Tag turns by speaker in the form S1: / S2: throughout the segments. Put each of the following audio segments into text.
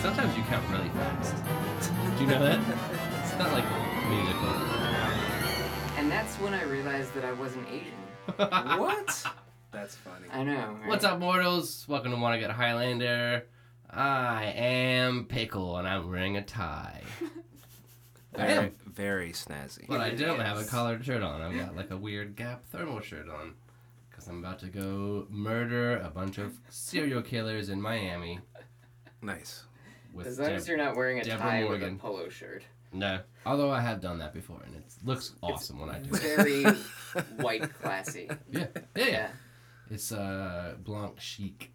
S1: Sometimes you count really fast.
S2: Do you know that?
S1: It's not like musical.
S3: And that's when I realized that I wasn't Asian.
S2: what?
S4: That's funny.
S3: I know. Right?
S1: What's up, mortals? Welcome to Wanna Get Highlander. I am Pickle, and I'm wearing a tie. I
S4: Very,
S1: am.
S4: very snazzy.
S1: But I don't have a
S3: Yes.
S1: collared shirt on. I've got like a weird Gap thermal shirt on. Because I'm about to go murder a bunch of serial killers in Miami
S4: Nice.
S1: with
S3: As long
S1: Deb-
S3: as you're not wearing a
S1: Deborah
S3: tie with
S1: Morgan.
S3: a polo shirt.
S1: No. Although I have done that before, and it looks awesome when I do it.
S3: Very white, classy.
S1: Yeah. Yeah, yeah.
S3: Yeah.
S1: It's uh, Blanc Chic.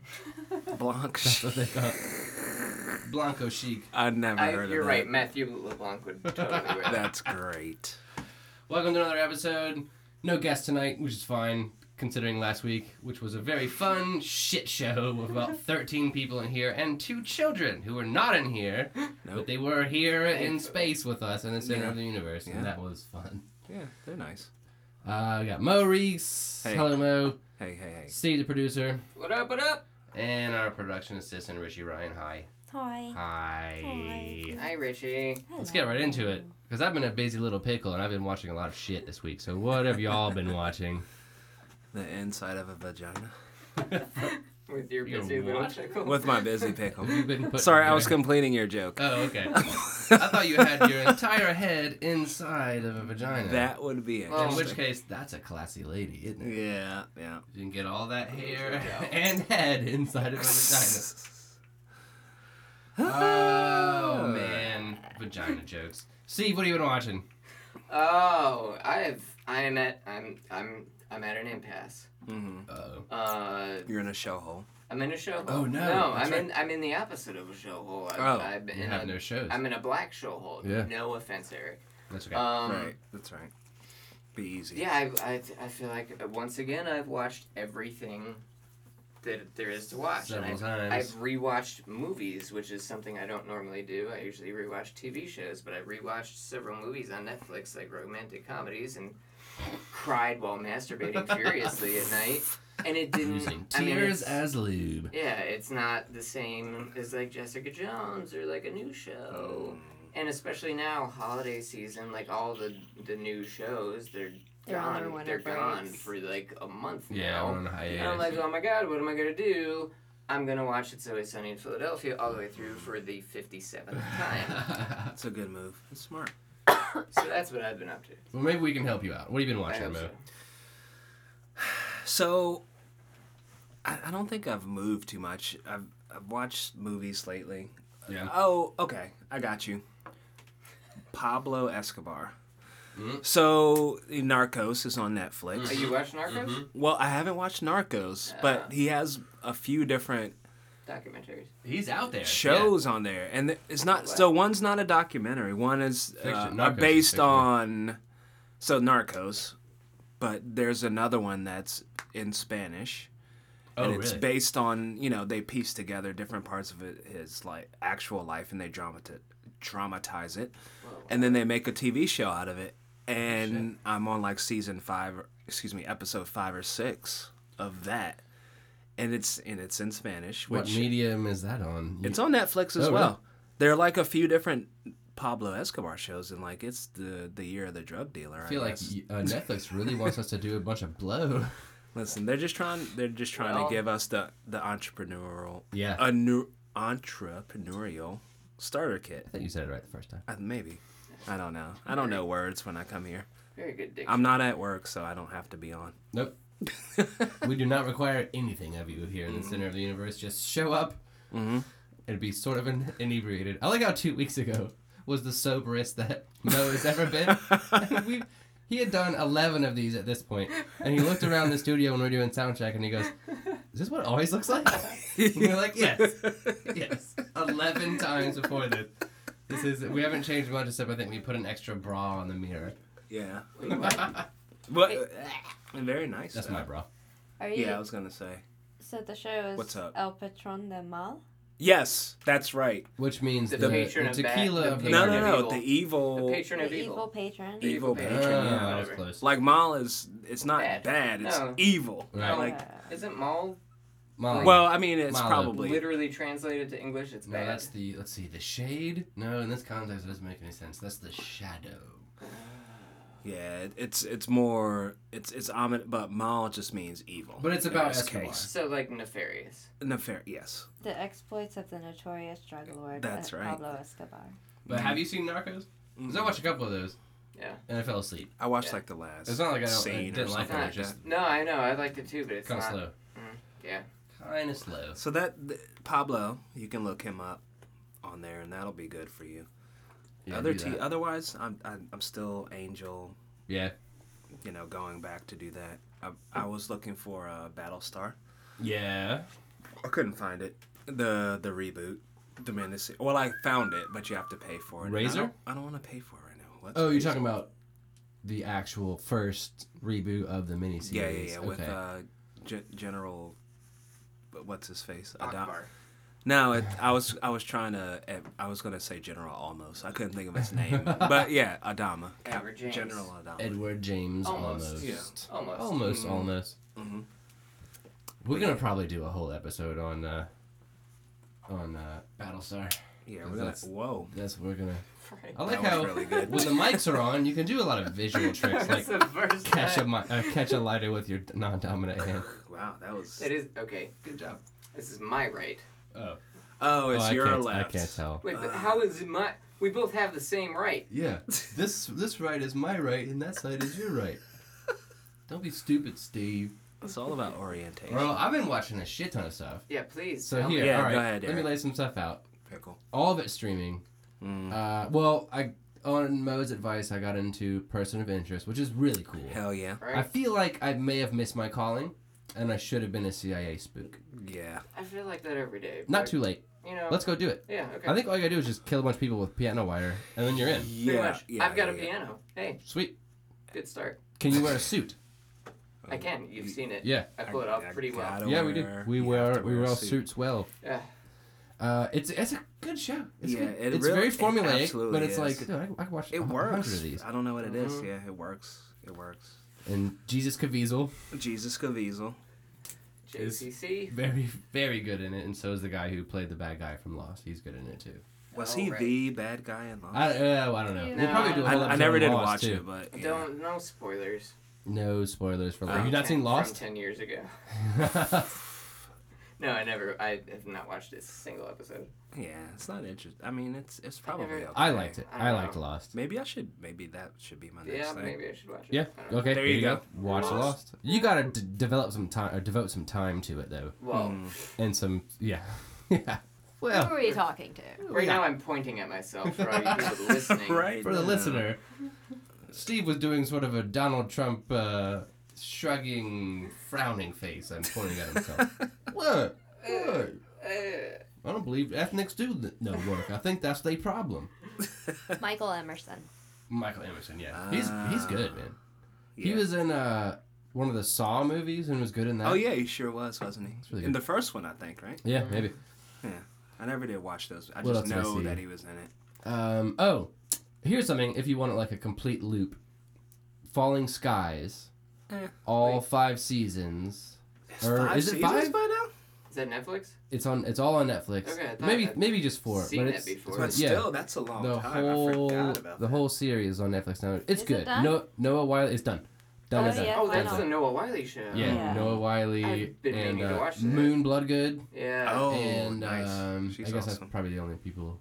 S4: Blanc.
S1: That's what they call it. Blanco Chic.
S4: I've never
S3: I,
S4: heard
S3: you're
S4: of
S3: right.
S4: that.
S3: Matthew LeBlanc would totally wear that.
S4: That's great.
S1: Welcome to another episode. No guest tonight, which is fine, considering last week, which was a very fun shit show with about 13 people in here and two children who were not in here, but
S4: Nope.
S1: they were here in space with us in the center
S4: Yeah.
S1: of the universe,
S4: Yeah.
S1: and that was fun.
S4: Yeah, they're nice.
S1: Uh, we got Mo Reese,
S4: Hey.
S1: hello Mo,
S4: Hey, hey, hey.
S1: Steve the producer,
S3: What up? What up?
S1: and our production assistant Richie Ryan. Hi.
S5: Hi.
S1: Hi.
S5: Hi.
S3: Hi, Richie.
S1: Let's get right into it. Because I've been a busy little pickle and I've been watching a lot of shit this week. So, what have y'all been watching?
S4: The inside of a vagina.
S3: With your
S1: You're
S3: busy little
S1: what?
S3: pickle.
S4: With my busy pickle.
S1: You've been put
S4: Sorry, I was
S1: together.
S4: completing your joke.
S1: Oh, okay. I thought you had your entire head inside of a vagina.
S4: That oh. would be
S3: Well,
S1: in
S4: interesting.
S1: which case, that's a classy lady, isn't it?
S4: yeah, yeah.
S1: You can get all that hair and head inside of a vagina. Oh man, vagina jokes. Steve, what have you been watching?
S3: Oh, I have. I am at. I'm. I'm. I'm at an impasse.
S4: hmm
S1: Oh,
S3: Uh,
S4: You're in a show hole.
S3: I'm in a showhole.
S1: Oh, no,
S3: No,
S1: that's
S3: I'm in. I'm in the opposite of a showhole. I'm,
S4: Oh,
S3: I'm
S1: you
S3: in
S1: have
S3: a,
S1: no shows.
S3: I'm in a black showhole.
S1: Yeah.
S3: No offense, Eric.
S1: That's okay.
S3: Um,
S4: right. That's right. Be easy.
S3: Yeah, I, I, I feel like uh, once again I've watched everything that there is to watch.
S1: Several
S3: and I've,
S1: times.
S3: I've rewatched movies, which is something I don't normally do. I usually rewatch TV shows, but I rewatched several movies on Netflix, like romantic comedies, and cried while masturbating furiously at night. And it didn't.
S1: Using
S3: I mean,
S1: tears
S3: it's-
S1: as lube.
S3: yeah, it's not the same as like Jessica Jones or like a new
S4: Oh.
S3: show. And especially now, holiday season, like all the the new shows, they're
S5: They're on
S3: gone.
S5: their winter
S3: they're gone
S5: breaks.
S3: for like a month
S1: Yeah,
S3: now.
S1: we're on a
S3: And I'm
S1: hiatus.
S3: like, oh my god, what am I gonna do? I'm gonna watch It's Always Sunny in Philadelphia all the way through for the 57th time.
S4: That's a good move. That's smart.
S3: so that's what I've been up to.
S1: well, maybe we can help you out. What have you been
S3: I
S1: watching,
S3: hope
S1: Mo?
S3: so.
S4: So, I, I don't think I've moved too much. I've, I've watched movies lately.
S1: Yeah.
S4: Oh, okay. I got you. Pablo Escobar. Mm.
S1: Mhm.
S4: So, Narcos is on Netflix.
S3: Are you watching Narcos
S4: Well, I haven't watched Narcos, but he has a few different
S3: documentaries?
S1: He's out there.
S4: shows on there, and th- it's not. So one's not a documentary. One is uh,
S1: Fiction.
S4: are
S1: Narcos is
S4: based
S1: fictional.
S4: on, so Narcos, but there's another one that's in Spanish,
S1: Yeah. Oh,
S4: and it's
S1: really?
S4: based on you know they piece together different parts of it, his like actual life, and they dramati- dramatize it, and then they make a TV show out of it. And I'm on like season five, or, excuse me, episode five or six of that, and it's and it's in Spanish,
S1: what
S4: which
S1: medium is that on? You-
S4: it's on Netflix as
S1: Oh,
S4: well.
S1: really?
S4: There are like a few different Pablo Escobar shows, and like it's the the year of the drug dealer. I,
S1: I feel like
S4: guess.
S1: uh, Netflix really wants us to do a bunch of blow.
S4: listen, they're just trying they're just trying
S3: Well-
S4: to give us the the entrepreneurial
S1: Yeah.
S4: a new entrepreneurial starter kit.
S1: I think you said it right the first time.
S4: Uh, maybe I don't know. I don't know words when I come here.
S3: Very good diction.
S4: I'm not at work, so I don't have to be on.
S1: Nope. we do not require anything of you here in the center of the universe. Just show up and be sort of in- inebriated. I like how two weeks ago was the soberest that Mo has ever been. And we, he had done 11 of these at this point, and he looked around the studio when we were doing sound check, and he goes, "Is this what it always looks like?" And we we're like, "Yes, yes." 11 times before this. This is we haven't changed much except I think we put an extra bra on the mirror.
S4: Yeah,
S1: That's
S4: but uh, very nice. though.
S1: my bra.
S5: Are you?
S4: Yeah, I was gonna say.
S5: So the show is
S4: What's up?
S5: El Patron de Mal.
S4: Yes, that's right.
S1: Which means
S3: The
S1: the, the,
S3: patron of bad-
S1: tequila
S3: the
S1: of the
S4: No, no,
S3: Patron
S4: no.
S3: of
S4: The
S3: the
S4: evil,
S3: patron
S5: The
S3: of
S5: evil,
S3: evil.
S5: patron.
S4: The evil
S3: patron.
S4: patron.
S1: Oh,
S4: yeah.
S1: that was
S3: Whatever.
S1: close.
S4: Like Mal is it's not
S3: Bad.
S4: bad, it's
S3: No.
S4: evil.
S1: Right.
S4: Like
S5: Uh,
S3: Isn't Maul
S1: Molly.
S4: Well, I mean, it's
S1: Milo.
S4: probably
S3: Literally translated to English, it's
S1: no,
S3: bad.
S1: that's the. Let's see, the shade. No, in this context, it doesn't make any sense. That's the shadow.
S4: yeah. it- It's it's more it's it's omin, but mal just means evil.
S1: But it's
S4: in
S1: about
S4: this
S1: Escobar.
S4: case.
S3: So like nefarious.
S4: Nefar- yes.
S5: The exploits of the notorious drug lord
S4: That's
S5: uh,
S4: right.
S5: Pablo Escobar.
S1: But have you seen Narcos? Because I watched a couple of those.
S3: Yeah.
S1: And I fell asleep.
S4: I watched
S3: Yeah.
S4: like the last.
S1: It's not like I, don't, I
S4: scene or
S1: didn't like
S4: something
S1: them.
S3: that.
S1: It's just
S3: No, I know, I liked it too, but it's
S1: kind of
S3: not.
S1: slow.
S3: yeah.
S1: Kind of slow.
S4: So that th- Pablo, you can look him up on there, and that'll be good for you.
S1: Yeah,
S4: Other
S1: do
S4: t-
S1: that.
S4: otherwise, I'm, I'm I'm still Angel.
S1: Yeah.
S4: You know, going back to do that. I,
S3: Mm.
S4: I was looking for a Battlestar.
S1: Yeah.
S4: I couldn't find it. The the reboot, the Menace. Well, I found it, but you have to pay for it. And I
S1: Razor?
S4: don't- I don't, want to pay for it right now. What's
S1: Oh, you're
S4: Razor?
S1: talking about the actual first reboot of the miniseries.
S4: Yeah, yeah, yeah. With
S1: Okay.
S4: uh, Gen- General, but what's his face? Adon-
S3: Akbar.
S4: No, it, I was I was trying to eh, I was gonna say General almost. I couldn't think of his name, but yeah, Adama, Cap-
S3: Edward James.
S4: General Adama.
S1: Edward James
S3: Almost,
S1: almost.
S4: yeah.
S3: Almost.
S1: Almost,
S4: Mhm.
S1: almost.
S4: Mhm.
S1: We're gonna probably do a whole episode on uh, on uh, Battlestar.
S4: yeah, we're gonna,
S1: That's-
S4: whoa.
S1: That's what we're gonna.
S3: Right.
S1: I like
S4: was
S1: how
S4: really good.
S1: when the mics are on, you can do a lot of visual tricks, like
S3: That's the first
S1: catch a
S3: time.
S1: mi- uh, catch a lighter with your non-dominant hand.
S4: Wow, that was.
S3: It is okay.
S1: Good job.
S3: This is my right.
S1: Oh,
S4: Oh, it's
S1: I
S4: your
S1: can't,
S4: left.
S1: I can't tell.
S3: Wait,
S4: Uh.
S3: but how is it my? We both have the same right.
S1: Yeah, this this right is my right, and that side is your right. Don't be stupid, Steve.
S4: It's all about orientation.
S1: Bro, I've been watching a shit ton of stuff.
S3: Yeah, please.
S1: So
S3: tell
S1: here,
S3: me.
S4: Yeah,
S1: all right,
S4: go ahead,
S1: let me
S4: Eric.
S1: lay some stuff out.
S4: Pickle.
S1: All of it's streaming.
S4: Mm.
S1: Uh, well, I on Mo's advice, I got into Person of Interest, which is really cool.
S4: Hell yeah.
S3: All
S1: I
S3: right.
S1: feel like I may have missed my calling, and I should have been a CIA spook.
S4: Yeah.
S3: I feel like that every day.
S1: Not
S3: but,
S1: too late.
S3: You know.
S1: Let's go do it.
S3: Yeah. Okay.
S1: I think all you gotta do is just kill a bunch of people with piano wire, and then you're in.
S4: Yeah.
S3: Pretty much.
S4: yeah,
S3: I've got
S4: yeah,
S3: a
S4: yeah.
S3: piano. Hey,
S1: Sweet.
S3: good start.
S1: Can you wear a suit?
S3: I can. You've
S4: Oh, you-
S3: seen it.
S1: Yeah.
S3: I pull it
S4: I-
S3: off
S4: I
S3: pretty well.
S4: gotta
S1: yeah, we do.
S4: wear-
S1: We
S4: you have
S1: wear
S4: to
S1: we wear
S4: a
S1: all
S4: suit.
S1: suits well.
S3: Yeah.
S1: Uh, it's it's a good show. It's
S4: Yeah,
S1: good.
S4: it
S1: it's
S4: really-
S1: very
S4: it
S1: formulaic,
S4: absolutely
S1: but it's
S4: is.
S1: like dude, I, I could watch
S4: It
S1: a hundred
S4: works.
S1: of these.
S4: I don't know what it is.
S3: Mhm.
S4: Yeah, it works. It works.
S1: And Jesus Caviezel,
S4: Jesus Caviezel.
S1: Is-
S3: JCC.
S1: very very good in it, and so is the guy who played the bad guy from Lost. He's good in it too.
S4: Was
S3: Oh,
S4: he
S3: right.
S4: the bad guy in Lost?
S1: I, uh, I don't know. We'll
S5: No.
S1: probably do a whole
S4: I, I
S1: episode
S4: never
S1: on
S4: did
S1: Lost,
S4: watch
S1: too.
S4: it, but yeah.
S3: Don't no spoilers.
S1: No spoilers for Lost.
S4: Oh.
S1: You've not
S3: Ten-
S1: seen Lost?
S3: From ten years ago. No, I never. I have not watched a single episode.
S4: Yeah, it's not interesting. I mean, it's it's probably.
S3: never-
S4: okay.
S1: I liked it. I,
S3: I
S1: liked
S3: know.
S1: Lost.
S4: Maybe I should. Maybe that should be my next
S3: Yeah,
S4: thing.
S3: maybe I should watch it.
S1: Yeah.
S3: I don't know.
S1: Okay.
S4: There you go.
S1: Watch
S3: Lost.
S1: Lost. You gotta d- develop some time or devote some time to it though,
S3: Well,
S4: Hmm.
S1: and some yeah, yeah. Well,
S5: Who are you talking to?
S3: right now I'm pointing at myself for all you people listening.
S4: Right
S1: for the
S4: now.
S1: listener, Steve was doing sort of a Donald Trump uh, shrugging, frowning face. I'm pointing at himself. what? What?
S3: Uh,
S1: I don't believe ethnics do th- no work. I think that's their problem.
S5: Michael Emerson.
S1: Michael Emerson, yeah,
S3: Ah,
S1: he's he's good, man. He
S4: Yeah.
S1: was in uh, one of the Saw movies and was good in that.
S4: Oh yeah, he sure was, wasn't he?
S1: really
S4: in
S1: good.
S4: the first one, I think, right?
S1: yeah, maybe.
S4: Yeah. I never did watch those. I
S1: What
S4: just
S1: else did I
S4: know
S1: see?
S4: that he was in it.
S1: Um, oh, here's something. If you want it like a complete loop, Falling Skies,
S4: Eh,
S1: all five seasons, or
S4: Five
S1: is it
S4: seasons
S1: five?
S4: by now?
S3: is that Netflix?
S1: It's on. It's all on Netflix.
S3: Okay, I thought
S1: maybe
S3: I'd
S1: maybe just four. but
S3: seen that
S1: it's, it's
S3: before. Oh,
S4: But
S1: yeah,
S4: still, that's a long
S1: the
S4: time. I
S1: whole
S4: forgot about
S1: the
S4: that.
S1: whole series is on Netflix now. It's
S5: Is it
S1: good.
S5: done?
S1: No, Noah Wiley. It's done. Done
S5: Oh,
S1: is done.
S5: yeah,
S3: Oh, that's
S5: Why
S3: the
S5: not?
S3: Noah Wiley show.
S1: Yeah,
S5: Yeah.
S1: Noah Wiley
S3: I've been meaning
S1: and
S3: to
S1: uh,
S3: watch that.
S1: Moon Bloodgood.
S3: Yeah.
S4: Oh,
S1: and
S4: nice.
S1: um,
S4: She's
S1: I guess
S4: awesome.
S1: that's probably the only people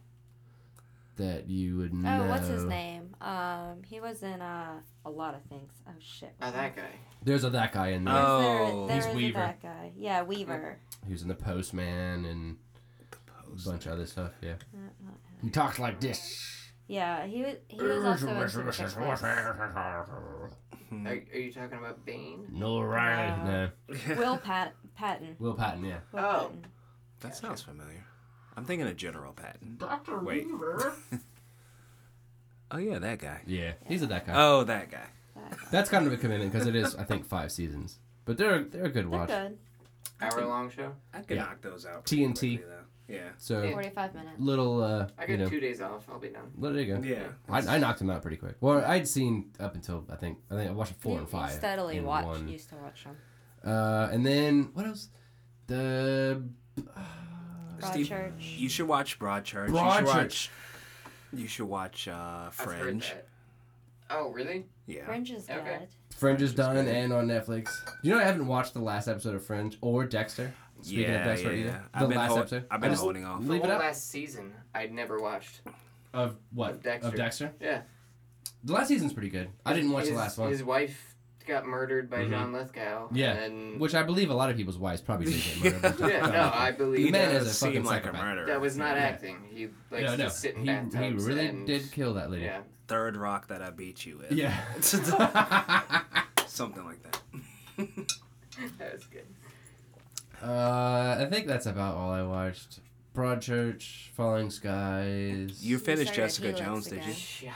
S1: that you would
S5: Oh,
S1: know.
S5: what's his name? Um, he was in uh, a lot of things. Oh shit.
S3: Oh, that guy.
S1: There's a that guy in there.
S4: Oh.
S5: There, there
S1: He's
S5: is a
S1: Weaver.
S5: that guy. Yeah, Weaver.
S1: He was in the Postman and a bunch of other stuff. Yeah.
S5: Not- Uh, not him.
S1: He talks like this.
S5: Yeah, he was. He was also in some Six Flags.
S3: Are, are you talking about Bane?
S1: No Riley. No.
S5: Will Pat Patton.
S1: Will Patton. Yeah.
S5: Will
S3: Oh.
S5: Patton.
S4: That sounds familiar. I'm thinking of General Patton.
S1: Doctor
S4: Wait. Oh yeah, that guy.
S1: Yeah. He's a that guy.
S4: Oh, that guy.
S5: That guy.
S1: That's kind of a commitment because it is, I think, five seasons. But they're they're a good
S5: They're
S1: watch.
S5: good.
S3: Hour long show?
S4: I could
S1: Yeah.
S4: knock those out.
S1: TNT.
S4: pretty quickly, though. Yeah.
S1: So
S3: Yeah.
S5: Forty-five minutes.
S1: little, uh,
S3: I
S1: you
S3: got
S1: know,
S3: two days off. I'll be done.
S1: well, there you go.
S4: Yeah.
S1: I, I knocked him out pretty quick. Well, I'd seen up until I think I think I watched four
S5: You-
S1: and
S5: you
S1: five.
S5: Steadily
S1: in
S5: watch.
S1: one.
S5: Used to watch them.
S1: Uh, and then what else? The
S5: Uh, Broadchurch.
S4: You should watch Broadchurch. You should
S1: Broadchurch.
S4: watch. You should watch uh,
S3: I've heard
S4: Fringe.
S3: that. Oh, really?
S4: Yeah.
S5: Fringe is good.
S3: Okay.
S1: Fringe is done
S4: good.
S1: and on Netflix. You know I haven't watched the last episode of Fringe or Dexter. Speaking
S4: yeah,
S1: of Dexter,
S4: yeah,
S1: either.
S4: yeah.
S1: the
S4: I've been,
S1: last
S4: hol-
S1: episode.
S4: I've been
S1: I just-
S4: holding off.
S1: Leave
S3: the
S1: it
S3: whole
S1: up.
S3: last season I'd never watched.
S1: Of what?
S3: Of Dexter.
S1: Of Dexter.
S3: Yeah.
S1: The last season's pretty good. I didn't watch
S3: His-
S1: the last one,
S3: His wife got murdered by
S1: Mhm.
S3: John Lithgow.
S1: Yeah.
S3: And
S1: which I believe a lot of people's wives probably did get murdered. but-
S3: yeah, no, I
S1: The
S3: believe
S1: man
S3: that,
S1: is a
S4: Doesn't
S1: fucking
S4: seem like a
S1: psychopath.
S4: murderer.
S3: that was not
S1: Yeah.
S3: acting. He likes
S1: no,
S3: to
S1: no.
S3: sit in
S1: He, he
S3: bathtubs
S1: really
S3: and-
S1: did kill that lady.
S3: Yeah.
S4: Third rock that I beat you with. Something like that.
S3: That was good.
S1: uh, I think that's about all I watched. Broadchurch, Falling Skies.
S4: You finished
S5: started
S4: Jessica
S5: Helix
S4: Jones, did you?
S5: again.
S3: Yeah.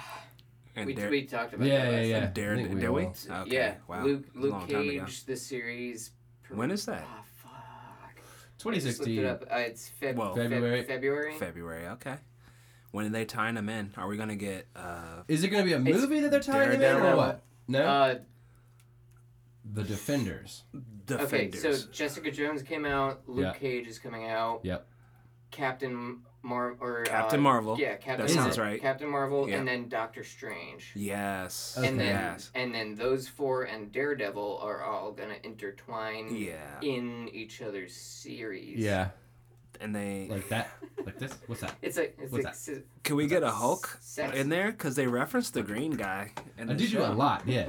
S4: And
S3: We,
S4: Dare-
S3: we talked about
S1: yeah,
S3: that
S1: yeah,
S3: last
S1: yeah.
S3: time.
S1: I
S4: Dare,
S1: think we
S4: dare we?
S1: all-
S4: Okay.
S3: Yeah.
S4: Wow.
S3: Luke, Luke
S4: Long time ago.
S3: Cage, the series. pr-
S4: When is that?
S3: Ah, fuck. I just looked it
S1: 2016.
S3: up. Uh, it's Feb-
S4: Well,
S3: Feb-
S1: February.
S3: February.
S4: February. Okay. When are they tying them in? Are we gonna get? uh
S1: Is it going to be a movie that they're tying him in or
S4: Daredevil.
S1: what? No?
S3: Uh,
S1: the Defenders.
S3: okay,
S4: Defenders.
S3: so Jessica Jones came out. Luke
S1: Yeah.
S3: Cage is coming out.
S1: Yep.
S3: Captain Mar or
S4: Captain
S3: uh,
S4: Marvel.
S3: Yeah, Captain.
S4: That
S1: sounds
S3: Mar-
S4: right.
S3: Captain Marvel,
S4: Yeah.
S3: and then Doctor Strange.
S4: Yes.
S1: Okay.
S3: And then,
S4: yes.
S3: and then those four and Daredevil are all gonna intertwine
S4: Yeah.
S3: in each other's series.
S1: Yeah.
S4: And they.
S1: Like that. Like this. What's that?
S3: it's like it's
S1: What's
S3: like
S1: that?
S3: si-
S4: Can we get a Hulk
S3: Sex.
S4: in there? Because they referenced the green guy. In
S1: I
S4: the
S1: did you
S4: show.
S1: a lot, yeah.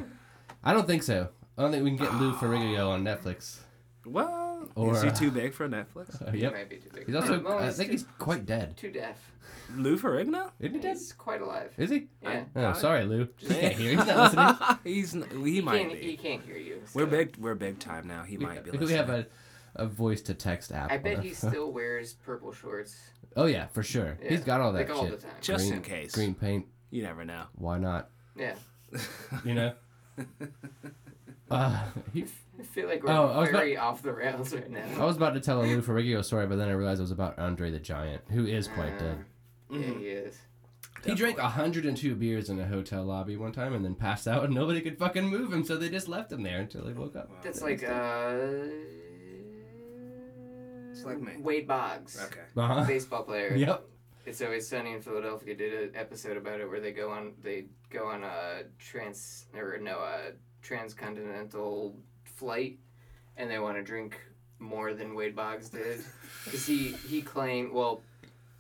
S1: I don't think so. I don't think we can get Lou Ferrigno on Netflix.
S4: Well,
S1: Or,
S4: is he
S1: uh,
S4: too big for Netflix?
S1: Uh, yep.
S3: might be too big.
S1: He's
S3: Hmm,
S1: also,
S3: well,
S1: I
S3: he's
S1: think
S3: too,
S1: he's quite dead.
S3: too deaf.
S4: Lou Ferrigno?
S1: Isn't he dead?
S3: He's quite alive.
S1: Is he?
S3: Yeah.
S1: Oh, sorry, Lou. He
S4: Man.
S1: can't hear. He's not listening.
S4: He's n- he
S3: he,
S4: might
S3: can't, he
S4: be.
S3: can't hear you.
S4: We're
S3: so-
S4: big. We're big time now. He might be. Listening.
S1: We have a, a voice to text app.
S3: I
S1: on
S3: bet
S1: our
S3: he
S1: phone.
S3: still wears purple shorts.
S1: Oh yeah, for sure.
S3: Yeah,
S1: He's got all that
S3: like all
S1: shit.
S3: the time.
S4: Just
S1: Green-
S4: in case.
S1: Green paint.
S4: You never know.
S1: Why not?
S3: Yeah. Mm-hmm.
S1: You know. uh, he,
S3: I feel like we're
S1: Oh, I was Oh,
S3: very off the rails right
S1: I
S3: now.
S1: was about to tell a Lou Ferrigno story, but then I realized it was about Andre the Giant, who is quite dead.
S3: Yeah, he is.
S1: He drank 102 beers in a hotel lobby one time and then passed out, and nobody could fucking move him, so they just left him there until he woke up.
S4: Oh,
S3: That's like uh.
S4: It's like me.
S3: Wade Boggs,
S4: Okay.
S1: Uh-huh.
S3: baseball player.
S1: Yep.
S3: It's always sunny in Philadelphia. Did an episode about it where they go on they go on a trans or no a transcontinental flight, and they want to drink more than Wade Boggs did, because he he claimed well,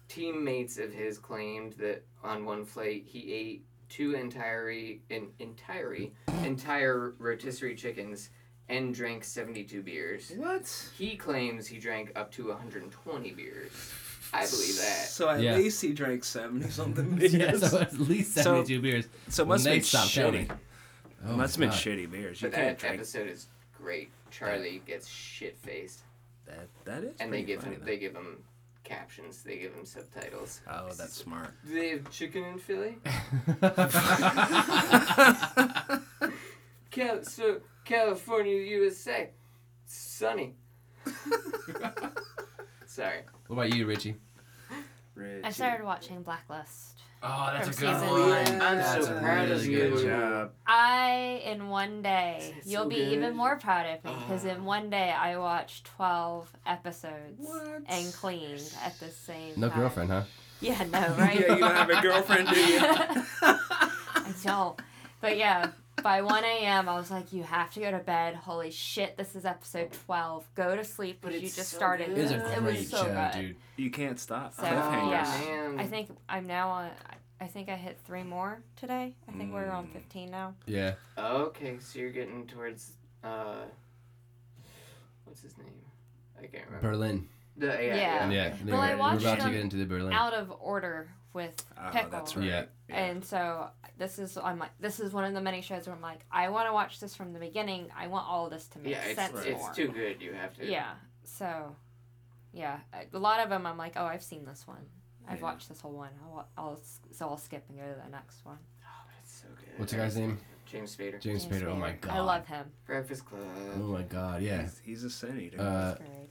S3: teammates of his claimed that on one flight he ate two entire an entire entire rotisserie chickens and drank seventy two beers.
S4: What?
S3: He claims he drank up to 120 beers. I believe that.
S4: So at
S1: Yeah.
S4: least he drank seventy something.
S1: Yeah,
S4: beers.
S1: so at least
S4: So-
S1: 72 beers.
S4: So it
S1: When
S4: must have
S1: they
S4: been
S1: stopped
S4: shitty.
S1: counting. Oh
S4: must have
S1: my
S4: been
S1: God.
S4: shitty beers. You
S3: But
S4: can't
S3: that
S4: drink
S3: episode is great. Charlie gets shit faced,
S4: that. That is.
S3: and they
S4: pretty
S3: give
S4: funny,
S3: him
S4: though.
S3: they give him captions. They give him subtitles.
S4: Oh, that's smart.
S3: Do they have chicken in Philly? Cal- so California, USA, sunny. Sorry.
S1: What about you, Richie?
S5: I started watching Blacklist.
S1: Oh,
S5: that's a good one.
S3: I'm
S1: That's
S3: so
S1: a
S3: proud of
S1: really
S3: you.
S1: good
S5: I in one day,
S3: It's
S5: you'll
S3: so
S5: be
S3: good. Ah.
S5: even more proud of me because in one day I watched twelve episodes
S4: What?
S5: and cleaned at the same.
S1: No
S5: time.
S1: girlfriend, huh?
S5: Yeah, no, right?
S4: yeah, you don't have a girlfriend, do you?
S5: I don't. But yeah, by 1 a.m., I was like, you have to go to bed. Holy shit, this is episode 12. Go to sleep
S3: But
S5: because you
S3: it's
S5: just
S3: so
S5: started.
S3: good.
S1: It is a great
S5: this. It was so
S1: show,
S5: good.
S1: dude.
S4: you can't stop.
S5: So,
S4: Cliffhangers.
S5: yeah.
S3: man.
S5: I think I'm now on, I think I hit three more today. I think we're on
S4: Mm.
S5: 15 now.
S1: Yeah.
S3: Okay, so you're getting towards uh, what's his name? I can't remember.
S1: Berlin.
S3: The- yeah,
S5: Yeah.
S3: yeah.
S1: Yeah. they
S5: Well, I
S1: were-
S5: watched
S1: We're about to
S5: them
S1: get into the Berlin.
S5: Out of order with
S4: Oh,
S5: Pickle.
S4: that's right.
S1: Yeah.
S5: And so this is I'm like this is one of the many shows where I'm like I want to watch this from the beginning. I want all of this to make
S3: Yeah, it's,
S5: sense
S4: Right.
S5: more.
S3: it's too good. You have to.
S5: Yeah. So, yeah, I- a lot of them I'm like, oh, I've seen this one. I've
S4: Yeah.
S5: watched this whole one. I'll, wa- I'll s- so I'll skip and go to the next one.
S3: Oh, it's so good.
S1: What's the guy's name?
S3: James Spader.
S1: James Spader. Oh my god.
S5: I love him.
S3: Breakfast
S1: Oh
S3: Club.
S1: my god. Yeah.
S4: He's, he's a sin eater.
S1: Uh,
S5: He's great.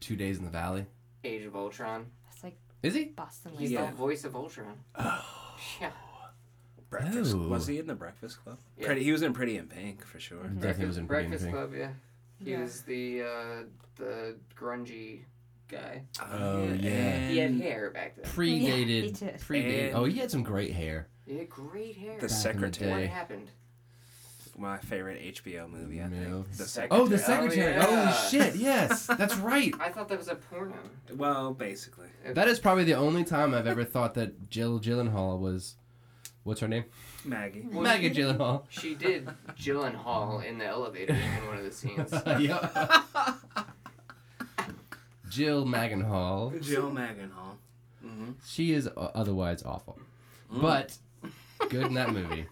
S1: two days in the valley.
S3: Age of Ultron.
S5: That's like
S1: Is he?
S5: Boston
S3: He's
S5: Legal.
S4: Yeah.
S3: the voice of Ultron. Oh. Yeah.
S4: Breakfast.
S1: Oh.
S4: Was he in the Breakfast Club?
S3: Yeah.
S4: Pretty. He was in Pretty in Pink for sure.
S1: Definitely was in Pretty in
S3: Breakfast
S1: Pink.
S3: Club. Yeah. He
S5: Yeah.
S3: was the uh, the grungy guy.
S1: Oh, yeah.
S3: he had
S4: And
S3: hair back then.
S5: he
S1: Predated.
S5: did.
S1: predated.
S4: And-
S1: Oh, he had some great hair.
S3: He had great hair.
S1: in the
S4: The
S3: what
S1: day.
S4: secretary,
S3: happened?
S4: my favorite HBO movie. I
S1: Yeah.
S4: think. The secretary.
S1: Oh, the
S3: Secretary. Oh,
S1: secretary. Oh,
S3: yeah.
S1: shit. Yes, that's right.
S3: I thought that was a porno.
S4: Well, basically.
S1: That is probably the only time I've ever thought that Jill Gyllenhaal was, what's her name?
S4: Maggie.
S3: Well,
S1: Maggie Gyllenhaal.
S3: She did Gyllenhaal in the elevator in one of the scenes.
S1: yeah. Jill Magenhall.
S4: Jill Magenhall. Mm-hmm.
S1: She is o- otherwise awful, but good in that movie.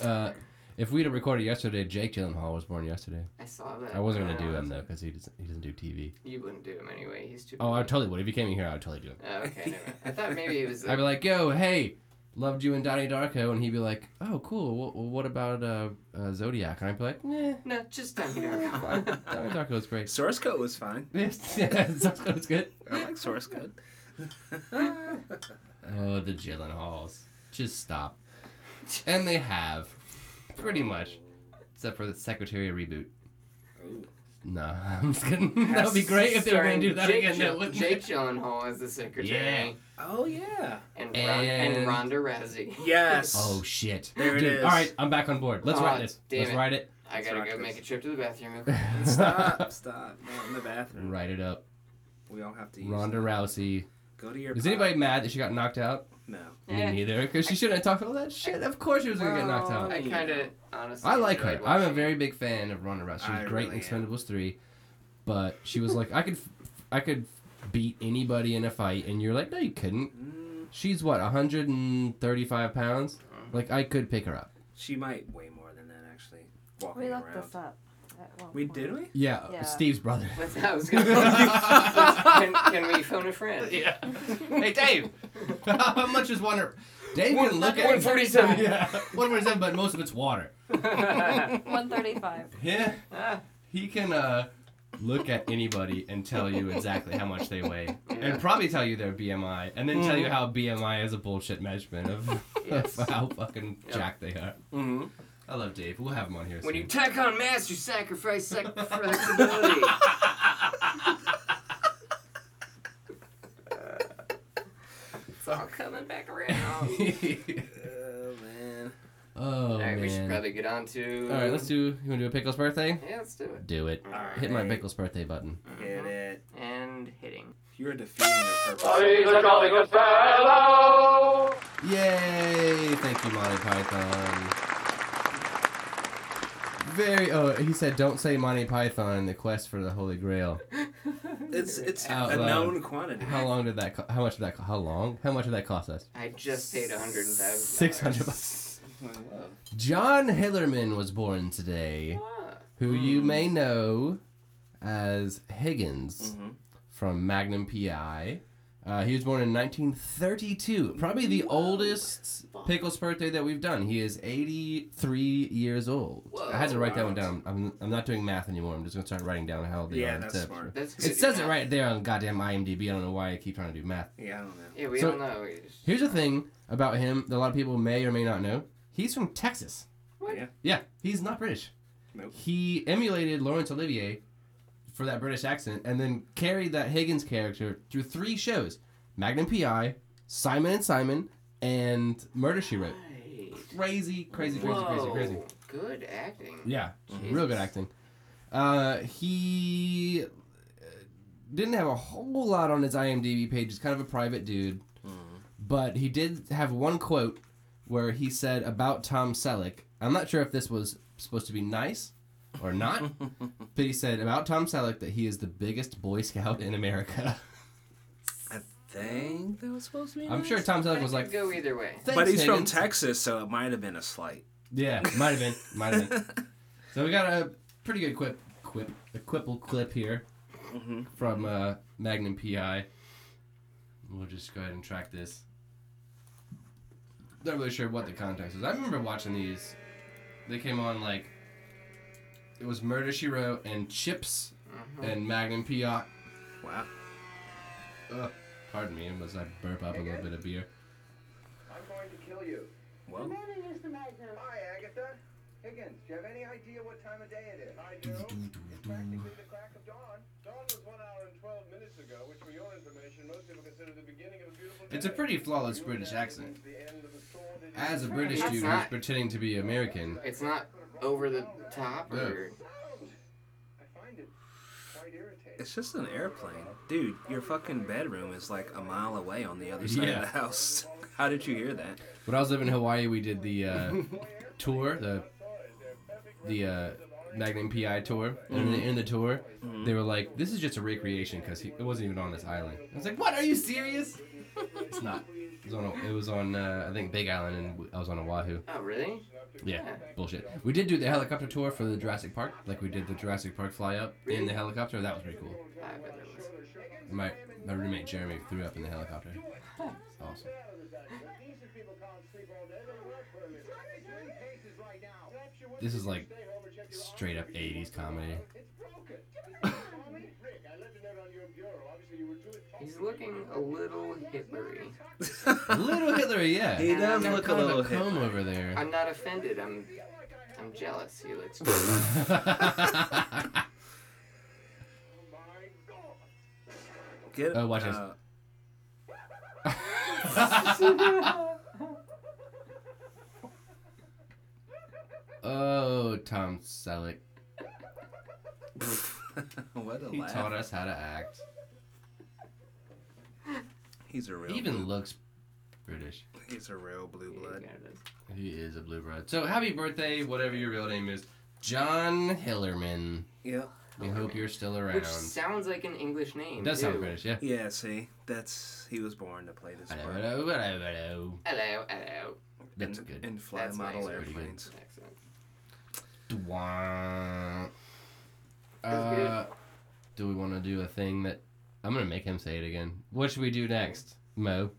S1: Uh, if we'd have recorded yesterday, Jake Gyllenhaal was born yesterday.
S3: I saw that.
S1: I wasn't gonna
S3: when I
S1: do him
S3: was-
S1: though because he doesn't he doesn't do TV.
S3: You wouldn't do him anyway. He's too.
S1: Oh, I totally would. If you came in here, I would totally do him.
S3: Oh, okay. Never. mind. I thought maybe it was.
S1: I'd
S3: Like,
S1: be like, "Yo, hey, loved you in Donnie Darko," and he'd be like, "Oh, cool. Well, well, what about uh, uh, Zodiac?" And I'd be like, "Nah,
S3: no, just Donnie Darko.
S4: Mm-hmm.
S1: Donnie Darko was great.
S4: Source code was fine.
S1: Yes, yeah, Zodiac was good."
S4: I like source code.
S1: Oh, the Gyllenhaals. Just stop. And they have, pretty much, except for the Secretary reboot. No, I'm just kidding. That would be great if they were going to do that
S3: Jake
S1: again. though,
S3: Gyll-
S1: wouldn't
S3: Jake
S1: it?
S3: Gyllenhaal is the secretary.
S1: Yeah.
S4: Oh yeah.
S3: And, Ron- and,
S1: And-
S3: Ronda Rousey.
S4: Yes.
S1: Oh shit!
S4: There it
S1: Dude,
S4: is.
S1: All right, I'm back on board. Let's
S3: Aw,
S1: write this.
S3: damn
S1: Let's
S3: it.
S1: write it.
S3: I gotta
S4: Rock
S3: go
S4: this.
S3: make a trip to the bathroom.
S4: Stop! Stop! Not in the bathroom.
S1: write it up.
S4: We all have to use.
S1: Ronda Rousey.
S4: Go to your.
S1: Is
S4: pod.
S1: anybody mad that she got knocked out?
S4: No.
S5: Yeah.
S1: Me neither, because she shouldn't have talked all that shit. Of course she was going to get knocked out.
S3: I kind of honestly.
S1: I like her.
S3: enjoyed
S1: I'm a
S3: watching
S1: very big fan of Ronda Rousey. She was
S4: I
S1: great
S4: really
S1: in Expendables three, but she was like, I could, I could beat anybody in a fight, and you're like, no, you couldn't.
S4: Mm,
S1: She's what 135 pounds. Like I could pick her up.
S4: She might weigh more than that actually. Walking
S5: We looked
S4: around.
S5: this up. at one
S4: We
S5: point.
S4: did we?
S1: Yeah,
S5: Yeah.
S1: Steve's brother.
S3: it. I was gonna. can, can we phone a friend?
S1: yeah. Hey Dave, how much is water? Dave
S3: One-
S1: can look at
S3: 147.
S1: Yeah, 147, but most of it's water.
S5: 135.
S1: Yeah. He can uh, look at anybody and tell you exactly how much they weigh, and probably tell you their BMI, and then tell you how BMI is a bullshit measurement of,
S3: Hmm. Yes.
S1: of how fucking
S3: Yep.
S1: jacked they are.
S4: Mm-hmm.
S1: I love Dave. We'll have him on here
S3: When you
S1: soon.
S3: tack on mass, you sacrifice sec- flexibility. It's all coming back around.
S4: Oh man.
S1: oh
S3: All right,
S1: man!
S3: we should probably get on to.
S1: All right, let's do. You want to do a pickles birthday?
S3: Yeah, let's do it.
S1: Do it.
S3: All right.
S1: Hit my pickles birthday button.
S4: Hit it.
S3: And hitting.
S4: You're defeating the purpose.
S3: Oh,
S1: Yay! Thank you, Monty Python. Very. Oh, he said, "Don't say Monty Python in the quest for the Holy Grail."
S4: It's it's
S1: Out
S4: a
S1: loud.
S4: known quantity.
S1: How long did that? Co- how much did that? Co- how long? How much did that cost us?
S3: I just paid a hundred thousand.
S1: Six hundred bucks. John Hillerman was born today, who you
S4: Hmm.
S1: may know as Higgins
S4: Mm-hmm.
S1: from Magnum PI. Uh, he was born in 1932, probably the oldest Pickles birthday that we've done. He is 83 years old. I had to write that one down. I'm, I'm not doing math anymore. I'm just going to start writing down how old they
S4: Yeah,
S1: are.
S4: that's
S1: to-
S4: smart.
S3: That's good.
S1: It says it right there on goddamn IMDb. I don't know why I keep trying to do math.
S4: Yeah, I don't know.
S3: Yeah, we
S1: So-
S3: don't know. We just-
S1: Here's the thing about him that a lot of people may or may not know. He's from Texas.
S3: What?
S4: Yeah.
S1: Yeah, he's not British.
S4: Nope.
S1: He emulated Laurence Olivier for that British accent and then carried that Higgins character through three shows Magnum PI, Simon and Simon, and Murder She Wrote.
S3: Right.
S1: Crazy, crazy, crazy, crazy,
S3: Whoa.
S1: crazy.
S3: Good acting.
S1: Yeah, real good
S3: Jesus.
S1: acting. Uh, he uh, didn't have a whole lot on his IMDb page. He's kind of a private dude, but he did have one quote where he said about Tom Selleck. I'm not sure if this was supposed to be nice or not, but he said about Tom Selleck that he is the biggest Boy Scout in America.
S4: I think that was supposed to be.
S1: I'm sure Tom Selleck was like,
S3: go either way.
S1: "Thanks,
S4: But he's from
S1: Higgins."
S4: Texas, so it might have been a slight.
S1: Yeah, might have been, might have been. So we got a pretty good quip, quip, a quipple clip here
S3: Mm-hmm.
S1: from uh, Magnum PI. We'll just go ahead and track this. Not really sure what the context is. I remember watching these. They came on like it was Murder She Wrote and Chips
S3: Mm-hmm.
S1: and Magnum PI.
S4: Wow.
S1: Ugh, pardon me, unless I burp up a little bit of beer.
S6: I'm going to kill you.
S4: Well,
S6: Hi, Agatha. Higgins, do you have any idea what time of day it is? I do. It's practically the crack of dawn.
S7: Dawn was one hour and 12 minutes ago, which for your information, most people consider the beginning of a beautiful
S1: It's a
S7: day.
S1: pretty flawless
S7: Your
S1: British
S7: day
S1: accent.
S7: is the end of a sordid-
S1: As a British
S3: That's
S1: dude who's
S3: not-
S1: pretending to be American,
S3: It's not over the top or.
S7: Sound! I find it quite irritating.
S4: It's just an airplane. Dude, your fucking bedroom is like a mile away on the other side
S1: Yeah.
S4: of the house. How did you hear that?
S1: when I was living in Hawaii, we did the uh, tour, the the uh, Magnum PI tour. And in, the,
S4: Mm-hmm.
S1: in the tour, they were like, "This is just a recreation because it wasn't even on this island." I was like, "What? Are you serious?" it's not. It was on. it was on uh, I think Big Island, and I was on Oahu.
S3: Oh, really?
S1: Yeah, bullshit. We did do the helicopter tour for the Jurassic Park, like we did the Jurassic Park fly up in the helicopter. That was pretty cool.
S3: I bet it was.
S1: My my roommate Jeremy threw up in the helicopter. It's awesome. This is like straight up '80s comedy.
S3: He's looking a little Hitlery.
S1: little Hitler, yeah.
S4: He does
S1: Got
S4: look a
S1: kind of
S4: little
S1: comb
S4: Hitler.
S1: over there.
S3: I'm not offended. I'm, I'm jealous. He looks.
S4: Get
S1: Oh, watch
S4: uh,
S1: oh, Tom Selleck.
S4: what a
S1: He
S4: laugh.
S1: taught us how to act.
S4: He's a real
S1: He even looks British.
S4: he's a real blue blood.
S1: He is a blue blood. So happy birthday, whatever your real name is, John Hillerman.
S4: Yeah.
S1: We hope you're still around.
S3: Which sounds like an English name.
S1: Does sound
S3: too.
S1: British, yeah.
S4: Yeah, see, that's he was born to play this part.
S1: Hello, hello, hello.
S3: Hello, hello.
S1: That's
S4: and,
S1: good.
S4: and fly
S3: That's
S4: model
S3: nice.
S1: Pretty good.
S4: airplanes.
S3: Excellent.
S1: Dwah.
S3: That's good.
S1: Uh, do we want to do a thing that I'm gonna make him say it again? What should we do next, Mo?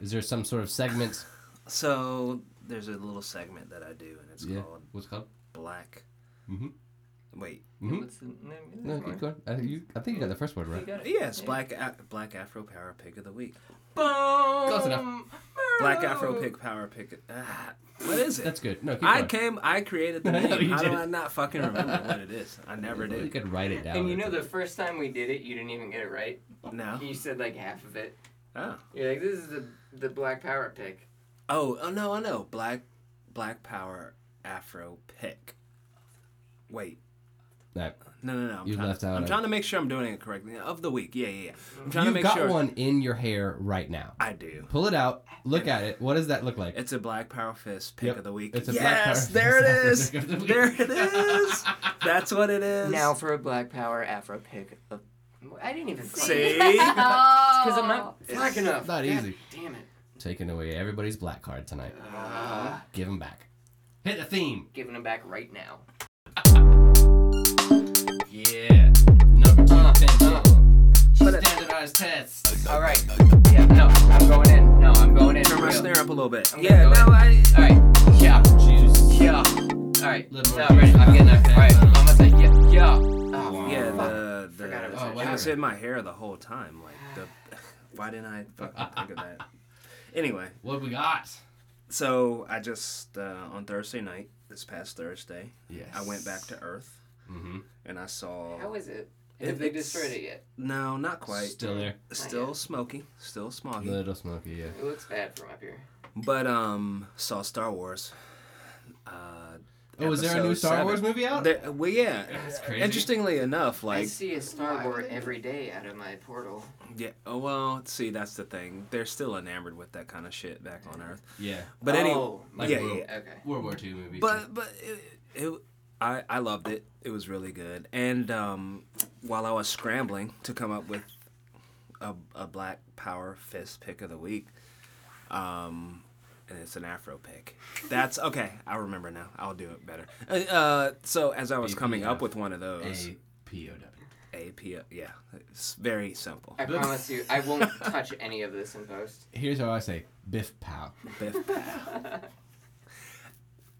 S1: Is there some sort of segment?
S4: So there's a little segment that I do, and it's called
S1: What's it called?
S4: Black.
S1: Mhm.
S4: Wait,
S1: Hmm?
S3: What's the name?
S1: No, keep going. I think you, I think you got the first word right.
S4: yeah, it's Black a- Black Afro Power Pick of the Week.
S1: Close enough.
S4: Black Afro Pick Power Pick. Ah, what is it?
S1: That's good. No, keep
S4: I
S1: going.
S4: came. I created the
S1: I
S4: name.
S1: know you
S4: How do
S1: did.
S4: I not fucking remember what it is? I never
S1: You
S4: did.
S1: could write it down.
S3: And you
S1: It's
S3: know,
S1: a-
S3: the first time we did it, you didn't even get it right.
S4: No.
S3: You said like half of it.
S4: Oh.
S3: You're like, this is the the Black Power pick.
S4: Oh. Oh no. I know. Black Black Power Afro Pick. Wait.
S1: that-
S4: No, no, no. I'm
S1: You
S4: trying,
S1: left out
S4: I'm
S1: a-
S4: trying to make sure I'm doing it correctly. Of the week. Yeah, yeah, yeah. I'm trying to
S1: You've
S4: make
S1: got
S4: sure.
S1: one in your hair right now.
S4: I do.
S1: Pull it out. Look at it. What does that look like?
S4: It's a Black Power Fist pick
S1: Yep,
S4: of the week.
S1: it's a Black
S4: yes,
S1: Power
S4: there it is.
S1: Fist Afro Pick of the
S4: there it is. That's what it is.
S3: Now for a Black Power Afro pick. Of... I didn't even
S4: see,
S5: Oh.
S3: Because I'm not black
S1: not
S3: enough. God
S1: easy.
S3: Damn it.
S1: Taking away everybody's black card tonight.
S3: Uh,
S1: Give them back. Hit the theme.
S3: giving them back right now.
S1: Yeah. Number two.
S3: Uh,
S1: pencil.
S4: But it-
S1: Standardized tests.
S3: All right. Yeah. No, I'm going in. No, I'm going in.
S4: turn my
S3: Real.
S4: snare up a little bit.
S3: I'm gonna
S4: Yeah.
S3: go
S4: No.
S3: in.
S4: I.
S3: All right. Yeah.
S1: Juice.
S3: Yeah. All right. No,
S1: Little more
S3: I'm ready. I'm getting there.
S1: juice.
S3: All right. I'm gonna say yeah. Yeah. Oh,
S4: Yeah.
S3: fuck.
S4: The the.
S3: Forgot it was
S1: Oh,
S3: a
S1: wow.
S4: It
S3: joke.
S4: was in my hair the whole time. Like the. Why didn't I fucking think of that? Anyway,
S1: What we got?
S4: so I just uh, on Thursday night, this past Thursday,
S1: Yes.
S4: I went back to Earth
S1: Mm-hmm.
S4: and I saw.
S3: How is it?
S4: If
S3: Have they
S4: it's-
S3: destroyed it yet?
S4: No, not quite.
S1: Still there.
S4: Still smoky. Still smoggy.
S1: Little smoky, yeah.
S3: It looks bad from up here.
S4: But um, saw Star Wars. Uh,
S1: Oh, is there a new
S4: episode
S1: Star
S4: seven.
S1: Wars movie out?
S4: There- well, yeah.
S1: That's crazy.
S4: Interestingly enough,
S3: I
S4: like
S3: see a Star Wars every day out of my portal.
S4: yeah. Oh well, see that's the thing. They're still enamored with that kind of shit back on Earth.
S1: Yeah.
S4: But anyway,
S3: Oh,
S1: Like
S4: yeah,
S1: World,
S4: yeah.
S3: okay.
S1: World War II movie.
S4: But but it, it I I loved it. It was really good. And um, while I was scrambling to come up with a a black power fist pick of the week, um. And it's an Afro pick. That's okay. I remember now. I'll do it better. Uh, Uh, so as I was coming up with one of those,
S1: A P O W.
S4: A P. Yeah, it's very simple.
S3: I promise you, I won't touch any of this in post.
S1: Here's how I say Biff Pow.
S4: Biff Pow.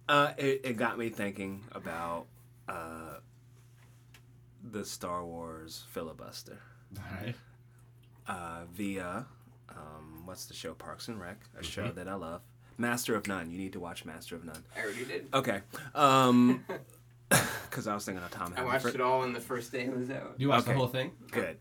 S4: uh, it, it got me thinking about uh, the Star Wars filibuster
S1: Alright.
S3: Mm-hmm.
S4: uh, via um, what's the show Parks and Rec, a show that I love. Master of None. You need to watch Master of None.
S3: I already did.
S4: Okay. Um, because I was thinking of Tom
S3: I
S4: Hanks.
S3: watched it all on the first day it was out.
S1: You watched the
S4: Okay.
S1: whole thing?
S4: Good.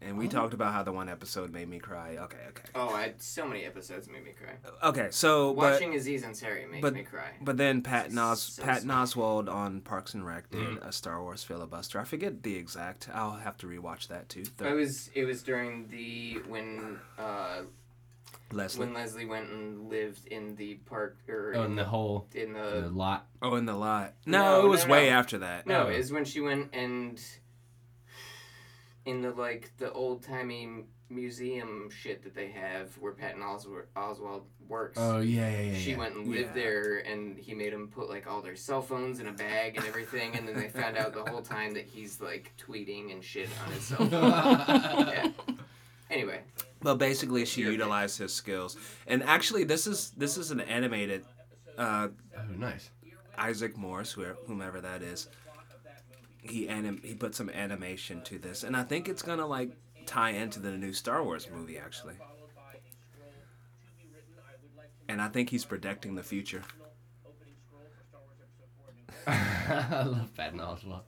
S4: And we talked about how the one episode made me cry. Okay, okay,
S3: Oh, I so many episodes made me cry.
S4: okay. So, but
S3: Watching Aziz Ansari makes
S4: but-
S3: me cry.
S4: but then Pat Nos
S3: So
S4: Pat
S3: sad.
S4: Oswald on Parks and Rec did a Star Wars filibuster. I forget the exact. I'll have to rewatch that too. Thir-
S3: It was it was during the when uh,
S4: Leslie.
S3: when Leslie went and lived in the park or
S1: Oh,
S3: in,
S1: and the whole
S3: in
S1: the
S3: the
S1: lot.
S4: oh, in the lot.
S3: No,
S4: No, it
S3: no,
S4: was
S3: no.
S4: way after that.
S3: No,
S1: Oh.
S3: is when she went and in the like the old timey museum shit that they have where Patton Oswald, Oswald works.
S1: Oh yeah, yeah, yeah.
S3: she
S1: yeah.
S3: went and lived
S4: Yeah.
S3: there, and he made them put like all their cell phones in a bag and everything, and then they found out the whole time that he's like tweeting and shit on his cell phone.
S1: Oh,
S3: yeah. Anyway,
S4: But basically, she
S3: Your pick.
S4: utilized his skills. And actually, this is this is an animated uh,
S1: Oh, nice.
S4: Isaac Morris, whoever, whomever that is, he anim- he put some animation to this, and I think it's gonna like tie into the new Star Wars movie actually. And I think he's predicting the future.
S1: I love Patton Oswalt.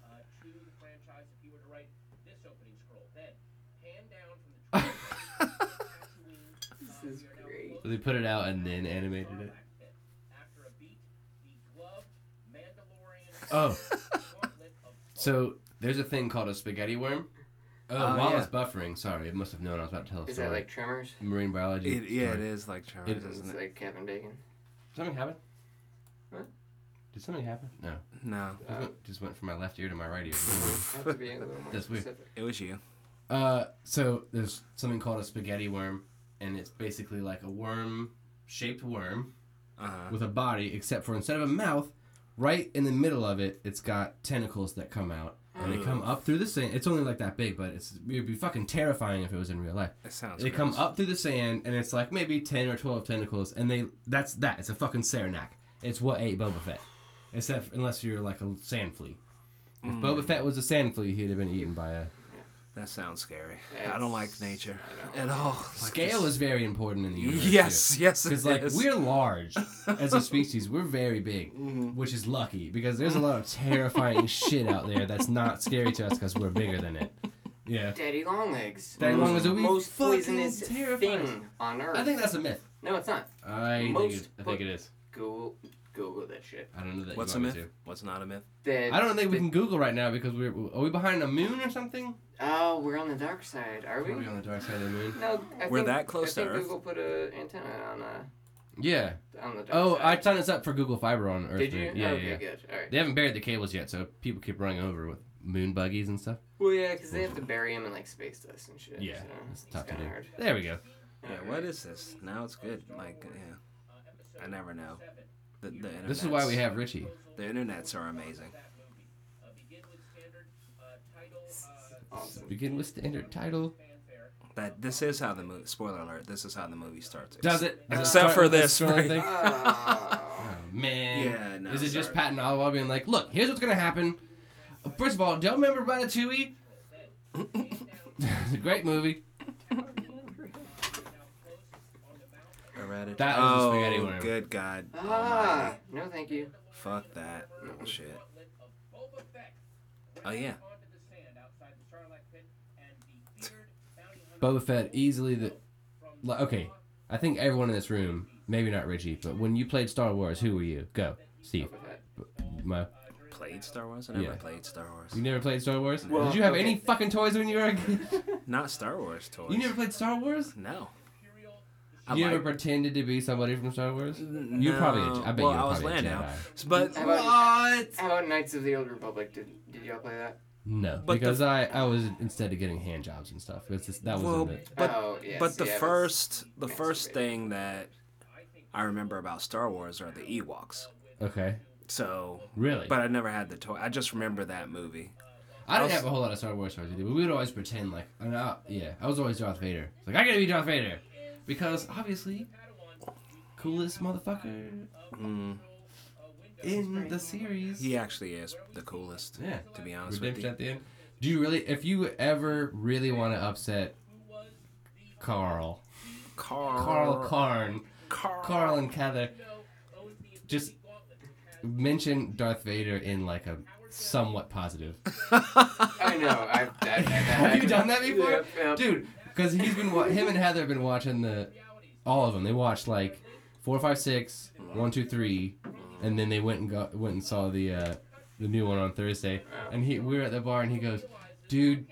S3: this is great.
S1: So they put it out and then animated it. Oh. so there's a thing called a spaghetti worm. Oh,
S4: Oh,
S1: while
S4: yeah.
S1: it's buffering, sorry, it must have known I was about to tell a
S3: Is
S1: story.
S3: that like Tremors?
S1: marine biology?
S4: It, yeah, it
S1: story.
S4: is like Charles,
S1: It
S3: It's
S4: isn't it?
S3: like Kevin Bacon.
S1: Something happened.
S3: What?
S1: Did something happen? No.
S4: No,
S1: Just went- just went from my left ear to my right ear.
S3: I have to be a little more
S1: That's weird.
S3: specific.
S4: it was you.
S1: Uh, so there's something called a spaghetti worm, and it's basically like a worm-shaped worm
S4: Uh huh.
S1: with a body, except for instead of a mouth, right in the middle of it, it's got tentacles that come out, and they come up through the sand. It's only like that big, but it's it'd be fucking terrifying if it was in real life.
S4: It sounds.
S1: They come
S4: gross.
S1: up through the sand, and it's like maybe ten or twelve tentacles, and they that's that. It's a fucking Saranac. It's what ate Boba Fett, except unless you're like a sand flea. If
S4: Hmm.
S1: Boba Fett was a sand flea, he'd have been eaten by a
S4: That sounds scary. I
S3: That's-
S4: don't like nature at all. Like
S1: Scale
S4: this-
S1: is very important in the universe.
S4: Yes, yes.
S1: Because
S4: it
S1: like
S4: is.
S1: we're large as a species, we're very big,
S3: Mm-hmm.
S1: which is lucky because there's a lot of terrifying shit out there that's not scary to us because we're bigger than it. Yeah,
S3: Daddy Longlegs.
S1: Daddy Longlegs
S3: the
S1: would be
S3: most
S1: fucking
S3: poisonous
S1: terrifying.
S3: thing on earth.
S1: I think that's a myth.
S3: no, it's not.
S1: I think,
S3: Most
S1: it- I think it is.
S3: Google, Google that shit.
S1: I don't know that. you
S4: What's a
S1: want me
S4: myth? What's not a myth?
S1: to.
S3: That
S1: I don't think we can Google right now because we're are we behind a moon or something?
S3: Oh, we're on the dark side, are we?
S1: Are we on the dark side of the moon?
S3: No, I
S4: We're
S3: think,
S4: that close
S3: I think
S4: to Earth.
S3: Google put an antenna on uh,
S1: Yeah.
S3: on the dark
S1: Oh, I
S3: side.
S1: signed us up for Google Fiber on Earth.
S3: did you? Oh,
S1: Moon. Yeah,
S3: okay,
S1: yeah, yeah.
S3: good. All right.
S1: They haven't buried the cables yet, so people keep running over with moon buggies and stuff.
S3: Well, yeah, because they have to bury him in like space dust and shit.
S1: Yeah,
S3: so
S1: it's tough to
S3: kinda
S1: do.
S3: hard.
S1: There we go.
S4: Yeah, what is this? Now it's good. Like, yeah, I never know. The, the
S1: This is why we
S4: internets-
S1: have Richie.
S4: the internets are amazing.
S3: Awesome.
S1: Begin with standard title.
S4: That this is how the movie. Spoiler alert! This is how the movie starts.
S1: Does it? Uh, Does it
S4: Except
S1: start
S4: for
S1: with
S4: this,
S1: strong
S4: right?
S1: thing?
S3: Oh,
S1: Oh, man.
S4: Yeah, no,
S1: Is it just
S4: sorry.
S1: Patton Oswalt being like, "Look, here's what's gonna happen. First of all, don't remember Ratatouille. it's a great movie.
S4: Erratic.
S1: That was a
S4: oh,
S1: spaghetti worm.
S4: good God!
S3: ah, no, thank you.
S4: Fuck that bullshit. Oh yeah.
S1: Boba Fett easily the. Like, okay, I think everyone in this room, maybe not Richie, but when you played Star Wars, who were you? Go, Steve. Mo.
S4: Played Star Wars? I never
S1: Yeah.
S4: played Star Wars.
S1: You never played Star Wars?
S3: Well,
S1: Did you have
S3: okay.
S1: any fucking toys when you were a kid?
S4: Not Star Wars toys.
S1: You never played Star Wars?
S4: No.
S1: you
S4: like-
S1: never pretended to be somebody from Star Wars? You're probably. A, I bet
S4: well,
S1: you're
S4: I was
S1: probably a
S4: Lando.
S1: Jedi.
S4: But
S3: How about-
S4: what?
S3: How about Knights of the Old Republic? Did did y'all play that?
S1: No,
S4: But the-
S1: because I, I was instead of getting hand jobs and stuff. It's just, that was
S4: Well,
S1: in the,
S4: but
S3: oh, yes,
S4: but the
S3: yeah, that's-
S4: first the first
S3: masturbating.
S4: thing that I remember about Star Wars are the Ewoks.
S1: okay.
S4: So
S1: Really?
S4: But I never had the toy. I just remember that movie.
S1: I didn't
S4: I'll-
S1: have a whole lot of Star Wars toys either, but we would always pretend like, and I, yeah, I was always Darth Vader. It's like I gotta be Darth Vader because obviously, coolest motherfucker
S4: Mm.
S1: in the series.
S4: He actually is the coolest.
S1: Yeah.
S4: To be honest with
S1: Redemption
S4: you.
S1: at the end. Do you really? If you ever really want to upset Carl,
S4: Carl.
S1: Carl Karn,
S4: Carl.
S1: Carl and Heather just mention Darth Vader in like a somewhat positive.
S3: I know. I've, I, I,
S1: Have you done that before,
S3: Yep, yep.
S1: dude? Because he's been wa- him and Heather have been watching the all of them. They watched like four, five, six, one, two, three, and then they went and got went and saw the uh, the new one on Thursday. And he we were at the bar and he goes, dude.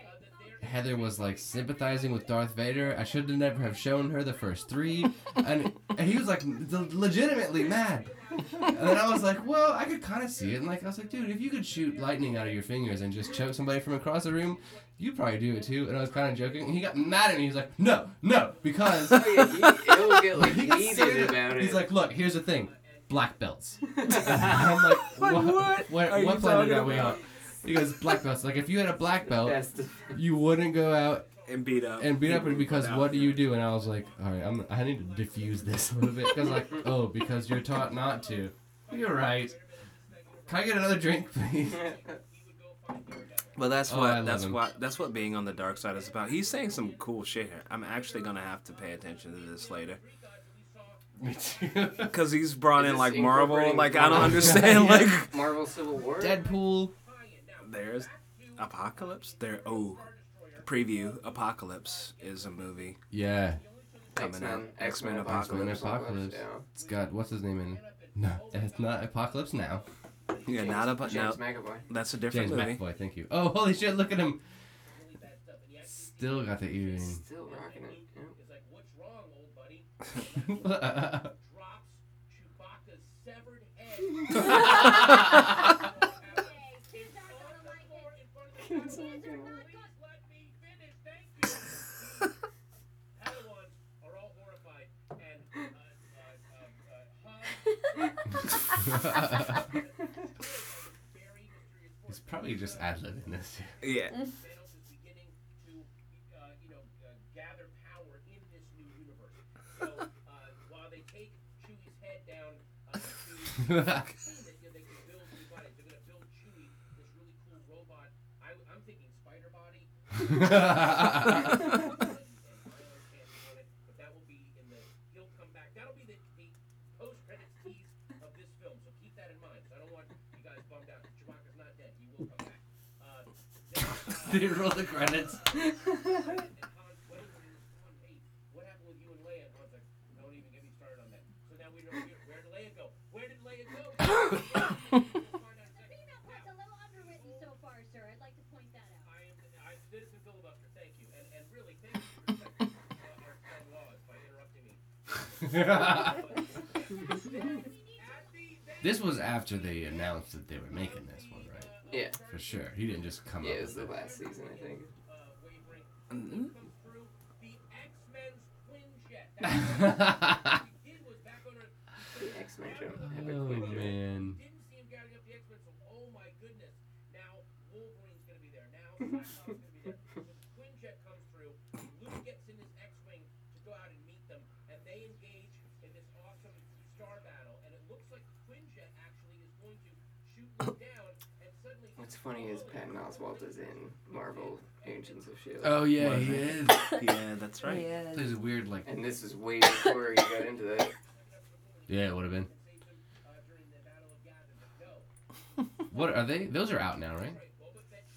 S1: Heather was like sympathizing with Darth Vader. I should have never have shown her the first three, and, and he was like le- legitimately mad. And then I was like, well, I could kind of see it. And like, I was like, dude, if you could shoot lightning out of your fingers and just choke somebody from across the room, you'd probably do it too. And I was kind of joking. And he got mad at me. He's like, no, no, because
S3: Oh, yeah, he- it'll get like
S1: he got serious.
S3: heated about it.
S1: He's like, look, here's the thing, black belts. And I'm like,
S4: Like,
S1: what?
S4: what
S1: where-
S4: are
S1: what planet
S4: you talking
S1: are we
S4: about?
S1: on? He goes, black belts. Like, if you had a black belt,
S3: That's the-
S1: you wouldn't go out
S4: and beat up.
S1: and beat up her because
S4: No.
S1: what do you do? And I was like, all right, I'm, I need to diffuse this a little bit because like, oh, because you're taught not to. You're right. Can I get another drink, please?
S4: But that's
S1: Oh, I
S4: what
S1: love
S4: that's
S1: him.
S4: what that's what being on the dark side is about. He's saying some cool shit here. I'm actually gonna have to pay attention to this later
S1: Me too.
S4: because he's brought
S3: Is
S4: in
S3: this
S4: like Marvel.
S3: incorporating
S4: Like I don't
S3: Marvel?
S4: understand.
S1: Yeah.
S4: Like
S3: Marvel Civil War.
S1: Deadpool.
S4: there's Apocalypse. There oh, preview Apocalypse is a movie.
S1: Yeah,
S4: coming
S3: X-Men,
S4: out. X-Men
S3: X-Men
S1: X-Men
S4: Apocalypse.
S1: Apocalypse.
S3: Apocalypse.
S1: It's got what's his name in? it? No, it's not Apocalypse now.
S4: Yeah, not a no.
S3: James McAvoy.
S4: That's a
S1: James
S4: different movie.
S1: McAvoy, thank you. Oh, holy shit! Look at him. Still got the earring.
S3: Still rocking it. yeah.
S6: uh,
S1: He's probably just ad libbing this.
S4: Yeah.
S6: uh, uh, Uh,
S1: They roll the credits.
S6: uh, Uh,
S1: this was after they announced that they were making this one, right?
S3: Yeah.
S1: For sure. He didn't just come
S3: Yeah,
S1: up
S3: it was
S1: with
S3: the
S1: it.
S3: last season, I think. Mm-hmm. The X-Men jump. Epic
S1: oh
S3: Queen jump.
S1: man.
S6: oh
S3: What's funny is Patton Oswalt is in Marvel Agents of Shield.
S1: Oh yeah,
S4: he
S1: he is.
S4: Yeah, that's right.
S5: Yeah.
S1: There's a weird like.
S3: And this is way before he got into that.
S1: Yeah, it would have been. what are they? Those are out now, right?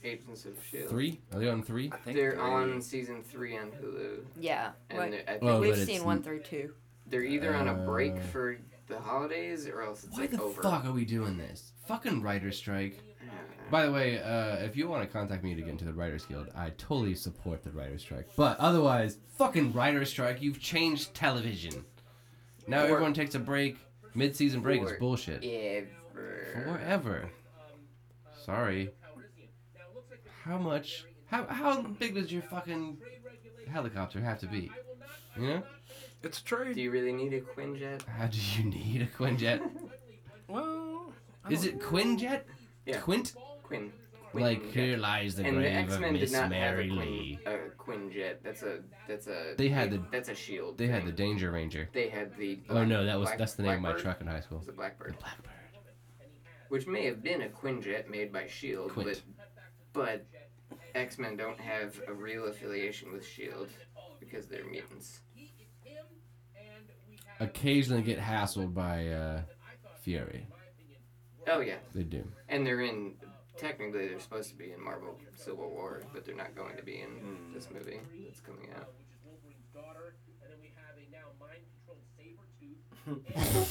S3: Agents of Shield.
S1: Three? Are they on three?
S4: I think
S3: E They're
S4: three.
S3: on season three on Hulu,
S5: Yeah.
S3: and
S5: What-
S3: they're, I think
S1: Well,
S5: We've
S1: but
S5: seen
S1: it's-
S5: one through two.
S3: they're either on a break
S1: Uh,
S3: for the holidays or else it's
S1: Why
S3: like
S1: the
S3: over.
S1: fuck are we doing this? Fucking writer strike. By the way, uh, if you want to contact me to get into the Writers Guild, I totally support the Writers Strike. But otherwise, fucking Writers Strike, you've changed television. Now
S3: For-
S1: everyone takes a break. Mid season break is
S3: For-
S1: bullshit.
S3: Ever.
S1: Forever. Sorry. How much? How how big does your fucking helicopter have to be? You know?
S4: It's true.
S3: Do you really need a Quinjet?
S1: How do you need a Quinjet?
S4: Well, I
S1: Is
S4: don't-
S1: it Quinjet?
S3: Yeah.
S1: Quint?
S3: Quinn.
S1: Like
S3: Quinjet.
S1: here lies the
S3: and the
S1: grave of
S3: X-Men did
S1: Miss
S3: not
S1: Mary
S3: have a,
S1: Lee.
S3: Quin, a Quinjet. That's a that's a.
S1: They had the-
S3: That's a shield.
S1: They had the
S3: thing.
S1: Danger Ranger.
S3: They had the.
S1: Oh no, that was
S3: Black-
S1: that's the name of my
S3: Blackbird?
S1: truck in high school.
S3: It was a Blackbird,
S1: Blackbird.
S3: which may have been a Quinjet made by Shield,
S1: Quint.
S3: E but but X-Men don't have a E real affiliation with Shield because they're mutants.
S1: occasionally get hassled by uh, Fury.
S3: Oh yeah,
S1: They do.
S3: and they're in. Technically, they're supposed to be in Marvel Civil War, but they're not going to be in this movie that's coming out.
S6: which is Wolverine's daughter, and then we have a now mind-controlled saber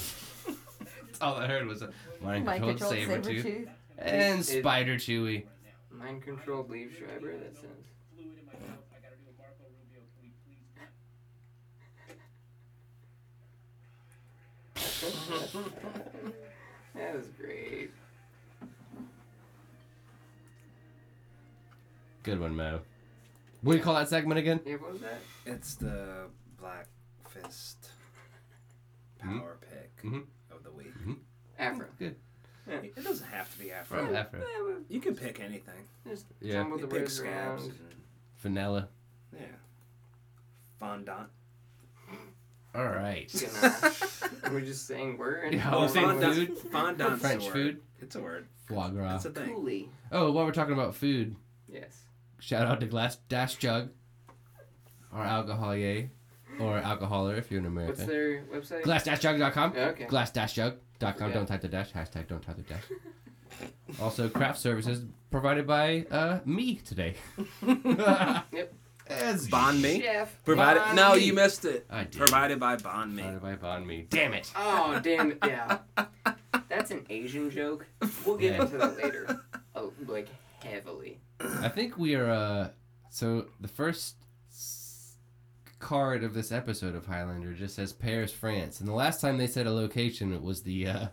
S6: tooth.
S1: All I heard was a mind
S5: Mind
S1: controlled
S5: controlled
S1: saber tooth
S5: Sabretooth.
S1: and
S3: It-
S1: Spider Chewy.
S3: Mind controlled Leave Schreiber. That sounds.
S6: Fluid in my mouth. I gotta do a Marco Rubio. Can we please?
S3: That was great.
S1: Good one, Mo. What do you call that segment again?
S3: Yeah, what was that?
S4: It's the Black Fist power pick
S1: Mhm.
S4: of the week.
S3: Afro.
S1: Good.
S4: It doesn't have to be Afro.
S1: From Afro.
S3: Yeah, we
S4: You can pick anything.
S3: just
S1: Yeah.
S3: jumbled
S4: You
S3: the
S4: pick
S3: words
S4: scabs.
S3: around.
S4: and-
S1: Vanilla.
S4: yeah. Fondant. Oh,
S1: All right.
S3: You know, we're just saying we're in.
S1: Yeah, I was saying
S3: Marvel.
S1: food.
S4: Fondant's
S1: French
S4: a word.
S1: food?
S4: It's a word.
S1: Foie gras.
S4: It's a thing.
S3: Cooley.
S1: Oh, while we're talking about food,
S3: Yes.
S1: shout out to Glass Dash Jug or Alcoholier or Alcoholer if you're an
S3: What's
S1: American.
S3: their website?
S1: Glass-jug.com.
S3: Yeah, okay.
S1: Glass-jug.com.
S3: Yeah.
S1: Don't type the dash. Hashtag don't type the dash. also, craft services provided by uh, me today. yep. It's
S4: Bon me.
S3: Chef.
S4: Provided.
S1: Bon
S4: no,
S1: mi.
S4: you missed it.
S1: I did.
S4: Provided by Bon Mi.
S1: Provided by Bon Me. Damn it.
S3: Oh damn it! Yeah, that's an Asian joke. We'll get
S1: Yeah.
S3: into that later. Oh, like heavily.
S1: I think we are. Uh, so the first s- card of this episode of Highlander just says Paris, France, and the last time they said a location, it was the. Uh,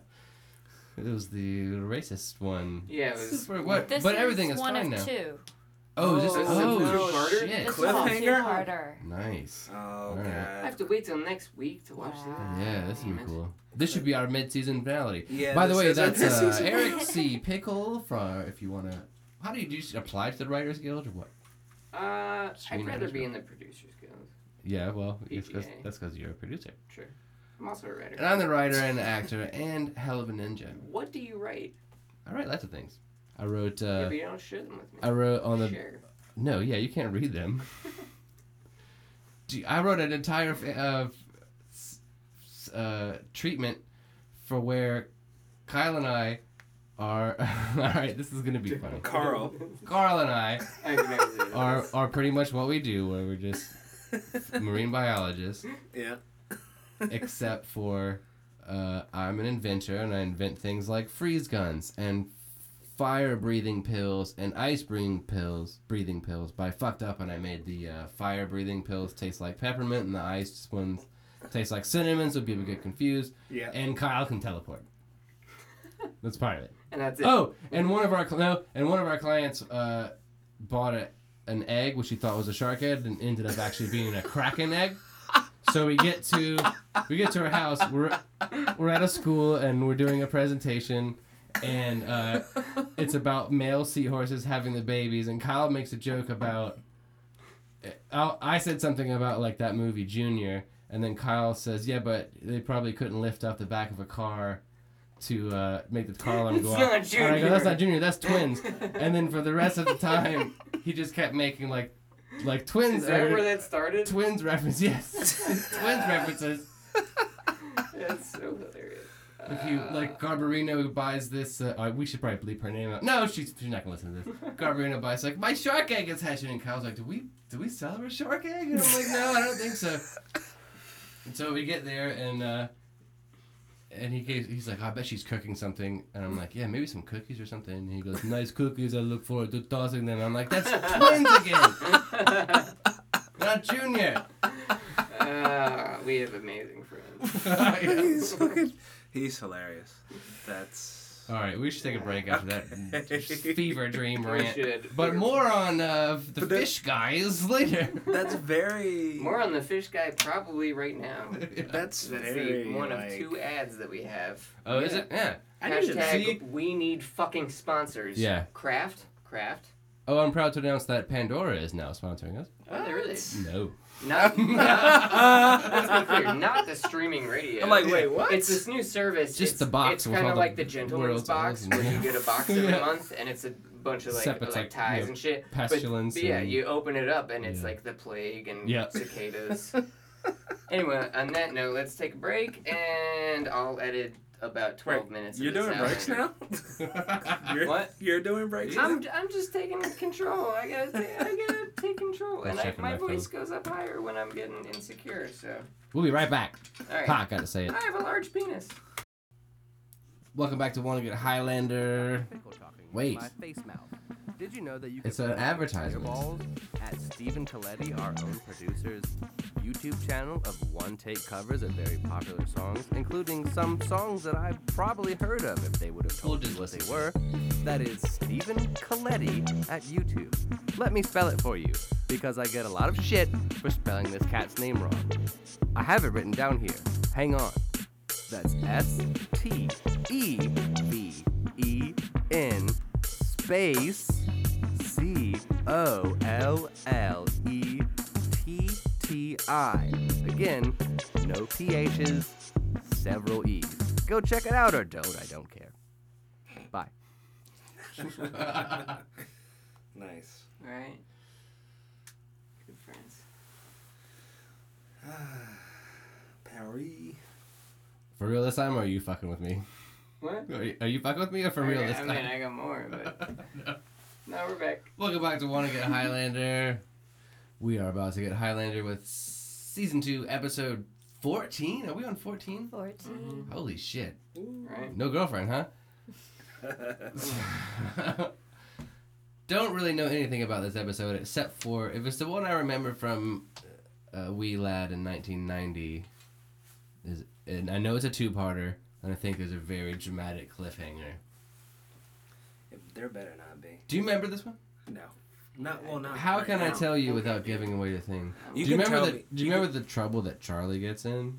S1: it was the racist one.
S3: Yeah, it was-
S1: Super- what?
S5: This
S1: but
S5: is
S1: everything is
S5: one
S1: fine
S5: of
S1: now.
S5: two.
S1: Oh, is this,
S4: Oh,
S1: oh,
S3: no,
S1: shit.
S3: shit.
S5: This one's too
S4: Cliffhanger?
S5: harder.
S1: Nice.
S4: Oh,
S1: right.
S3: I
S4: God.
S3: have to wait till next week to watch
S5: Wow.
S3: that.
S1: Yeah, this would be cool. This should be our mid-season finale.
S4: Yeah,
S1: By the
S4: this
S1: way,
S4: is our
S1: that's uh,
S4: mid-season
S1: Eric C. Pickle from. If you want to, how do you do? You just apply to the Writers Guild or what?
S3: Uh, I'd
S1: Screen
S3: rather be
S1: management.
S3: in the producers guild.
S1: Yeah, well, it's 'cause-
S3: PGA.
S1: that's because you're a producer.
S3: Sure. I'm also a writer.
S1: And I'm the writer and actor and hell of a ninja.
S3: what do you write?
S1: I write lots of things. I wrote.
S3: yeah,
S1: Uh,
S3: but you don't share them with me.
S1: I wrote on the.
S3: Share.
S1: No, yeah, you can't read them. Do you- I wrote an entire fa- uh, s- s- uh, treatment for where Kyle and I are. all right, this is gonna be funny.
S4: Carl.
S1: Carl and I
S3: I can never do this.
S1: are are pretty much what we do, where we're just marine biologists,
S4: yeah.
S1: except for uh, I'm an inventor and I invent things like freeze guns and fire breathing pills and ice breathing pills breathing pills but i fucked up and i made the uh, fire breathing pills taste like peppermint and the ice ones taste like cinnamon so people get confused
S4: Yeah.
S1: and kyle can teleport that's part of it
S3: And that's it.
S1: Oh, and one of our cl- no, and one of our clients uh, bought a, an egg which he thought was a shark egg, and ended up actually being a kraken egg. So we get to we get to her house. We're we're at a school and we're doing a presentation, and uh, it's about male seahorses having the babies. And Kyle makes a joke about. I I said something about like that movie Junior, and then Kyle says, "Yeah, but they probably couldn't lift off the back of a car." to uh, make the car alarm go
S3: It's
S1: off.
S3: not Junior.
S1: And I go, that's not Junior, that's twins. and then for the rest of the time, he just kept making like, like twins,
S3: Is that
S1: re-
S3: where that started?
S1: twins references. Yes, twins references.
S3: That's so hilarious.
S1: If you like Garbarino who buys this, uh, uh, we should probably bleep her name out. No, she's she's not gonna listen to this. Garbarino buys like my shark egg is hatching, and Kyle's like, do we do we sell her a shark egg? And I'm like, no, I don't think so. And so we get there and. uh and he gave, he's like, I bet she's cooking something. And I'm like, yeah, maybe some cookies or something. And he goes, nice cookies. I look forward to tossing them. I'm like, that's twins again. Not Junior.
S3: Uh, we have amazing friends.
S1: Yeah.
S4: He's fucking. He's hilarious. That's.
S1: All right, we should take a break after that
S4: Okay.
S1: fever dream
S3: We
S1: rant.
S3: should.
S1: But more on uh, the
S4: But that-
S1: fish guys later.
S4: That's very.
S3: More on the fish guy probably right now.
S4: That's
S3: That's
S4: very.
S3: the one
S4: like-
S3: of two ads that we have.
S1: oh, is it? Yeah.
S4: I need to
S3: Hashtag
S4: see-
S3: we need fucking sponsors.
S1: Yeah.
S3: Craft? Craft?
S1: Oh, I'm proud to announce that Pandora is now sponsoring us.
S3: Oh, there it is.
S1: No.
S3: Not, not, let's be clear, not the streaming radio.
S4: I'm like, wait, what?
S3: It's this new service.
S1: Just
S3: it's,
S1: the box
S3: It's
S1: with
S3: kind
S1: all
S3: of
S1: the
S3: like the gentleman's
S1: world's
S3: box
S1: awesome.
S3: where you get a box every
S1: Yeah.
S3: month and it's a bunch of like,
S1: Except it's
S3: like,
S1: like,
S3: ties
S1: you know,
S3: and shit. But-
S1: pestilence
S3: But, yeah,
S1: and-
S3: you open it up and it's
S1: Yeah.
S3: like the plague and
S1: Yeah.
S3: cicadas. Anyway, on that note, let's take a break, and I'll edit about 12
S4: Wait,
S3: minutes. of
S4: You're
S3: this
S4: doing
S3: out.
S4: breaks now? You're,
S3: What?
S4: You're doing breaks now?
S3: I'm, I'm just taking control. I gotta, ta- I gotta take control,
S1: Let's
S3: and I,
S1: check on
S3: my
S1: my
S3: voice goes up higher when I'm getting insecure. So,
S1: We'll be right back.
S3: all right,
S1: Ha, gotta say it.
S3: I have a large penis.
S1: Welcome back to Wanna Get Highlander.
S8: Pickle talking.
S1: Wait.
S8: My face mouth. Did you know that you can
S1: It's an
S8: play
S1: advertisement.
S8: your balls at Stephen Coletti, our own producer's YouTube channel of one take covers of very popular songs, including some songs that I've probably heard of if they would have told
S1: We'll
S8: you what
S1: just
S8: they were. That is Stephen Coletti at YouTube. Let me spell it for you, because I get a lot of shit for spelling this cat's name wrong. I have it written down here. Hang on. That's S T E V E N space C O L L E T T I. Again, no PHs, several E's. Go check it out or don't, I don't care. Bye.
S4: Nice.
S3: All right. Good friends.
S4: Parry.
S1: For real this time, or are you fucking with me?
S3: What?
S1: Are you, are you fucking with me, or for
S3: I
S1: real
S3: got-
S1: this
S3: I
S1: time?
S3: mean, I got more, but now we're back.
S1: Welcome back to Wanna Get Highlander. We are about to get Highlander with season two, episode fourteen. Are we on fourteen?
S5: 14.
S1: Holy shit!
S3: All right.
S1: No girlfriend, huh? Don't really know anything about this episode except for if it's the one I remember from uh, Wee Lad in 1990. Is and I know it's a two-parter, and I think there's a very dramatic cliffhanger.
S4: There better not be.
S1: Do you remember this one?
S4: No. Not well. Not.
S1: How
S4: right
S1: can I
S4: now.
S1: tell you without giving away the thing?
S4: You
S1: do you
S4: can
S1: remember
S4: tell
S1: the
S4: me.
S1: Do you remember the trouble that Charlie gets in?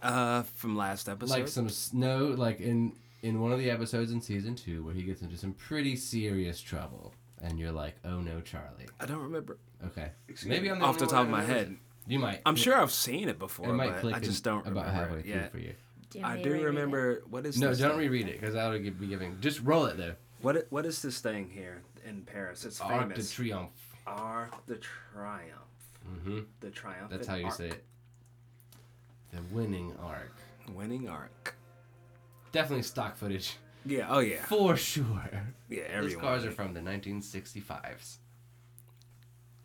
S4: Uh, from last episode.
S1: Like some snow, like in in one of the episodes in season two, where he gets into some pretty serious trouble, and you're like, "Oh no, Charlie."
S4: I don't remember.
S1: Okay,
S4: Excuse
S1: maybe
S4: me.
S1: I'm
S4: off
S1: only
S4: the
S1: one
S4: top of
S1: who
S4: my
S1: remembers
S4: head.
S1: it. You might.
S4: I'm sure I've seen it
S1: It
S4: before,
S1: might
S4: but
S1: click.
S4: I
S1: in
S4: just don't
S1: about
S4: remember
S1: halfway
S4: it
S1: through
S4: yet.
S1: for you.
S5: Do you want
S4: I
S5: me
S4: do
S5: to reread it?
S4: remember what is
S1: No,
S4: this
S1: don't
S4: thing?
S1: reread it because I would give- be giving. Just roll it though.
S4: What i- what is this thing here in Paris? It's
S1: Arc de
S4: famous.
S1: Triomphe.
S4: Arc de Triomphe.
S1: Mm-hmm.
S4: The triumph.
S1: That's how you say it. The winning arc.
S4: Winning arc.
S1: Definitely stock footage
S4: Yeah. Oh yeah.
S1: for sure.
S4: Yeah.
S1: These
S4: Everyone.
S1: cars are from the 1965s.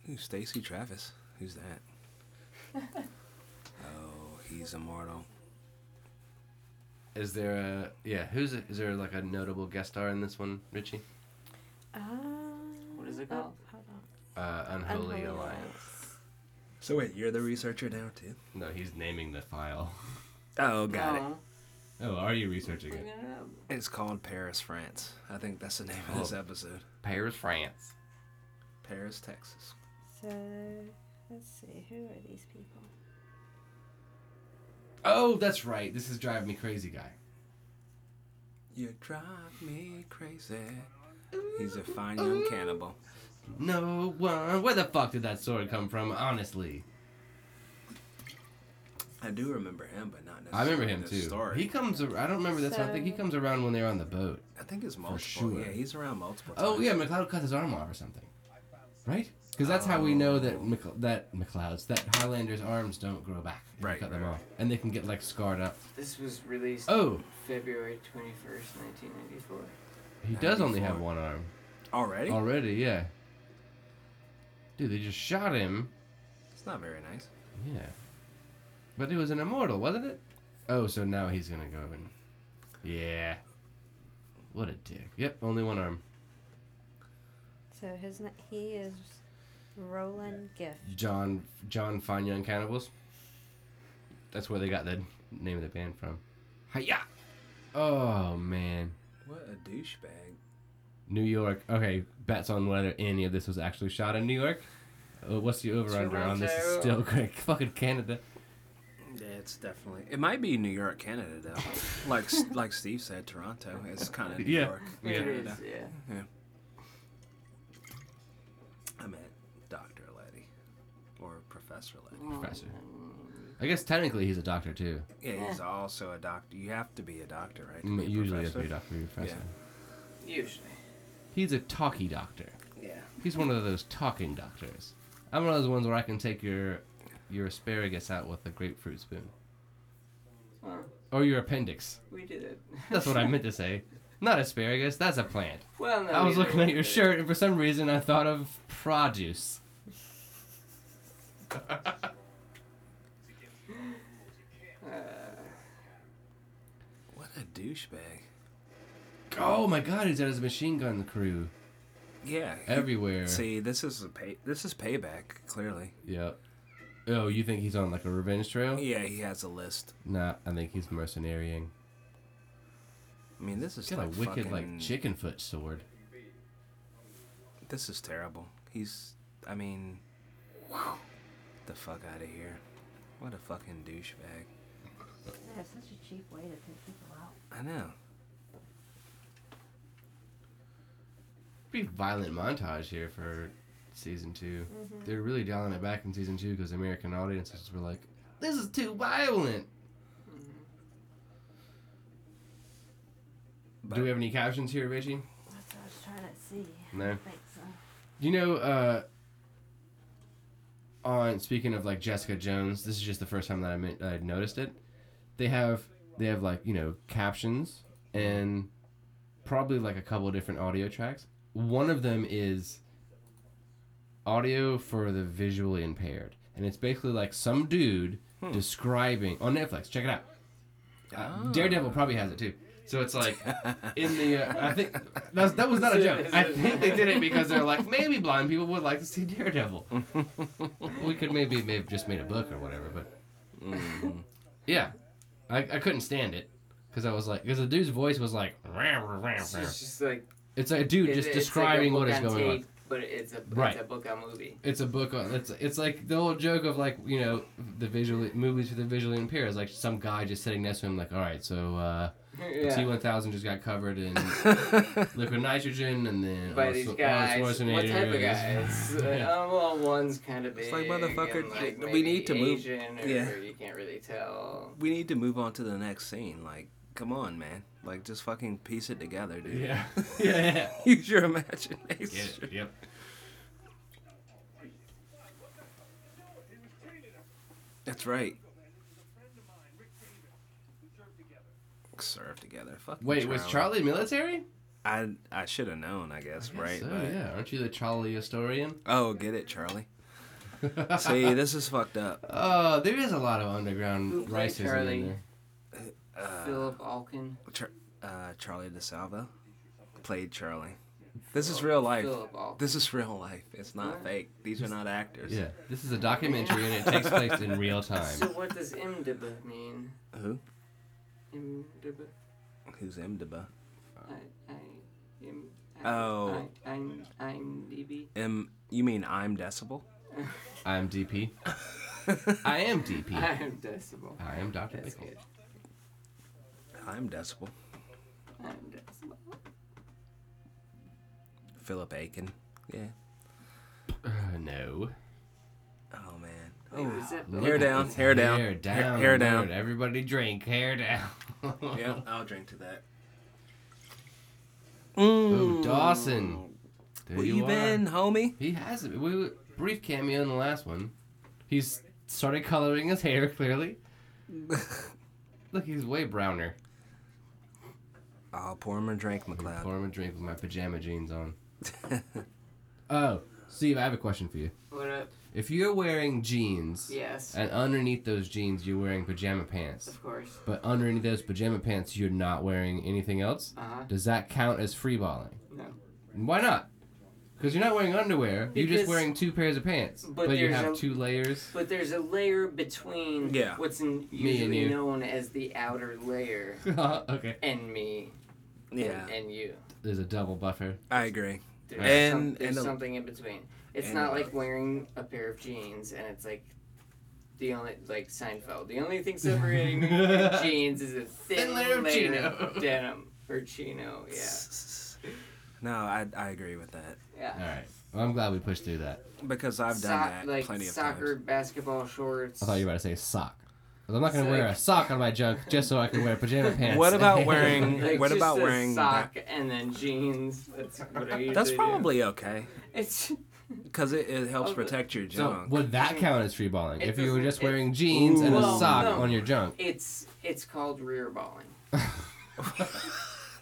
S4: Who's Stacy Travis? Who's that? oh, he's immortal.
S1: Is there a yeah? Who's a, is there like a notable guest star in this one, Richie?
S5: Uh,
S3: What is it called?
S5: oh, hold on.
S1: Uh, Unholy,
S5: Unholy
S1: Alliance.
S4: So wait, you're the researcher now too?
S1: No, he's naming the file.
S4: Oh, got it.
S1: Oh, are you researching
S3: Bring
S1: it?
S3: it up.
S4: It's called Paris, France. I think that's the name of this
S1: Oh.
S4: episode.
S1: Paris, France.
S4: Paris, Texas.
S5: So, let's see. Who are these people?
S1: Oh, that's right. This is driving me crazy, guy.
S4: You drive me crazy. He's a fine young cannibal.
S1: No one. Where the fuck did that sword come from? Honestly,
S4: I do remember him, but not
S1: I
S4: necessarily.
S1: remember him
S4: this
S1: too.
S4: Story.
S1: He comes. ar- I don't remember this. one. I think he comes around when they're on the boat.
S4: I think it's multiple.
S1: sure.
S4: Yeah, he's around multiple.
S1: Oh
S4: times.
S1: yeah, McLeod cut his arm off or something, right? Because that's
S4: Oh.
S1: how we know that Mc- that McLeod's that Highlander's arms don't grow back. if you
S4: Right,
S1: Cut
S4: right,
S1: them
S4: right.
S1: off, and they can get like scarred up.
S3: This was released
S1: Oh,
S3: February 21st, 1994.
S1: He does only
S4: 94.
S1: have one arm.
S4: Already?
S1: Already, yeah. Dude, they just shot him.
S4: It's not very nice.
S1: Yeah. But he was an immortal, wasn't it? Oh, so now he's gonna go and. Yeah. What a dick. Yep, only one arm.
S5: So, his na- he is Roland Gift.
S1: John John Fine Young Cannibals. That's where they got the name of the band from. Hiya! Oh man.
S4: What a douchebag.
S1: New York. Okay, bets on whether any of this was actually shot in New York. Uh, what's the over under on this? It's still great. Fucking Canada.
S4: Yeah, it's definitely. It might be New York, Canada, though. like like Steve said, Toronto. It's kind of New
S1: Yeah.
S4: York.
S1: Yeah.
S3: It is,
S4: Canada.
S3: yeah.
S4: I meant Doctor Letty, or Professor Letty.
S1: Professor. I guess technically he's a doctor too.
S4: Yeah, he's also a doctor. You have to be a doctor, right? to be a
S1: Mm, Usually has to
S4: professor?
S1: be a doctor, professor.
S3: Usually.
S1: He's a talky doctor.
S4: Yeah.
S1: He's one of those talking doctors. I'm one of those ones where I can take your your asparagus out with a grapefruit spoon. Or your appendix.
S3: We did it.
S1: That's what I meant to say. Not asparagus, that's a plant.
S3: Well, no,
S1: I was
S3: either
S1: looking at
S3: way,
S1: your
S3: but-
S1: shirt, and for some reason, I thought of produce.
S3: Uh,
S4: What a douchebag.
S1: Oh my God! He's at his machine gun crew
S4: Yeah.
S1: everywhere.
S4: See, this is a pay. This is payback. Clearly.
S1: Yep. Oh, you think he's on like a revenge trail?
S4: Yeah, he has a list.
S1: Nah, I think he's mercenarying.
S4: I mean, this is
S1: He's got
S4: like
S1: a wicked
S4: fucking-
S1: like chicken foot sword.
S4: This is terrible. He's. I mean. The fuck out of here. What a fucking douchebag.
S5: Yeah, it's such a cheap way to take people out.
S4: I know.
S1: Pretty violent montage here for season 2 they They're really dialing it back in season two because American audiences were like, "This is too violent." Do we have any captions here, Richie?
S5: That's what I was trying to see.
S1: No.
S5: I think so.
S1: You know, uh, on speaking of like Jessica Jones, this is just the first time that I meant, I noticed it. They have they have like you know captions and probably like a couple of different audio tracks. One of them is audio for the visually impaired, and it's basically like some dude describing on Netflix. Check it out. Uh,
S4: Ah.
S1: Daredevil probably has it too. So it's like in the uh, I think that's, that was not a joke. I think they did it because they're like maybe blind people would like to see Daredevil. we could maybe maybe just made a book or whatever, but
S4: Mm-hmm.
S1: yeah, I, I couldn't stand it because I was like because the dude's voice was like "Rah, rah, rah,
S3: It's
S1: rah."
S3: just, just like
S1: it's a dude
S3: it-
S1: just
S3: it's
S1: describing
S3: like a
S1: what
S3: book
S1: is
S3: on
S1: going on.
S3: tape, But it's a
S1: Right.
S3: it's a book on movie.
S1: It's a book on it's it's like the old joke of like you know the visually movies for the visually impaired is like some guy just sitting next to him like all right so. uh
S3: Yeah.
S1: T one thousand just got covered in liquid nitrogen, and then
S3: by
S1: Arnold
S3: these
S1: Schwar-
S3: guys.
S1: Arnold
S3: What
S1: Schwarzenegger
S3: type of
S1: is-
S3: guys? Uh, well, one's kind of big.
S4: like, motherfucker,
S3: and, like,
S4: like, we
S3: maybe
S4: need to move-
S3: Asian, Or
S4: Yeah.
S3: You can't really tell.
S4: We need to move on to the next scene. Like, come on, man. Like, just fucking piece it together, dude.
S1: yeah, yeah, yeah.
S4: Use your imagination.
S1: Get it, Yep.
S4: That's right. Serve together. Fucking
S1: Wait, was Charlie military?
S4: I I should have known, I guess, right?
S1: So,
S4: But-
S1: yeah, aren't you the Charlie historian?
S4: Oh, get it, Charlie. See, this is fucked up.
S1: Oh, there is a lot of
S3: Who
S1: underground
S3: played
S1: racism
S3: Charlie?
S1: in there.
S4: Uh,
S3: Philip Alkin.
S4: Char- uh, Charlie DeSalvo played Charlie. This is real life.
S3: Philip Alkin.
S4: This is real life. It's not fake. These are not actors.
S1: Yeah, this is a documentary and it takes place in real
S3: So
S1: time.
S3: what does IMDb mean?
S4: Who?
S3: IMDb.
S4: Who's IMDb?
S3: I, I, im, I,
S4: Oh.
S3: I, I'm, I'm DB.
S4: M. You mean I'm Decibel?
S1: I'm DP. I am Uh, DP.
S3: I'm Decibel.
S1: I am Doctor
S3: That's
S1: Pickle.
S3: good.
S4: I'm Decibel.
S3: I'm Decibel.
S4: Philip Aiken. Yeah.
S1: Uh, no.
S4: Oh man.
S3: Wait, was
S1: Look
S3: that Bill?
S4: Hair
S1: at
S4: down,
S1: this.
S4: hair down,
S1: Hair
S4: hair-
S1: down.
S4: hair down.
S1: Lord, Everybody drink. Hair down.
S4: Yeah, I'll drink to that.
S1: Ooh, Dawson. There
S4: Mm. Where you,
S1: are.
S4: been, homie?
S1: He has it. We we- brief cameo in the last one. He's started coloring his hair. Clearly, look, he's way browner.
S4: I'll pour him a drink,
S1: Pour
S4: McLeod.
S1: him a drink with my pajama jeans on. oh, Steve, I have a question for you.
S3: What up?
S1: If you're wearing jeans,
S3: Yes.
S1: and underneath those jeans you're wearing pajama pants,
S3: Of course.
S1: but underneath those pajama pants you're not wearing anything else,
S3: Uh-huh.
S1: does that count as freeballing?
S3: No.
S1: Why not? Because you're not wearing underwear. you're just
S3: Because-
S1: wearing two pairs of pants,
S3: But
S1: but, you
S3: there's
S1: have
S3: a-
S1: two layers.
S3: But there's a layer between
S4: Yeah.
S3: what's in,
S1: and
S3: usually
S1: you.
S3: known as the outer layer
S1: okay.
S3: and me
S4: Yeah,
S3: and, and you.
S1: There's a double buffer.
S4: I agree.
S3: There's,
S4: And-
S3: some, there's
S4: and a-
S3: something in between. It's
S4: and
S3: not
S4: a-
S3: like wearing a pair of jeans, and it's like the only like Seinfeld. The only thing separating me from jeans is a thin,
S1: Thin layer of chino.
S3: denim or chino. Yeah,
S4: No, I, I agree with that
S1: All
S3: yeah.
S1: right. Well, I'm glad we pushed through that.
S4: because I've
S3: So-
S4: done that
S3: like
S4: plenty of
S3: soccer
S4: times.
S3: basketball shorts.
S1: I thought you were about to say sock. 'Cause I'm not gonna
S3: So,
S1: wear a
S3: like-
S1: sock on my junk just so I can wear pajama pants.
S4: What about wearing-
S3: Like,
S4: What
S3: just
S4: about
S3: a
S4: wearing
S3: sock and then jeans? That's what I usually
S4: That's
S3: do.
S4: probably okay.
S3: it's
S4: because it, it helps
S3: Oh, but-
S4: protect your
S1: So
S4: junk.
S1: would that count as free balling?
S3: It
S1: If you were
S3: doesn't-
S1: just
S3: it-
S1: wearing jeans and a
S3: Well,
S1: sock
S3: no.
S1: on your junk.
S3: It's it's called rear balling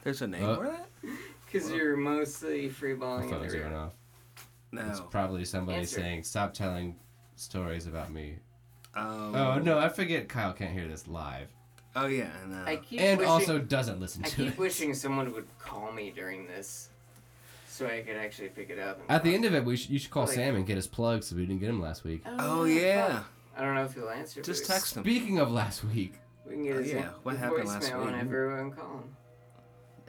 S4: There's a name
S1: Uh,
S4: for that?
S3: because you're mostly free balling. in
S1: Phones
S3: the
S1: are going
S3: rear.
S1: off. It's
S4: No.
S1: probably somebody
S3: Oh. Answer.
S1: saying, "Stop telling stories about me."
S4: Um,
S1: Oh no, I forget. Kyle can't hear this live,
S4: Oh yeah, I know.
S3: I keep
S1: and
S3: wishing,
S1: also doesn't listen
S3: I
S1: to
S3: keep
S1: it.
S3: wishing someone would call me during this, so I could actually pick it up. and
S1: At the
S3: watch
S1: end
S3: it.
S1: of it, we should, you should call
S3: Like-
S1: Sam and get his plug, so we didn't get him last week.
S4: oh yeah,
S3: fuck. I don't know if he'll answer. but
S4: just
S3: we-
S4: text him.
S1: Speaking of last week,
S3: We can get
S4: Oh,
S3: his,
S4: yeah. What
S3: his
S4: happened last
S3: voicemail
S4: week?
S3: whenever everyone call him.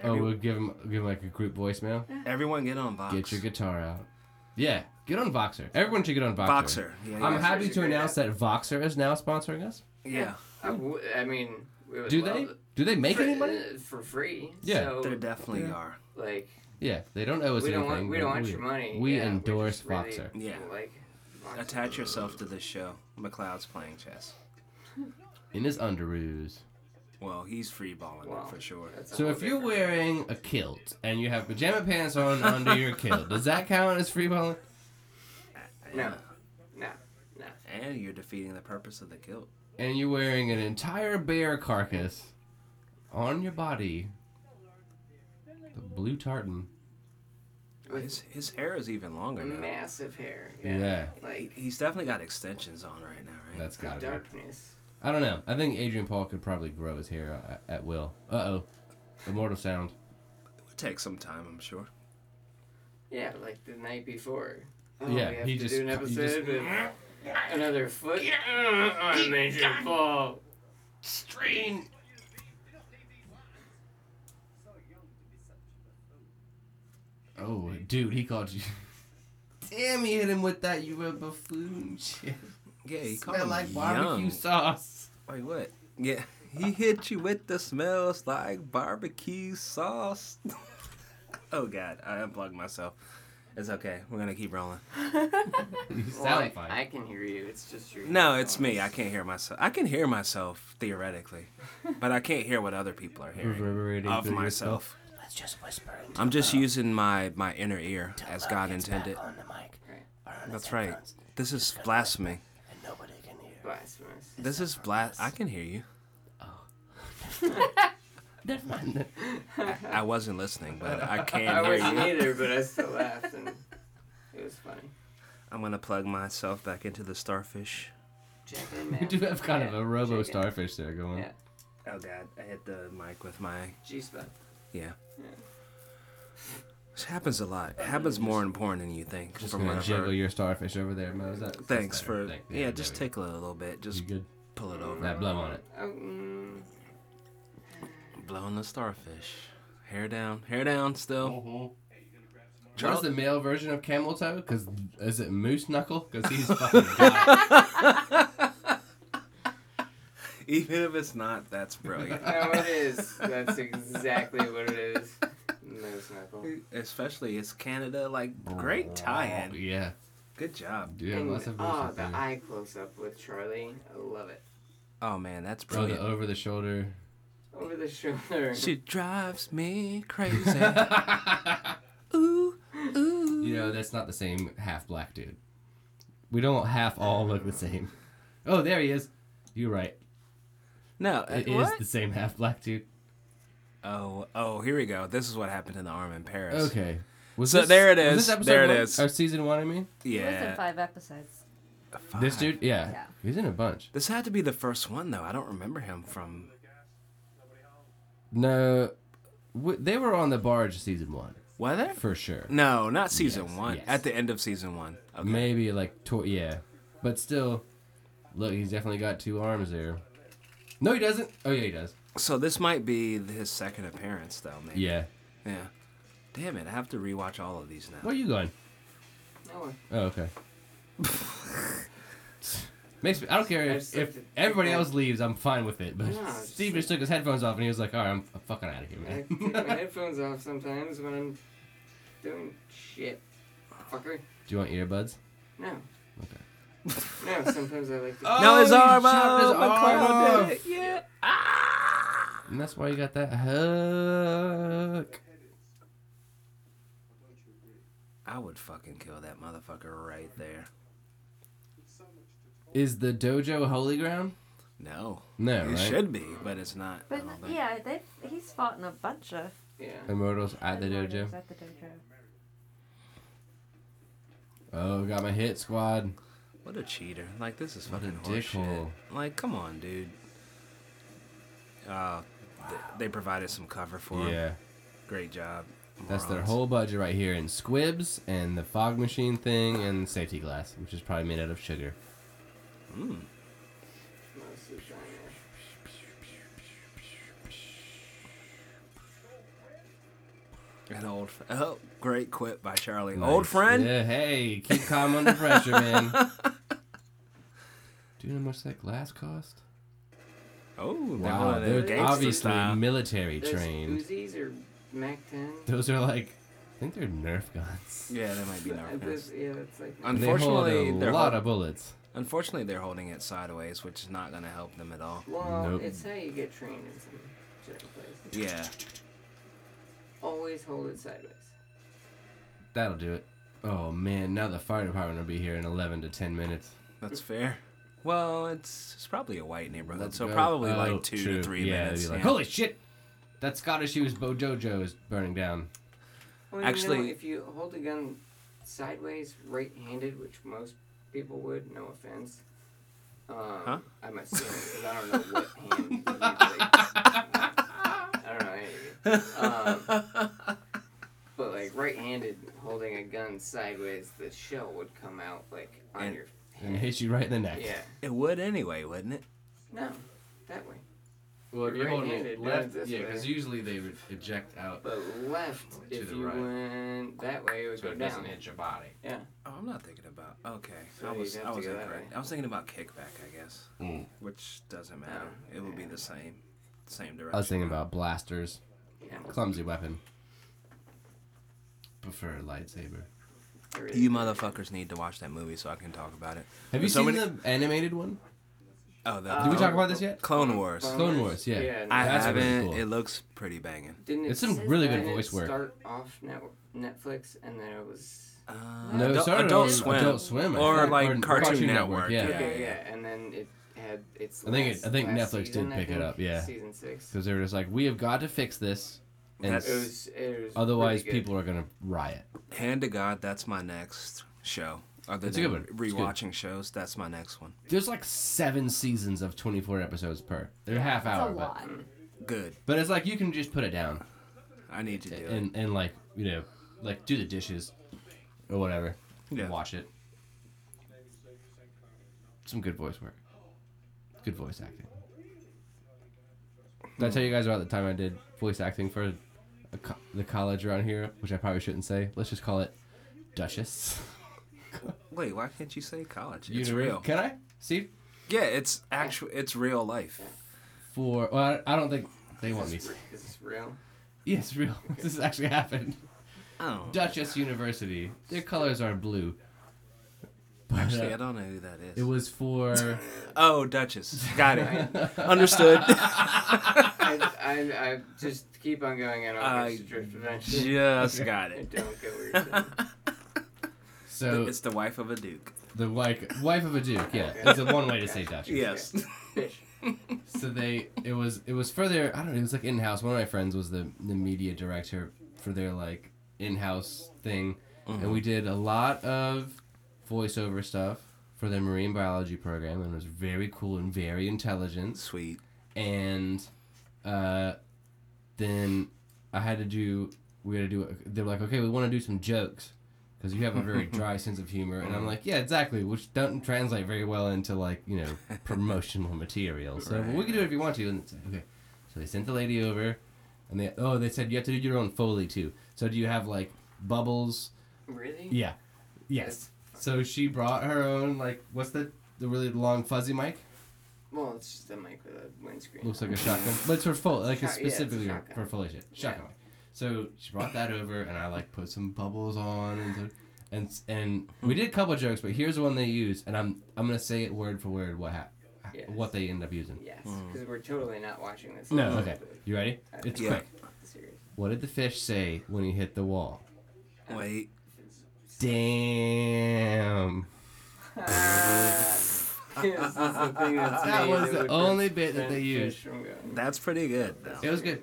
S1: oh,
S4: Every-
S1: we'll give him give him like a group voicemail.
S4: Everyone get on Vox.
S1: Get your guitar out. Yeah, get on Voxer. Everyone should get on Voxer.
S4: Voxer. Yeah,
S1: I'm
S4: yeah.
S1: happy
S3: Voxer's a
S1: to
S3: great
S1: announce that Voxer is now sponsoring us.
S4: yeah.
S3: I, w- I mean, we would
S1: Do
S3: love
S1: they?
S3: it.
S1: Do they make
S3: for,
S1: any money?
S3: uh, for free?
S1: Yeah.
S3: so,
S4: They definitely are.
S3: like
S1: Yeah, they don't owe us
S3: we don't
S1: anything.
S3: want we don't
S1: but
S3: want
S1: we,
S3: your money.
S1: We
S3: Yeah,
S1: endorse
S3: just really
S1: Voxer.
S4: Yeah.
S3: Like, Voxer.
S4: Attach yourself to this show. McLeod's playing chess.
S1: in his underoos.
S4: Well, he's free balling
S3: Wow.
S4: it for sure.
S3: That's a
S1: So
S3: whole
S1: if you're
S3: different-
S1: wearing a kilt and you have pajama pants on under your kilt, does that count as free balling?
S3: no, no, no.
S4: And you're defeating the purpose of the guilt.
S1: And you're wearing an entire bear carcass on your body, the blue tartan.
S4: His, his hair is even longer now.
S3: massive hair.
S1: Yeah,
S3: Yeah. Like
S4: He's definitely got extensions on right now, right?
S1: that's
S3: the
S1: gotta be.
S3: darkness.
S1: I don't know. I think Adrian Paul could probably grow his hair at, at will. Uh oh, immortal sound.
S4: Would take some time, I'm sure.
S3: Yeah, like the night before. Oh,
S1: Yeah,
S3: we have
S1: he
S3: to
S1: just-
S3: do an
S1: he just-
S3: episode with another foot Mm, on Major Paul.
S1: Strain. Oh, dude, he called you. Damn, he hit him with that. You a buffoon. Shit.
S4: Yeah, he called
S1: Smell
S4: him
S1: like barbecue
S4: young.
S1: sauce.
S4: Wait, what? Yeah, he hit you with the smells like barbecue sauce. oh God, I unplugged myself. It's okay. We're gonna keep rolling.
S1: You
S3: Well, I,
S1: sound fine.
S3: I can hear you. It's just your.
S4: No, it's me. I can't hear myself. I can hear myself theoretically, but I can't hear what other people are hearing
S1: Reverberating
S4: of
S1: through your
S4: myself.
S1: Let's just whisper into
S4: I'm just using my my inner ear as God intended.
S1: the mic.
S4: That's right. This is blasphemy.
S1: And nobody can hear.
S3: Blasphemous.
S4: This is blas. I can hear you.
S1: Never mind.
S4: I wasn't listening, but I
S3: I
S4: can hear
S3: wasn't
S4: you.
S3: either, but I still laughed and it was funny.
S4: I'm gonna plug myself back into the starfish.
S3: Check in, man.
S1: You do have kind of
S3: Yeah,
S1: a robo
S3: check in.
S1: starfish there going.
S3: Yeah.
S4: Oh God, I hit the mic with my
S3: G spot.
S4: yeah.
S3: Yeah.
S4: This happens a lot. It happens more in porn than you think.
S1: Uh, Just
S4: from what
S1: gonna
S4: I've
S1: jiggle
S4: heard.
S1: your starfish over there, Mo. Is that- that's
S4: Thanks
S1: better.
S4: for
S1: Thank-
S4: yeah. just
S1: there
S4: tickle it a little bit.
S1: we
S4: Just
S1: go. You good?
S4: pull it over.
S1: That blow on it.
S3: Oh, mm,
S4: Blowing the starfish. Hair down. Hair down. Still.
S1: Mm-hmm. What's the male version of camel toe? Because is it moose knuckle? Because he's fucking. God.
S4: Even if it's not, that's brilliant.
S3: no, it is. That's exactly what it is. Nose knuckle.
S4: Especially it's Canada. Like great tie-in.
S1: Oh, Yeah,
S4: Good job.
S1: dude.
S3: And,
S1: lots of moose
S3: oh,
S1: up
S3: the
S1: there.
S3: eye close up with Charlie. I love it.
S4: Oh man, that's
S1: Oh, the
S4: brilliant.
S1: over the shoulder.
S3: Over the shoulder.
S4: She drives me crazy.
S1: You know, that's not the same half black dude. We don't half all look the same. Oh, there he is. You're right.
S4: No, uh,
S1: It is
S4: what?
S1: the same half black dude.
S4: Oh, oh, here we go. This is what happened in the arm in Paris.
S1: Okay. Was
S4: So there it
S1: was
S4: is.
S1: this episode
S4: There it
S1: one?
S4: is.
S1: Or season one, I mean.
S5: It was in
S4: Yeah.
S5: five episodes.
S4: Fuck.
S1: This dude, yeah,
S5: Yeah.
S1: he's in a bunch.
S4: This had to be the first one though. I don't remember him from.
S1: No, w- they were on the barge season one
S4: Were there?
S1: for sure.
S4: No, not season
S1: Yes,
S4: one.
S1: yes.
S4: At the end of season one. Okay.
S1: Maybe like tw- yeah, but still, look, he's definitely got two arms there. No, he doesn't. Oh yeah, he does.
S4: So this might be his second appearance though. Maybe.
S1: Yeah.
S4: Yeah. Damn it! I have to rewatch all of these now.
S1: Where are you going?
S3: No,
S1: Oh okay. Makes me. I don't care
S3: I
S1: if,
S3: just
S1: if
S3: like to-
S1: everybody else leaves. I'm fine with it. But
S3: No, I just
S1: Steve just took his headphones off and he was like, "All right, I'm, I'm fucking out of here,
S3: I
S1: man."
S3: take my headphones off sometimes when I'm doing shit. Fucker.
S1: Do you want earbuds?
S3: No. Okay. no, sometimes I like to.
S4: no, his
S1: you
S4: arm.
S1: chopped his
S4: Oh, McLeod
S1: arm
S4: did it. Yeah.
S1: And that's why you got that hook.
S4: I would fucking kill that motherfucker right there.
S1: Is the dojo holy ground?
S4: No.
S1: No,
S4: It
S1: right?
S4: should be, but it's not. I
S5: But
S4: don't think.
S5: yeah, they've, he's fought in a bunch of
S3: Yeah.
S1: Immortals at the dojo.
S5: Immortals At the dojo.
S1: Oh, got my hit squad.
S4: What a cheater. Like, this is
S1: What a
S4: fucking horseshit.
S1: dickhole.
S4: Like, come on, dude. Uh, th- they provided some cover for him.
S1: Yeah.
S4: Great job.
S1: That's their
S4: morons.
S1: whole budget right here in squibs and the fog machine thing and safety glass, which is probably made out of sugar.
S4: Mm.
S3: Most of the time,
S4: An old. F- oh, great quip by Charlie.
S1: Nice.
S4: Old friend?
S1: Yeah, hey, keep calm under pressure, man. Do you know how much that glass cost?
S4: Oh,
S1: Wow,
S4: they're,
S1: they're
S4: gangster
S1: obviously
S4: style.
S1: military
S3: Those
S1: trained.
S3: Uzis or Mac 10.
S1: Those are like, I think they're Nerf guns.
S4: Yeah, they might be
S3: Uh,
S4: narcs.
S3: those- Yeah, it's like.
S1: And they hold
S4: Unfortunately,
S1: a
S4: they're
S1: lot
S4: hol-
S1: of bullets.
S4: unfortunately they're holding it sideways, which is not going to help them at all.
S3: Well,
S1: Nope.
S3: it's how you get trained in some certain places.
S4: Yeah.
S3: Always hold it sideways.
S1: That'll do it. Oh man, now the fire department will be here in 11 to 10 minutes.
S4: That's fair. Well, it's it's probably a white neighborhood,
S1: Let's
S4: so
S1: go.
S4: probably
S1: Oh,
S4: like two
S1: true.
S4: to three
S1: yeah,
S4: minutes.
S1: they'd be like,
S4: yeah.
S1: Holy shit! That Scottish Hughes Bojojo is burning down.
S3: Well, you know,
S4: Actually-
S3: if you hold a gun sideways, right-handed, which most people would, no offense. Um,
S4: Huh?
S3: I'm assuming because I don't know what hand. you like, I don't know. any of it. Um, but like right-handed, holding a gun sideways, the shell would come out like on
S4: And-
S3: your.
S1: And hit you right in the neck.
S3: Yeah.
S4: It would anyway, wouldn't it?
S3: No, that way.
S2: Well, if you're holding it
S3: Right-handed,
S2: left,
S3: does this
S2: yeah, because
S3: way.
S2: usually they would eject out
S3: But left,
S2: To
S3: if
S2: the
S3: you
S2: right.
S3: went that way, it would
S2: so
S3: go
S2: it doesn't
S3: down.
S2: hit your body.
S3: Yeah.
S4: Oh, I'm not thinking about. Okay,
S3: So
S4: I
S3: you'd
S4: was
S3: have
S4: I
S3: to
S4: was
S3: go that
S4: incorrect.
S3: way. Oh,
S4: I was thinking about kickback, I guess,
S1: Hmm.
S4: which doesn't matter. It would be the same, same direction.
S1: I was thinking about blasters.
S3: Yeah.
S1: Clumsy weapon. Prefer a lightsaber.
S3: there is-
S4: You motherfuckers need to watch that movie so I can talk about it.
S1: Have you
S4: So
S1: seen
S4: many-
S1: the animated one?
S4: Oh, the
S1: Did we
S3: Uh,
S1: talk about this yet?
S4: Clone Wars.
S1: Clone Wars, yeah.
S3: yeah
S4: I
S1: That's really
S4: haven't.
S1: cool.
S4: It looks pretty banging.
S3: Didn't
S1: It's some really good
S3: didn't it
S1: voice work.
S3: Start off net, Netflix, and then it was
S4: Uh,
S1: No, it
S4: Adult,
S1: started
S4: Adult
S1: on
S4: Swim.
S1: Adult Swim, I
S4: or
S1: think,
S4: like
S1: or
S4: Cartoon,
S1: Cartoon Network,
S4: Network.
S1: yeah.
S3: yeah,
S4: yeah,
S3: yeah, and then it had its.
S1: I think it-
S3: last-
S1: I think
S3: last
S1: Netflix did
S3: season, I
S1: pick it
S3: think,
S1: up, yeah.
S3: season six. It
S1: Because they were just like, we have got to fix this. And
S4: That's-
S1: s-
S3: was, it was
S1: otherwise,
S3: really good.
S1: people are going to riot.
S4: Hand to God, that's my next show. Other
S1: It's a
S4: than
S1: good one. It's good.
S4: rewatching shows, that's my next one.
S1: There's like seven seasons of 24 episodes per. They're half
S5: That's
S1: hour.
S5: a
S1: But,
S5: lot.
S4: Good.
S1: but it's like you can just put it down
S4: I need to do it.
S1: and, and like, you know, like do the dishes or whatever.
S4: Yeah.
S1: Watch it. Some good voice work. Good voice acting. Did I tell you guys about the time I did voice acting for a co- the college around here, which I probably shouldn't say? Let's just call it Duchess.
S4: Wait, why can't you say college? It's
S1: Univer-
S4: real.
S1: Can I? See?
S4: Yeah, it's actual. It's real life.
S1: For well, I I don't think they want me.
S3: Is this, is this real?
S1: Yes, real. This has actually happened.
S4: Oh,
S1: Duchess University. Their colors are blue. But, uh,
S4: actually, I don't know who that is.
S1: it was for
S4: oh, Duchess. Got it. Understood.
S3: I, I, I just keep on going and I'll
S4: I
S3: just drift eventually.
S4: just got
S3: I
S4: it.
S3: don't get what you're saying.
S1: so
S4: It's the wife of a duke.
S1: the wife wife of a duke. Yeah, it's a one way to say Duchess.
S4: Yes.
S3: Bitch.
S1: so they it was it was for their I don't know it was like in house. One of my friends was the the media director for their like in house thing,
S3: Mm-hmm.
S1: and we did a lot of voiceover stuff for their marine biology program, and it was very cool and very intelligent
S4: Sweet.
S1: and uh, then I had to do. We had to do. They were like, okay, we want to do some jokes because you have a very dry sense of humor, and I'm like, yeah, exactly, which don't translate very well into like you know promotional material. So well, we can do it if you want to. And it's like, okay, so they sent the lady over, and they oh they said you have to do your own foley too. So do you have like bubbles?
S3: Really?
S1: Yeah, yes. So she brought her own like what's the the really long fuzzy mic?
S3: Well, it's just a mic with a windscreen.
S1: Looks like a shotgun. But it's for full, like
S3: Shot-
S1: it's
S3: yeah, it's a
S1: specifically
S3: shotgun.
S1: for full shit. Shotgun. So she brought that over, and I like put some bubbles on, and so- and s- and we did a couple jokes, but here's one they used, and I'm I'm gonna say it word for word what hap
S3: Yes.
S1: what they end up using.
S3: Yes, because we're totally not watching this.
S1: No, okay, you ready?
S3: Okay.
S1: It's
S4: Yeah.
S1: quick.
S3: Serious.
S1: What did the fish say when he hit the wall?
S4: Wait.
S1: Damn.
S3: Ah! Yes, that's the thing that's
S1: That
S3: made
S1: was
S3: it
S1: the
S3: would
S1: only bit that they
S3: prevent
S1: used.
S3: fish from going.
S4: That's pretty good. though.
S1: It was good.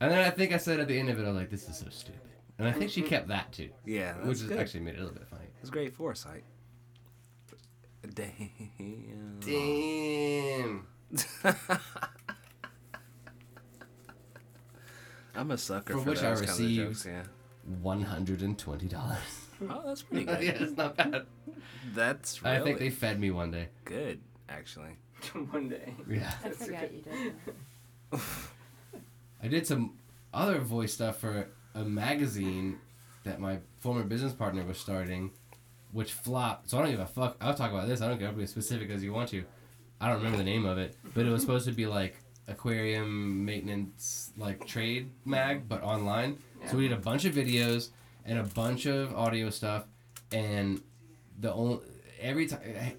S1: And then I think I said at the end of it, I was like, this is so stupid. And I think
S3: Mm-hmm.
S1: she kept that too,
S4: Yeah,
S1: which
S4: that's
S1: is
S4: good.
S1: actually made it a little bit funny.
S4: That's great foresight. Damn.
S1: Damn.
S4: I'm a sucker
S1: For
S4: for,
S1: which I
S4: those kind of
S1: received-
S4: jokes. Yeah.
S1: $120.
S4: Oh, that's pretty
S1: yeah,
S4: good.
S1: it's not bad.
S4: That's really
S1: I think they fed me one day.
S4: good, actually.
S3: One day.
S1: Yeah.
S5: I forgot you did.
S1: I did some other voice stuff for a magazine that my former business partner was starting, which flopped. So I don't give a fuck. I'll talk about this. I don't care. I'll be as specific as you want to. I don't remember the name of it, but it was supposed to be like aquarium maintenance, like trade mag, but online. So we did a bunch of videos and a bunch of audio stuff, and the only every time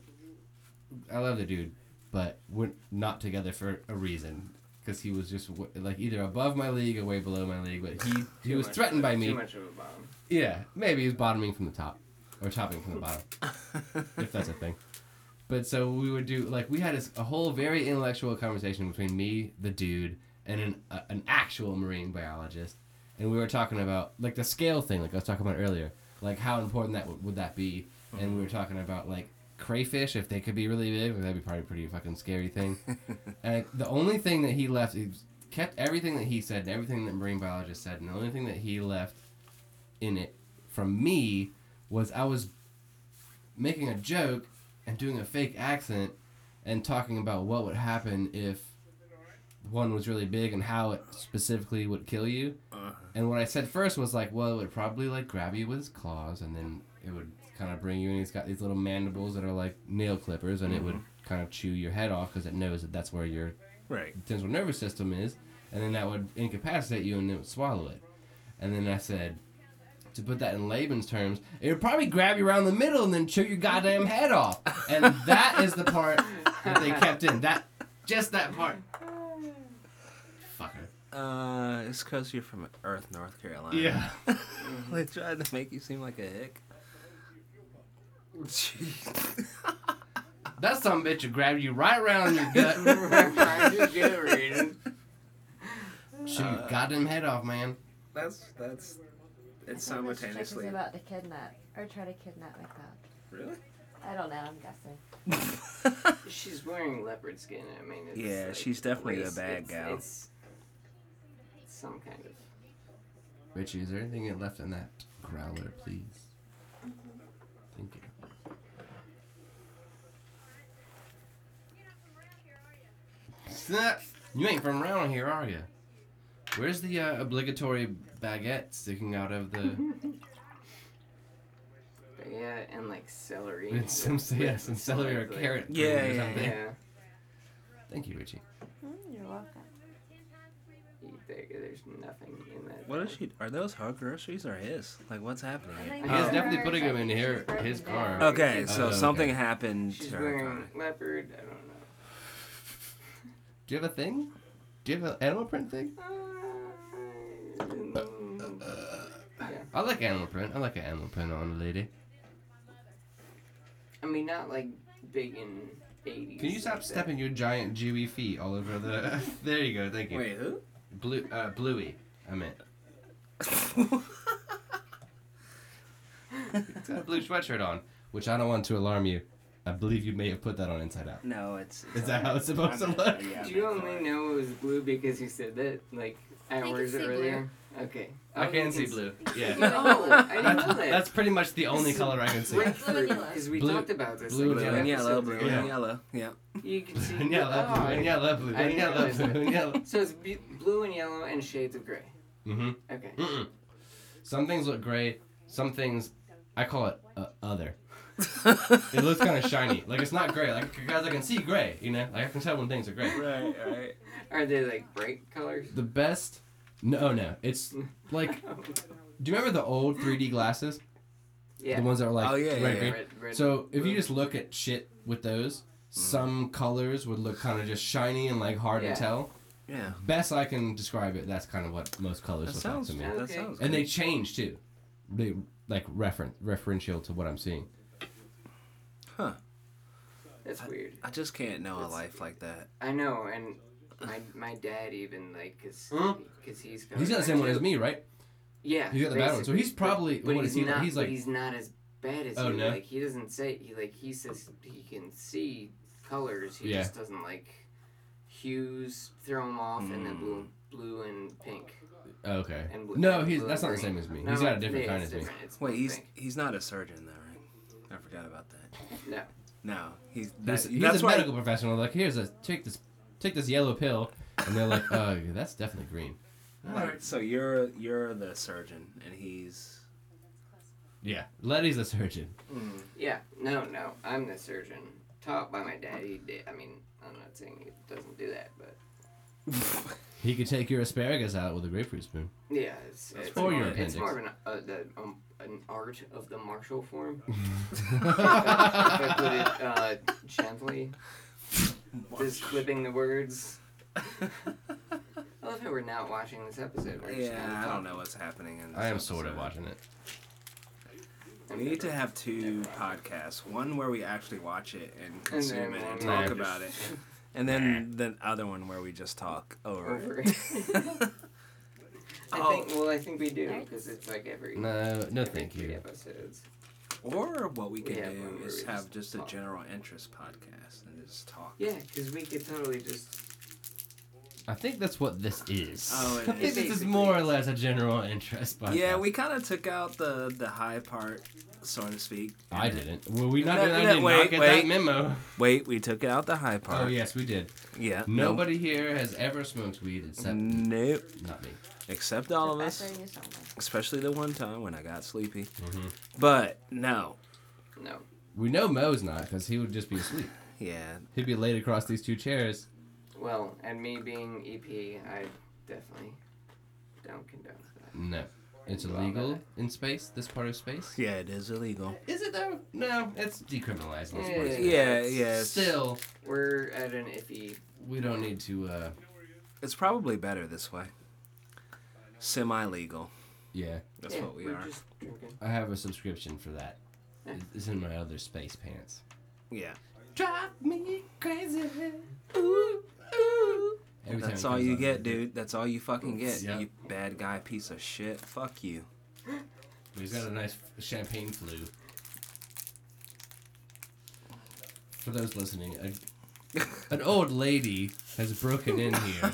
S1: I love the dude, but we're not together for a reason because he was just w- like either above my league or way below my league. But he he
S3: Too
S1: was
S3: much
S1: threatened
S3: of a-
S1: by me.
S3: Too much of a bomb.
S1: Yeah, maybe he's bottoming from the top, or topping from the bottom, if that's a thing. But so we would do like we had a, s- a whole very intellectual conversation between me, the dude, and an a, an actual marine biologist, and we were talking about like the scale thing, like I was talking about earlier, like how important that w- would that be, and we were talking about like crayfish if they could be really big, that'd be probably a pretty fucking scary thing. and the only thing that he left, he kept everything that he said, and everything that marine biologist said, and the only thing that he left in it from me was I was making a joke and doing a fake accent and talking about what would happen if one was really big and how it specifically would kill you.
S4: Uh,
S1: And what I said first was like, well, it would probably like grab you with its claws and then it would kind of bring you in. It's got these little mandibles that are like nail clippers and it would kind of chew your head off because it knows that that's where your
S4: Right.
S1: central nervous system is, and then that would incapacitate you and it would swallow it. And then I said, to put that in layman's terms, it would probably grab you around the middle and then chew your goddamn head off. And that is the part that they kept in. That just that part. Fucker.
S4: Uh, it's because you're from Earth, North Carolina. they tried to make you seem like a hick.
S1: That some bitch would grab you right around your gut,
S3: I just get it, Reed.
S1: chew your goddamn head off, man.
S4: That's that's. It's
S5: She's about to kidnap or try to kidnap my cloud.
S4: Really?
S5: I don't know. I'm guessing.
S3: She's wearing leopard skin. I mean, it's
S4: Yeah,
S3: like
S4: she's definitely a bad
S3: it's,
S4: gal.
S3: It's some kind of.
S1: Richie, is there anything left in that growler, please? Thank you. Snap! You ain't from around here, are you? Where's the uh, obligatory baguette sticking out of the?
S3: But yeah, and like celery.
S1: and some yes, and celery or
S3: Like-
S1: carrot.
S4: Yeah,
S1: or
S4: yeah,
S1: something.
S3: Yeah.
S1: Thank you, Richie.
S5: you're welcome.
S3: You think there's nothing in that.
S4: What is she? Are those her groceries or his? Like, what's happening? here?
S1: He's definitely putting him in here, his car.
S4: Okay, so
S1: okay.
S4: something happened
S3: She's
S4: to her.
S3: wearing
S4: car.
S3: leopard. I don't know.
S1: Do you have a thing? Do you have an animal print thing? I like animal print. I like an animal print on a lady.
S3: I mean, not like big in 80s.
S1: Can you stop
S3: like that.
S1: stepping your giant Jewy feet all over the? there you go. Thank you.
S4: Wait, who?
S1: Blue, uh, Bluey. I meant. He's got a blue sweatshirt on, which I don't want to alarm you. I believe you may have put that on inside out.
S4: No, it's.
S1: Is that how it's supposed to look?
S3: Do you only know it was blue because you said that like
S5: can
S3: hours
S5: see blue.
S3: earlier? Okay.
S1: I
S3: Oh,
S1: can
S3: you
S1: see
S3: s-
S1: blue. Yeah.
S3: No, I didn't know
S1: That's,
S3: that.
S1: that's pretty much the only color I can see.
S3: breakthrough
S5: Blue and yellow.
S3: because we
S1: Blue-
S3: talked about this.
S1: blue
S3: like,
S4: Blue
S3: two
S4: and yellow,
S3: episodes
S4: blue
S3: ago.
S4: and yellow. Yeah.
S3: You can see.
S1: And yellow,
S3: oh,
S1: blue, and yellow, blue,
S3: I
S1: and
S3: didn't
S1: yellow,
S3: realize
S1: blue,
S3: that.
S1: and yellow.
S3: So it's bu- blue and yellow and shades of gray.
S1: Mm-hmm.
S3: Okay.
S1: Mm-mm. Some things look great. Some things, I call it uh, other. it looks kind of shiny. Like it's not gray. Like guys, I can see gray. You know, like I can tell when things are gray.
S4: Right, right.
S3: Are they like bright colors?
S1: The best. No, oh, no. It's like. Do you remember the old 3D glasses?
S3: Yeah.
S1: The ones that were like.
S4: Oh, yeah, Mm. yeah,
S1: right,
S4: yeah.
S1: right?
S3: Red- red-
S1: So if
S3: blue.
S1: you just look at shit with those, some colors would look kind of just shiny and like hard
S3: Yeah.
S1: to tell.
S4: Yeah.
S1: Best I can describe it, that's kind of what most colors
S4: That
S1: look
S4: sounds.
S1: like to me.
S4: That
S3: Okay.
S4: sounds.
S1: And they
S4: good.
S1: change too. They like reference referential to what I'm seeing.
S3: That's weird.
S4: I just can't know a life like that.
S3: I know, and my my dad even like cause, cause he's got
S1: He's got the same one as me, right?
S3: Yeah,
S1: He's got the bad one, so
S3: basically.
S1: he's probably-
S3: But, but
S1: what
S3: he's
S1: is he like?
S3: not.
S1: He's
S3: but
S1: like-
S3: he's not as bad as
S1: Oh,
S3: you.
S1: no?
S3: Like he doesn't say he like he says he can see colors. He
S1: Yeah.
S3: just doesn't like hues. Throw them off, and then blue, blue and pink.
S1: Oh, Okay.
S3: And blue,
S1: Hmm. No,
S3: and
S1: he's
S3: blue
S1: that's
S3: and
S1: not the
S3: green.
S1: same as me.
S3: No,
S1: He's got a
S3: it's-
S1: different
S3: yeah,
S1: kind
S3: it's
S1: as me.
S3: different. It's blue
S4: Wait,
S3: and
S4: he's
S3: pink.
S4: he's not a surgeon, though, right? I forgot about that.
S3: no.
S4: No, he's that,
S1: He's, he's
S4: that's
S1: a
S4: why.
S1: medical professional. Like, here's a take this take this yellow pill, and they're like, oh, that's definitely green.
S4: All right, so you're you're the surgeon, and he's
S1: Yeah, Letty's a surgeon.
S3: Yeah, no, no. I'm the surgeon taught by my dad. He did. I mean, I'm not saying he doesn't do that, but
S1: He could take your asparagus out with a grapefruit spoon.
S3: yeah, it's it's,
S1: for
S3: more,
S1: your
S3: it's
S1: appendix.
S3: more of an uh, the, um, an art of the martial form. if I put it uh, gently, just clipping the words. I love how we're not watching this episode. We're just
S4: yeah. I don't know what's happening. In this
S1: I am sort of
S4: episode.
S1: watching it.
S4: We need to have two podcasts. One where we actually watch it and consume it and
S3: one
S4: talk
S1: where we
S4: about it, and then the other one where we just talk over.
S3: Over.
S4: it.
S3: I
S4: Oh.
S3: think. Well, I think we do because it's like every.
S1: No, no,
S3: every
S1: thank
S3: three
S1: you.
S3: Episodes.
S4: Or what we can
S3: Yeah, one
S4: do
S3: where
S4: is
S3: we
S4: have
S3: just
S4: just a
S3: talk.
S4: general interest podcast and just talk.
S3: Yeah, because we could totally just
S1: I think that's what this is.
S4: Oh, it
S1: I think
S4: is.
S1: this is more or less a general interest. Podcast.
S4: Yeah, we kind of took out the the high part, so to speak.
S1: I didn't. Were we not?
S4: No,
S1: I
S4: no,
S1: did
S4: wait,
S1: not get
S4: wait.
S1: that memo.
S4: Wait, we took out the high part.
S1: Oh yes, we did.
S4: Yeah.
S1: Nobody here has ever smoked weed except
S4: Nope.
S1: not me.
S4: Except all of us,
S5: Professor, you sound like-
S4: especially the one time when I got sleepy. But no.
S3: no.
S1: Mm-hmm. We know Mo's not because he would just be asleep.
S4: Yeah.
S1: He'd be laid across these two chairs.
S3: Well, and me being EP, I definitely don't condone that.
S1: No, it's illegal in space. This part of space.
S4: Yeah, it is illegal.
S1: Is it though? No, it's decriminalized. in this part of
S3: Yeah.
S1: space.
S4: Yeah, yeah. It's,
S1: Still,
S3: We're at an iffy.
S1: we don't need to. uh
S4: it's probably better this way. Semi legal.
S1: Yeah,
S4: That's
S3: Yeah,
S4: what we
S3: we're
S4: are.
S3: Just drinking.
S1: I have a subscription for that. It's in my other space pants.
S4: Yeah.
S1: Drive me crazy. Ooh, ooh. Every time
S4: That's
S1: it
S4: all
S1: comes
S4: you
S1: on.
S4: get, dude. That's all you fucking get.
S1: Yep.
S4: You bad guy piece of shit. Fuck you.
S1: He's got a nice champagne flu. For those listening, a, an old lady has broken in here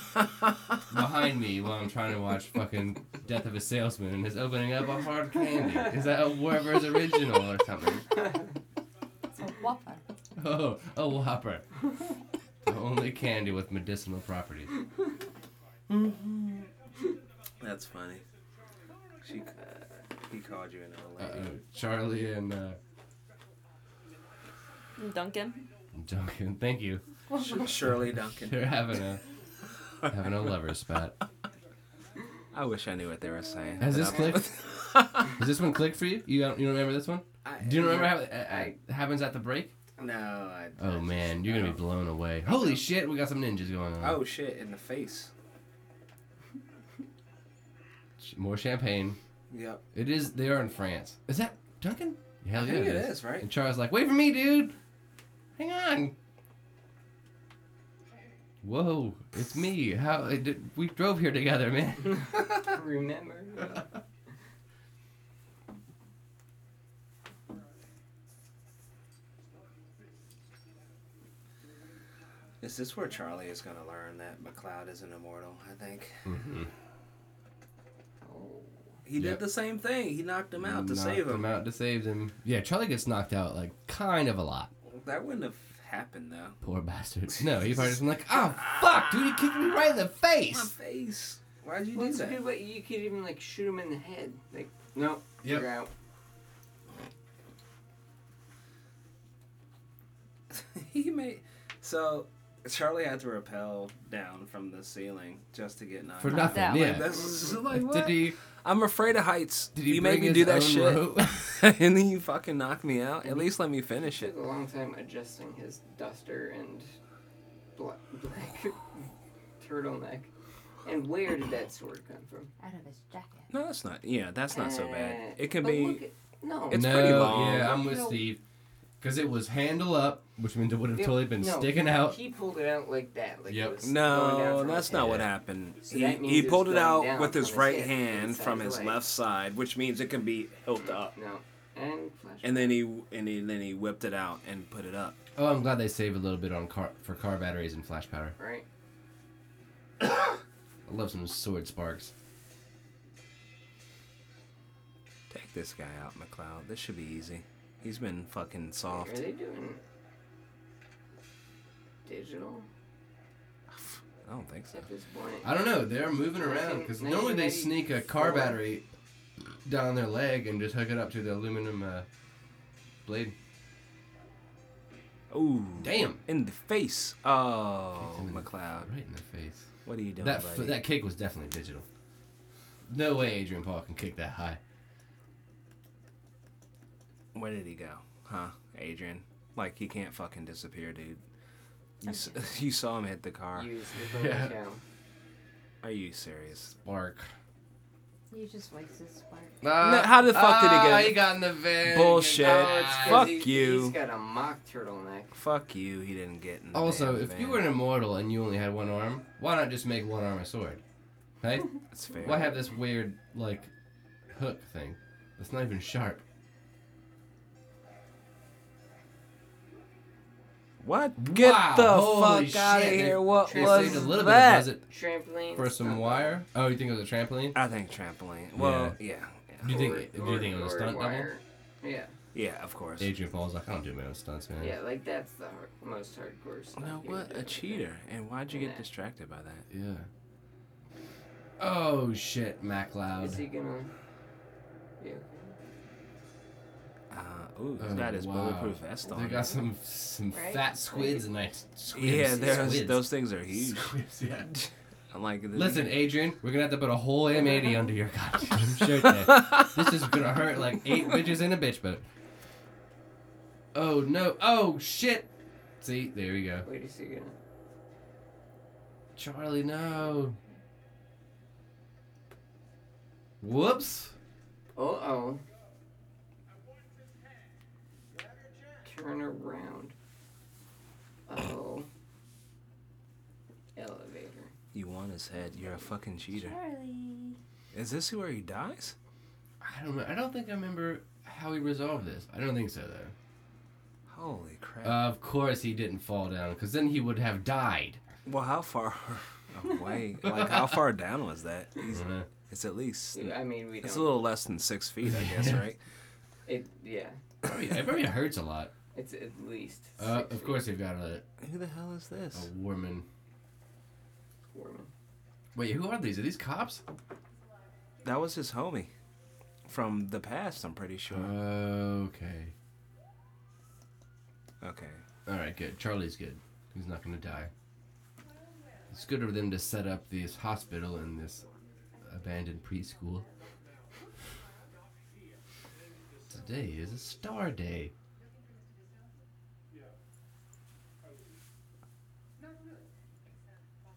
S1: behind me while I'm trying to watch fucking Death of a Salesman and is opening up a hard candy. Is that a Werber's original or something?
S5: It's a whopper.
S1: Oh, a Whopper. The only candy with medicinal properties.
S4: That's funny. She he called you an old
S1: Uh oh. Charlie and uh,
S5: Duncan.
S1: Duncan, thank you.
S4: Shirley Duncan.
S1: They're having a having a lover's spat.
S4: I wish I knew what they were saying.
S1: Has
S4: but
S1: this
S4: I'm-
S1: clicked? Is this one click for you? You don't, you don't remember this one?
S4: I-
S1: Do you remember how it uh, uh, happens at the break?
S4: No, I.
S1: Oh man, you're gonna be blown away. Holy shit, we got some ninjas going on.
S4: Oh shit! In the face.
S1: Sh- more champagne.
S4: Yep.
S1: It is. They are in France. Is that Duncan? Hell Oh, yeah,
S4: think it is, right?
S1: And Charles like, wait for me, dude. Hang on. Whoa, it's me. How I did, we drove here together, man.
S3: Remember? me.
S4: Is this where Charlie is gonna learn that McLeod isn't immortal? I think.
S3: Oh,
S4: He
S1: Yep.
S4: did the same thing. He knocked him out to
S1: Knocked
S4: save him.
S1: Out to save him. Yeah, Charlie gets knocked out like kind of a lot.
S4: That wouldn't have happened though.
S1: Poor bastard. No, he probably just been like, oh fuck, dude, he kicked me right in the
S4: My
S1: face.
S4: face. Why'd you
S3: what's
S4: do
S3: a
S4: that?
S3: good way? You could even like shoot him in the head. Like, no,
S1: Yep.
S3: you're out.
S4: he made. So Charlie had to rappel down from the ceiling just to get knocked.
S1: For
S4: out.
S1: nothing.
S5: that
S1: yeah.
S5: one.
S4: That's just like what?
S1: Did he?
S4: I'm afraid of heights.
S1: Did he
S4: you
S1: bring
S4: make me
S1: his
S4: do
S1: own
S4: that shit,
S1: rope?
S4: and then you fucking knock me out. At least let me finish it.
S3: Took a long time adjusting his duster and black, black turtleneck And where did that sword come from?
S5: Out of his jacket.
S4: No, that's not. Yeah, that's not so bad.
S3: Uh,
S4: It can
S3: but look
S4: be.
S3: at- no.
S4: It's
S1: no,
S4: pretty long.
S1: yeah, I'm with
S3: No.
S1: Steve. Because it was handle up, which means it would have
S3: Yep.
S1: totally been
S3: No,
S1: sticking out.
S3: He pulled it out like that. Like
S1: Yep.
S3: it was going down
S4: No,
S3: from
S4: that's
S3: his
S4: not
S3: head.
S4: what happened.
S3: So
S4: he
S3: that means
S4: he
S3: it's
S4: pulled it
S3: going
S4: out
S3: down
S4: with
S3: from
S4: his
S3: his
S4: right
S3: head,
S4: hand
S3: inside
S4: from
S3: his
S4: his
S3: leg.
S4: left side, which means it can be hilt up.
S3: No. And flash.
S4: And then he and he, then he whipped it out and put it up.
S1: Oh, I'm glad they saved a little bit on car for car batteries and flash powder.
S3: right.
S1: I love some sword sparks.
S4: Take this guy out, McLeod. This should be easy. He's been fucking
S3: Are
S4: soft.
S3: they doing digital
S4: I don't think so.
S3: at this point?
S1: I don't know. They're moving around because normally they sneak a car
S3: 1984.
S1: battery down their leg and just hook it up to the aluminum uh, blade.
S4: Ooh,
S1: Damn.
S4: in the face. Oh,
S1: Him in the-
S4: McLeod,
S1: Right in the face.
S4: what are you doing,
S1: That
S4: buddy?
S1: f- that kick was definitely digital. No way Adrian Paul can kick that high.
S4: Where did he go? Huh, Adrian? Like he can't fucking disappear, dude. You, s- you saw him hit the car.
S3: Use the burn
S1: Yeah.
S3: cam.
S4: Are you serious?
S1: Bark.
S5: You just wasted spark.
S4: No, how the fuck did he get
S1: Ah,
S4: it?
S1: he got in the van. Ah,
S4: Bullshit.
S3: Oh, It's 'cause
S4: Fuck
S3: he-
S4: you.
S3: He's got a mock turtleneck.
S4: Fuck you. He didn't get in. The
S1: Also,
S4: damn
S1: if you
S4: van.
S1: were an immortal and you only had one arm, why not just make one arm a sword? Right?
S4: That's fair.
S1: why have this weird, like, hook thing? That's not even sharp.
S4: What? Get
S1: Wow,
S4: the
S1: holy
S4: fuck out of
S1: shit,
S4: here!
S1: dude.
S4: What
S3: Shit
S4: was
S1: saved a little
S4: that?
S1: bit of
S3: Trampoline.
S1: budget for some wire. Oh, you think it was a trampoline?
S4: I think trampoline. Well, yeah, yeah,
S1: Do you think?
S3: Or-
S1: do you think it
S3: or-
S1: was a
S3: or
S1: stunt double?
S3: wire. Yeah.
S4: yeah, of course.
S1: Adrian Paul's like, I don't do my own stunts, man.
S3: Yeah, like that's the hard, most hardcore stuff.
S4: No,
S3: you would
S4: what
S3: do
S4: a
S3: with
S4: cheater! And why'd you get
S3: Nah.
S4: distracted by that?
S1: Yeah. Oh shit, Mac
S3: it. Is he
S1: Loud.
S3: gonna? Yeah.
S4: Uh, ooh, he's
S1: Oh,
S4: got his
S1: wow.
S4: bulletproof vest on.
S1: They got some some
S5: Right?
S1: fat squids and that. Squids,
S4: yeah, there's,
S1: squids.
S4: those things are huge.
S1: Squids, yeah.
S4: I'm like,
S1: Listen, Adrian, we're gonna have to put a whole M80 under your goddamn shirt. There. this is gonna hurt like eight bitches in a bitch boat. Oh no! Oh shit! See, there we go.
S3: Wait, is he gonna?
S1: Charlie, no. Whoops.
S3: Uh oh. Turn around. Oh. Elevator.
S4: you want his head? You're a fucking cheater.
S5: Charlie.
S4: Is this where he dies?
S1: I don't know. I don't think I remember how he resolved this. I don't think so though. Uh,
S4: Holy crap!
S1: Of course he didn't fall down, because then he would have died.
S4: well, how far away? like, how far down was that? He's,
S1: Uh,
S4: it's at least.
S3: I mean, we
S4: It's
S3: don't.
S4: a little less than six feet, I guess,
S1: Yeah.
S4: right?
S3: It yeah.
S1: probably, it probably hurts a lot.
S3: It's at least.
S1: Uh, of
S3: six feet.
S1: course they've got a,
S4: Who the hell is
S1: a
S4: this?
S1: woman.
S3: Foreman.
S1: Wait, who are these? Are these cops?
S4: That was his homie from the past. I'm pretty sure.
S1: Okay. Uh-huh.
S4: okay.
S1: All right, good. Charlie's good. He's not gonna die. It's good of them to set up this hospital and this abandoned preschool. Today is a star day.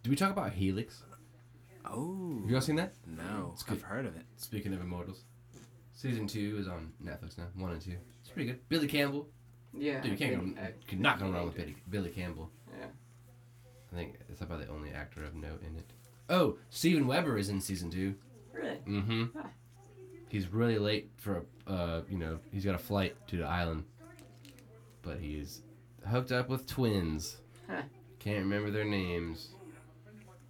S1: Did we talk about Helix?
S4: Oh.
S1: Have you all seen that?
S4: No,
S1: It's
S4: I've
S1: good.
S4: heard of it.
S1: Speaking of Immortals, season two is on Netflix now. One and two. It's pretty good. Billy Campbell.
S3: Yeah.
S1: Dude, you
S3: I
S1: can't
S3: think-
S1: go,
S3: I-
S1: could not go
S3: I
S1: wrong with
S3: think
S1: Billy, Billy Campbell.
S3: I- Yeah.
S1: I think it's about the only actor of note in it. Oh, Steven Weber is in season two.
S3: Really?
S1: Mm-hmm.
S3: Ah.
S1: He's really late for a, uh, you know, he's got a flight to the island, but he is hooked up with twins.
S3: Huh.
S1: Can't remember their names.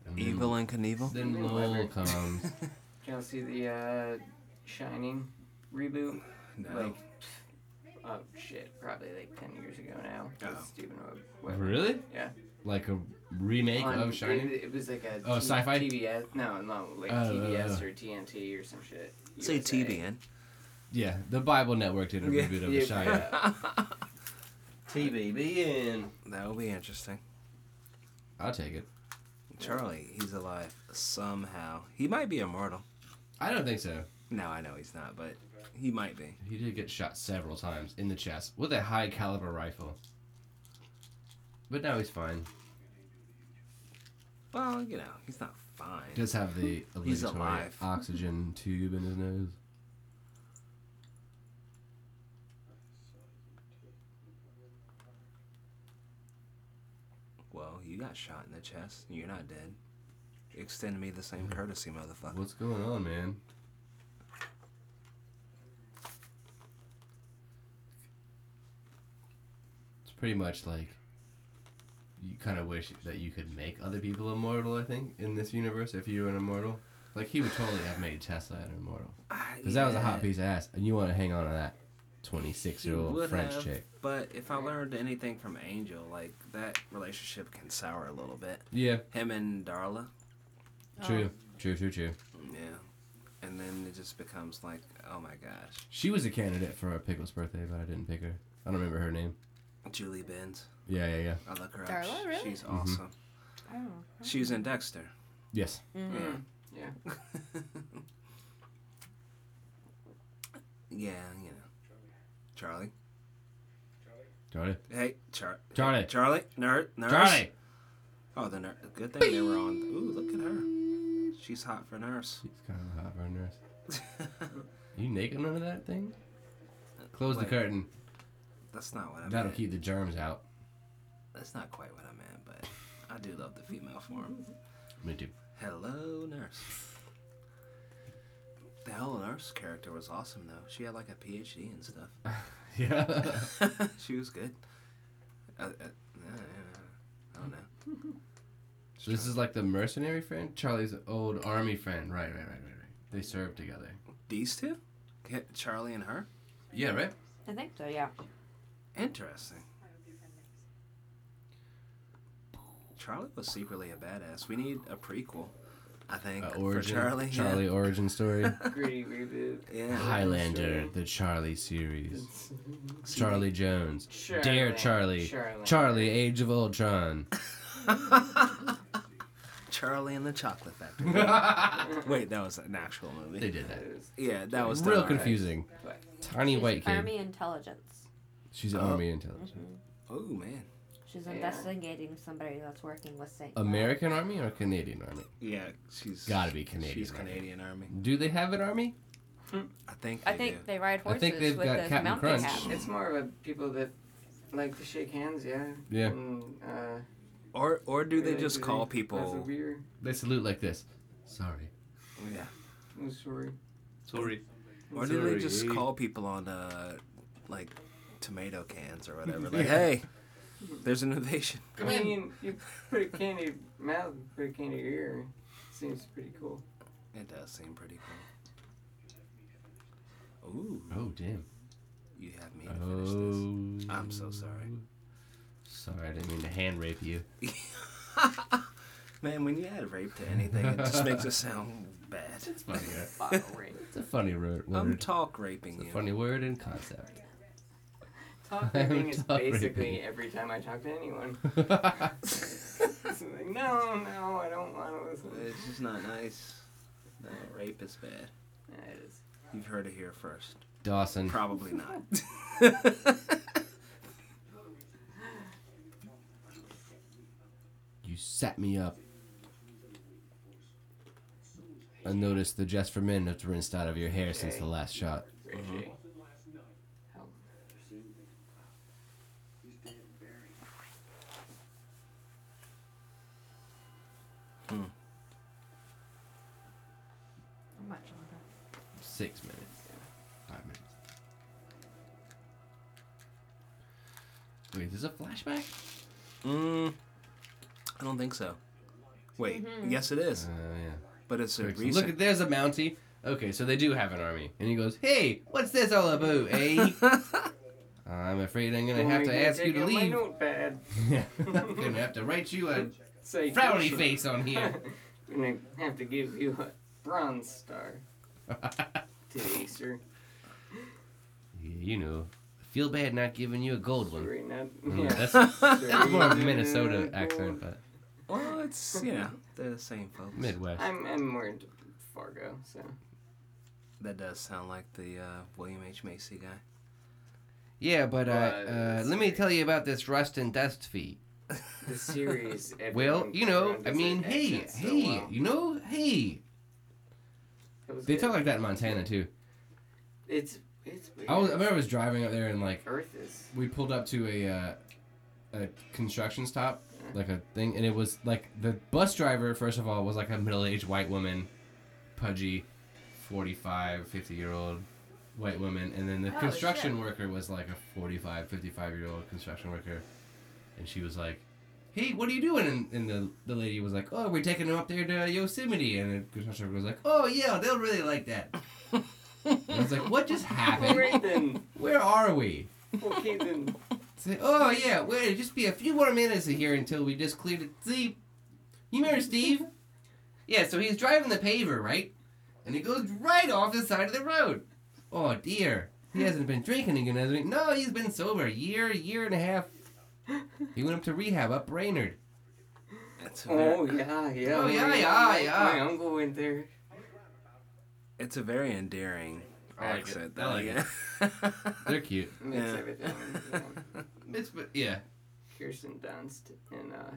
S1: And then-
S4: Evil and Knievel.
S1: Then
S3: Steven
S1: Lowell
S3: Weber.
S1: comes.
S3: Y'all see the uh, Shining reboot? Like, oh shit, probably like 10 years ago now. with
S4: Oh.
S3: Stephen Web- Webber.
S1: really?
S3: Yeah.
S1: Like a remake
S3: On-
S1: of Shining.
S3: It, it was like a
S1: Oh,
S3: T-
S1: sci-fi?
S3: TBS. No, no, like
S1: Oh,
S3: TBS
S1: uh,
S3: or TNT or some shit.
S4: Say
S3: USA.
S4: TBN.
S1: Yeah, the Bible Network did a
S4: Yeah.
S1: reboot of
S3: Yeah.
S1: The Shining.
S2: TBBN.
S4: That will be interesting.
S1: I'll take it.
S4: Charlie, he's alive somehow. He might be immortal.
S1: I don't think so.
S4: No, I know he's not, but he might be.
S1: He did get shot several times in the chest with a high caliber rifle. But now he's fine.
S4: Well, you know, he's not fine.
S1: Does have the
S4: He's
S1: obligatory
S4: alive.
S1: oxygen tube in his nose.
S4: Well, you got shot in the chest. You're not dead. Extend me the same
S1: Mm-hmm.
S4: courtesy, motherfucker.
S1: What's going on, man? It's pretty much like you kind of wish that you could make other people immortal. I think in this universe, if you were an immortal, like he would totally have made Tesla an immortal
S4: I-
S1: because that was a hot
S4: Ah, yeah,
S1: piece of ass, and you want to hang on to that
S4: he
S1: twenty-six-year-old
S4: would
S1: French
S4: have,
S1: chick.
S4: But if I learned anything from Angel, like that relationship can sour a little bit.
S1: Yeah,
S4: Him and Darla. Oh.
S1: true, true, true, true.
S4: Yeah. And then it just becomes like, oh my gosh,
S1: She was a candidate for a Pickle's birthday, but I didn't pick her. I don't remember her name.
S4: Julie Benz.
S1: Yeah, yeah, yeah.
S4: I look her up.
S5: Darla,
S4: Sh-
S5: really? Oh.
S4: She's
S1: Mm-hmm.
S4: awesome. She was in Dexter.
S1: Yes.
S5: Hmm.
S3: Yeah.
S4: Yeah, you know. Charlie.
S1: Charlie.
S4: Hey, Char-
S1: Charlie.
S4: Charlie. Nerd. Nurse.
S1: Charlie.
S4: Oh, the nurse. Good thing they were on. Ooh, look at her. She's hot for nurse.
S1: She's kind of hot for a nurse. You naked under that thing? Close
S4: Wait.
S1: the curtain.
S4: That's not what I
S1: That'll
S4: meant.
S1: keep the germs out.
S4: That's not quite what I meant, but I do love the female form.
S1: Me too.
S4: Hello, nurse. The Hello Nurse character was awesome though. She had like a PhD and stuff.
S1: Yeah.
S4: she was good. Uh, uh, yeah, yeah, yeah. I don't know.
S1: so this is like the mercenary friend, Charlie's old army friend. Right, right, right, right, right. They served together.
S4: These two, Ca- Charlie and her.
S1: Yeah, right.
S5: I think so, yeah.
S4: Interesting. Charlie was secretly a badass. We need a prequel, I think,
S1: Uh,
S4: for
S1: origin.
S4: Charlie. yeah.
S1: Charlie origin story.
S3: Gritty reboot.
S4: Yeah.
S1: Highlander, the Charlie series. Charlie Jones.
S3: Charlie.
S1: Dare Charlie.
S3: Charlie.
S1: Charlie, Age of Ultron.
S4: Charlie and the Chocolate Factory. Wait, that was an actual movie.
S1: They did that.
S4: Yeah, that was
S1: Real
S4: done alright.
S1: confusing. Tiny
S5: She's
S1: white kid.
S5: Army intelligence.
S1: She's
S4: Oh.
S1: army intelligence.
S4: Oh man.
S5: She's
S3: Yeah.
S5: investigating somebody that's working with Satan.
S1: American army or Canadian army?
S4: Yeah, she's
S1: Gotta be Canadian,
S4: She's
S1: right?
S4: Canadian Army.
S1: Do they have an army?
S4: I think.
S5: I
S4: they
S5: think
S4: do.
S5: they ride
S1: I
S5: horses
S1: think they've
S5: with
S1: got
S5: the
S1: Captain
S5: mount they
S1: Crunch.
S5: have.
S3: It's more of a people that like to shake hands, yeah.
S1: Yeah.
S3: And, uh,
S4: Or or do they
S3: really
S4: just
S3: do
S4: call
S3: that's a
S4: people?
S3: weird.
S1: They salute like this. Sorry.
S4: Yeah.
S3: I'm sorry.
S2: Sorry.
S4: Or do they just call people on uh, like tomato cans or whatever? Like, hey, there's an invasion.
S3: I mean, you put a can in your mouth and put a can in your ear. Seems pretty cool.
S4: It does seem pretty cool. Ooh,
S1: Oh damn.
S4: you have me to finish this.
S1: Oh.
S4: I'm so sorry.
S1: Sorry, I didn't mean to hand rape you.
S4: Man, when you add rape to anything, it just makes it sound bad.
S1: It's funny. right?
S3: Bottle ring.
S1: It's a funny ro- word.
S4: I'm talk raping
S1: it's
S4: you.
S1: a funny word and concept.
S3: Talk ripping is
S1: Talk
S3: basically
S1: ripping.
S3: every time I talk to anyone. It's like, no, no, I don't want to listen.
S1: Uh,
S4: It's just not nice. No, rape is bad.
S3: Yeah, it is.
S4: You've heard it here first.
S1: Dawson.
S4: Probably not.
S1: You set me up. I noticed the just for men that's rinsed out of your hair since the last shot.
S3: Ray J. Help.
S5: How much longer?
S1: Six minutes. Five minutes. Wait, is this a flashback?
S4: mm, I don't think so. Wait, yes, it is.
S1: Oh, yeah.
S4: But it's a
S1: Look,
S4: recent.
S1: Look, there's a Mountie. Okay, so they do have an army. And he goes, Hey, what's this all about, eh? I'm afraid I'm going to
S3: Want
S1: have
S3: me
S1: to ask you
S3: take
S1: to
S3: out My
S1: leave.
S3: notepad.
S1: I'm going to have to write you a
S3: Say
S1: frowny
S3: "Gotcha."
S1: face on here.
S3: I'm gonna have to give you a bronze star today, sir.
S1: Yeah, you know, I feel bad not giving you a gold one.
S3: Sorry, not.
S1: Mm,
S3: Yeah.
S1: That's
S3: Sorry,
S1: more of a
S3: not
S1: Minnesota
S3: gold.
S1: accent, but
S4: well, it's you know they're the same folks.
S1: Midwest.
S3: I'm, I'm more into Fargo, so.
S4: That does sound like the uh, William H Macy guy.
S1: Yeah, but uh,
S3: But-
S1: uh, let me tell you about this rust and dust fee.
S3: the series.
S1: Well,
S3: everyone-
S1: you know, I
S3: everyone does
S1: mean,
S3: it
S1: hey,
S3: accent so
S1: hey,
S3: well.
S1: you know, hey.
S3: It was
S1: They
S3: good.
S1: talk like that in Montana too.
S3: It's it's weird.
S1: I, was, I remember I was driving up there and like
S3: Earth is
S1: we pulled up to a uh, a construction stop, like a thing, and it was like the bus driver. First of all, was like a middle aged white woman, pudgy, 45, 50 year old white woman, and then the
S5: Oh,
S1: construction
S5: shit.
S1: worker was like a 45, 55 year old construction worker, and she was like. Hey, what are you doing? And, and the, the lady was like, "Oh, we're taking them up there to Yosemite." And the construction worker was like, "Oh yeah, they'll really like that." and I was like, "What just happened?
S3: Alright then.
S1: Where are we?"
S3: Okay then.
S1: Say, oh yeah, wait, just be a few more minutes here until we just clear the Steve. You remember Steve? Yeah, so he's driving the paver, right? And he goes right off the side of the road. Oh dear, he hasn't been drinking again, has he? No, he's been sober a year, year and a half. He went up to rehab up Brainerd.
S4: It's a very,
S3: Oh yeah, yeah.
S1: Oh, yeah,
S3: my-
S1: yeah,
S3: my-
S1: yeah.
S3: My uncle went there.
S4: it's a very endearing
S1: I like it.
S4: accent.
S1: I like it. They're cute.
S3: Makes
S4: Yeah.
S3: everything. You know,
S1: It's but yeah.
S3: Kirsten Dunst in uh,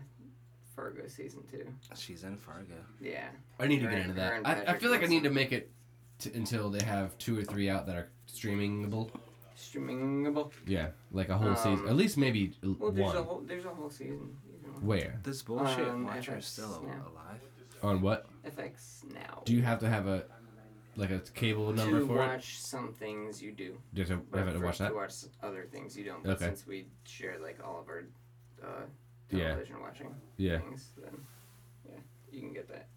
S3: Fargo season two.
S4: She's in Fargo.
S3: Yeah.
S1: I need to
S3: Her
S1: get
S3: and-
S1: into
S3: her
S1: that.
S3: and
S1: I, I
S3: Patrick
S1: feel like I need to
S3: Wilson.
S1: make it t- until they have two or three out that are streamingable.
S3: Streamingable.
S1: Yeah, like a whole season,
S3: Um,
S1: at least maybe l-
S3: Well, there's
S1: one.
S3: a whole there's a whole season. You know.
S1: Where?
S4: This bullshit
S3: Um,
S4: watcher
S3: FX,
S4: is still al-
S3: yeah.
S4: alive.
S1: On what?
S3: FX now.
S1: Do you have to have a like a cable number
S3: to
S1: for it?
S3: watch some things you do,
S1: Do you have to,
S3: but
S1: have it to
S3: for-
S1: watch that?
S3: to watch other things you don't. But
S1: Okay.
S3: since we share like all of our uh,
S1: Yeah.
S3: television watching
S1: Yeah,
S3: things, then yeah, you can get that.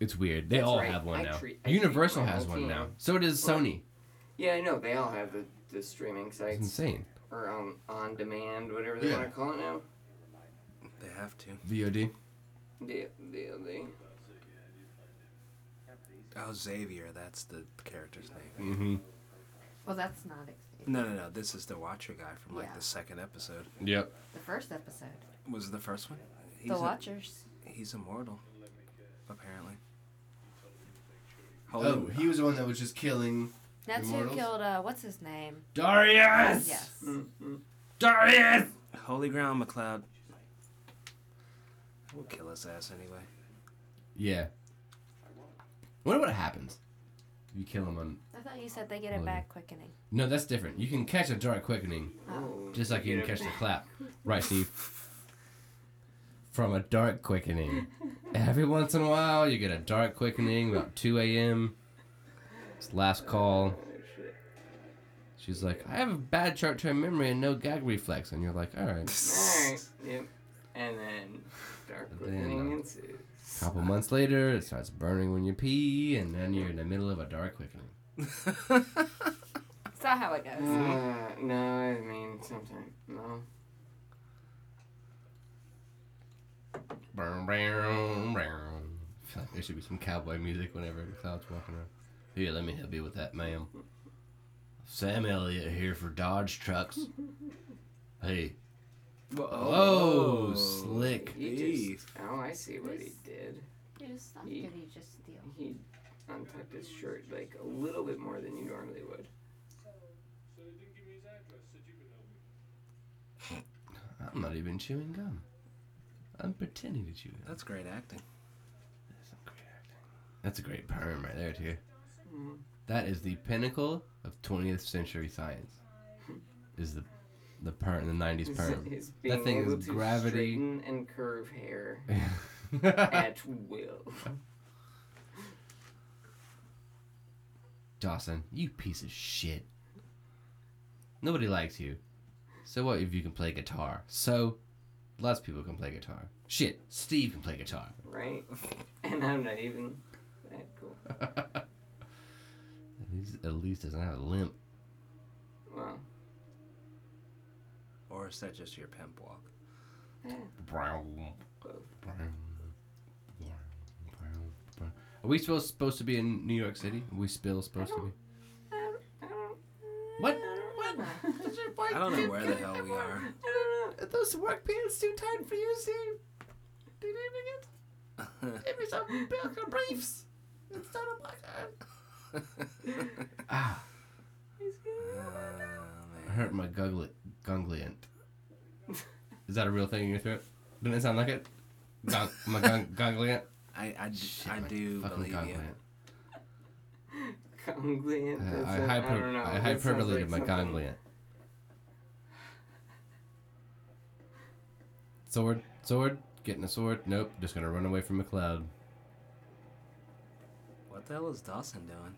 S1: it's weird. They
S3: That's
S1: all
S3: right.
S1: have one
S3: I
S1: now.
S3: treat- I treat
S1: Universal
S3: my
S1: has
S3: whole
S1: one
S3: team.
S1: now. So does
S3: Well,
S1: Sony.
S3: Yeah, I know they all have the, the streaming
S1: It's
S3: sites
S1: insane.
S3: or on on demand, whatever they
S1: Yeah.
S3: want to call it now.
S4: They have to.
S1: VOD.
S3: The the the.
S4: Oh, Xavier, that's the character's name.
S1: Mm-hmm.
S5: Well, that's not exciting.
S4: No, no, no. This is the Watcher guy from like
S5: Yeah.
S4: the second episode.
S1: Yep.
S5: The first episode.
S4: Was it the first one? He's
S5: the
S4: a-
S5: Watchers.
S4: He's immortal, apparently.
S1: Oh,
S4: Hollywood-
S1: he was the one that was just killing
S5: That's
S1: Immortals?
S5: who killed. Uh, what's his name?
S1: Darius.
S5: Yes.
S1: Darius.
S4: Holy ground, McLeod. We'll kill his ass anyway.
S1: Yeah. Wonder what happens if you kill him on.
S5: I thought you said they get it
S1: Well,
S5: back quickening.
S1: No, that's different. You can catch a dark quickening.
S3: Oh,
S1: Just like you can
S3: Yeah.
S1: catch the clap. Right, Steve. From a dark quickening. Every once in a while, you get a dark quickening about 2 a.m. It's last call.
S3: Oh,
S1: She's like, I have a bad short term memory and no gag reflex. And you're like, all right.
S3: All right. Yep. And then dark
S1: Then,
S3: quickening
S1: uh,
S3: ensues.
S1: A couple months later, it starts burning when you pee, and then you're in the middle of a dark quickening.
S5: It's not how it
S3: Uh,
S5: goes.
S3: no, I mean sometimes no.
S1: Burn, burn, burn. I feel like there should be some cowboy music whenever McLeod's walking around. Here, let me help you with that, ma'am. Sam Elliott here for Dodge Trucks. Hey. Oh, slick.
S3: He just, oh, I see what he did.
S5: You just stop
S3: Ye-
S5: it. You just steal.
S3: He untucked his shirt like a little bit more than you normally would.
S7: So they didn't give me his address. Said you could help me.
S1: I'm not even chewing gum. I'm pretending to chew gum.
S4: That's great acting.
S1: That's some great acting. That's a great perm right there, too.
S3: Mhm.
S1: That is the pinnacle of 20th century science. Is the the perm, the 90s perm.
S3: He's being
S1: thing is
S3: able to
S1: gravity.
S3: straighten and curve hair at will.
S1: Dawson, you piece of shit. Nobody likes you. So what if you can play guitar? So, lots of people can play guitar. Shit, Steve can play guitar.
S3: right? And I'm not even that cool.
S1: At least, at least doesn't have a limp.
S3: Well,
S4: Or is that just your pimp walk?
S1: Brown,
S3: both.
S1: brown, brown, brown, brown. Are we supposed supposed to be in New York City? Are we still supposed to be?
S3: I don't, I don't,
S1: What?
S3: I don't know.
S1: Uh, What?
S4: I don't know where the hell we are.
S3: I don't know.
S1: Are those work pants too tight for you, Steve? Do you need to get? Give me some Belka briefs instead of my Ah,
S3: He's good.
S4: Uh,
S1: I hurt my gunglet, gungliant. Is that a real thing in your throat? Doesn't it sound like it? Gon- my gon- gonglia?
S4: I, I, I do
S1: Fucking
S4: believe you.
S1: gonglia.
S3: Ganglion.
S1: Uh,
S3: that's
S1: I,
S3: a-
S1: hyper-
S3: I don't know.
S1: I
S3: That sounds
S1: hyperbolated my
S3: like something-
S1: gonglia. Sword, sword, getting a sword. Nope, just gonna run away from a cloud.
S4: What the hell is Dawson doing?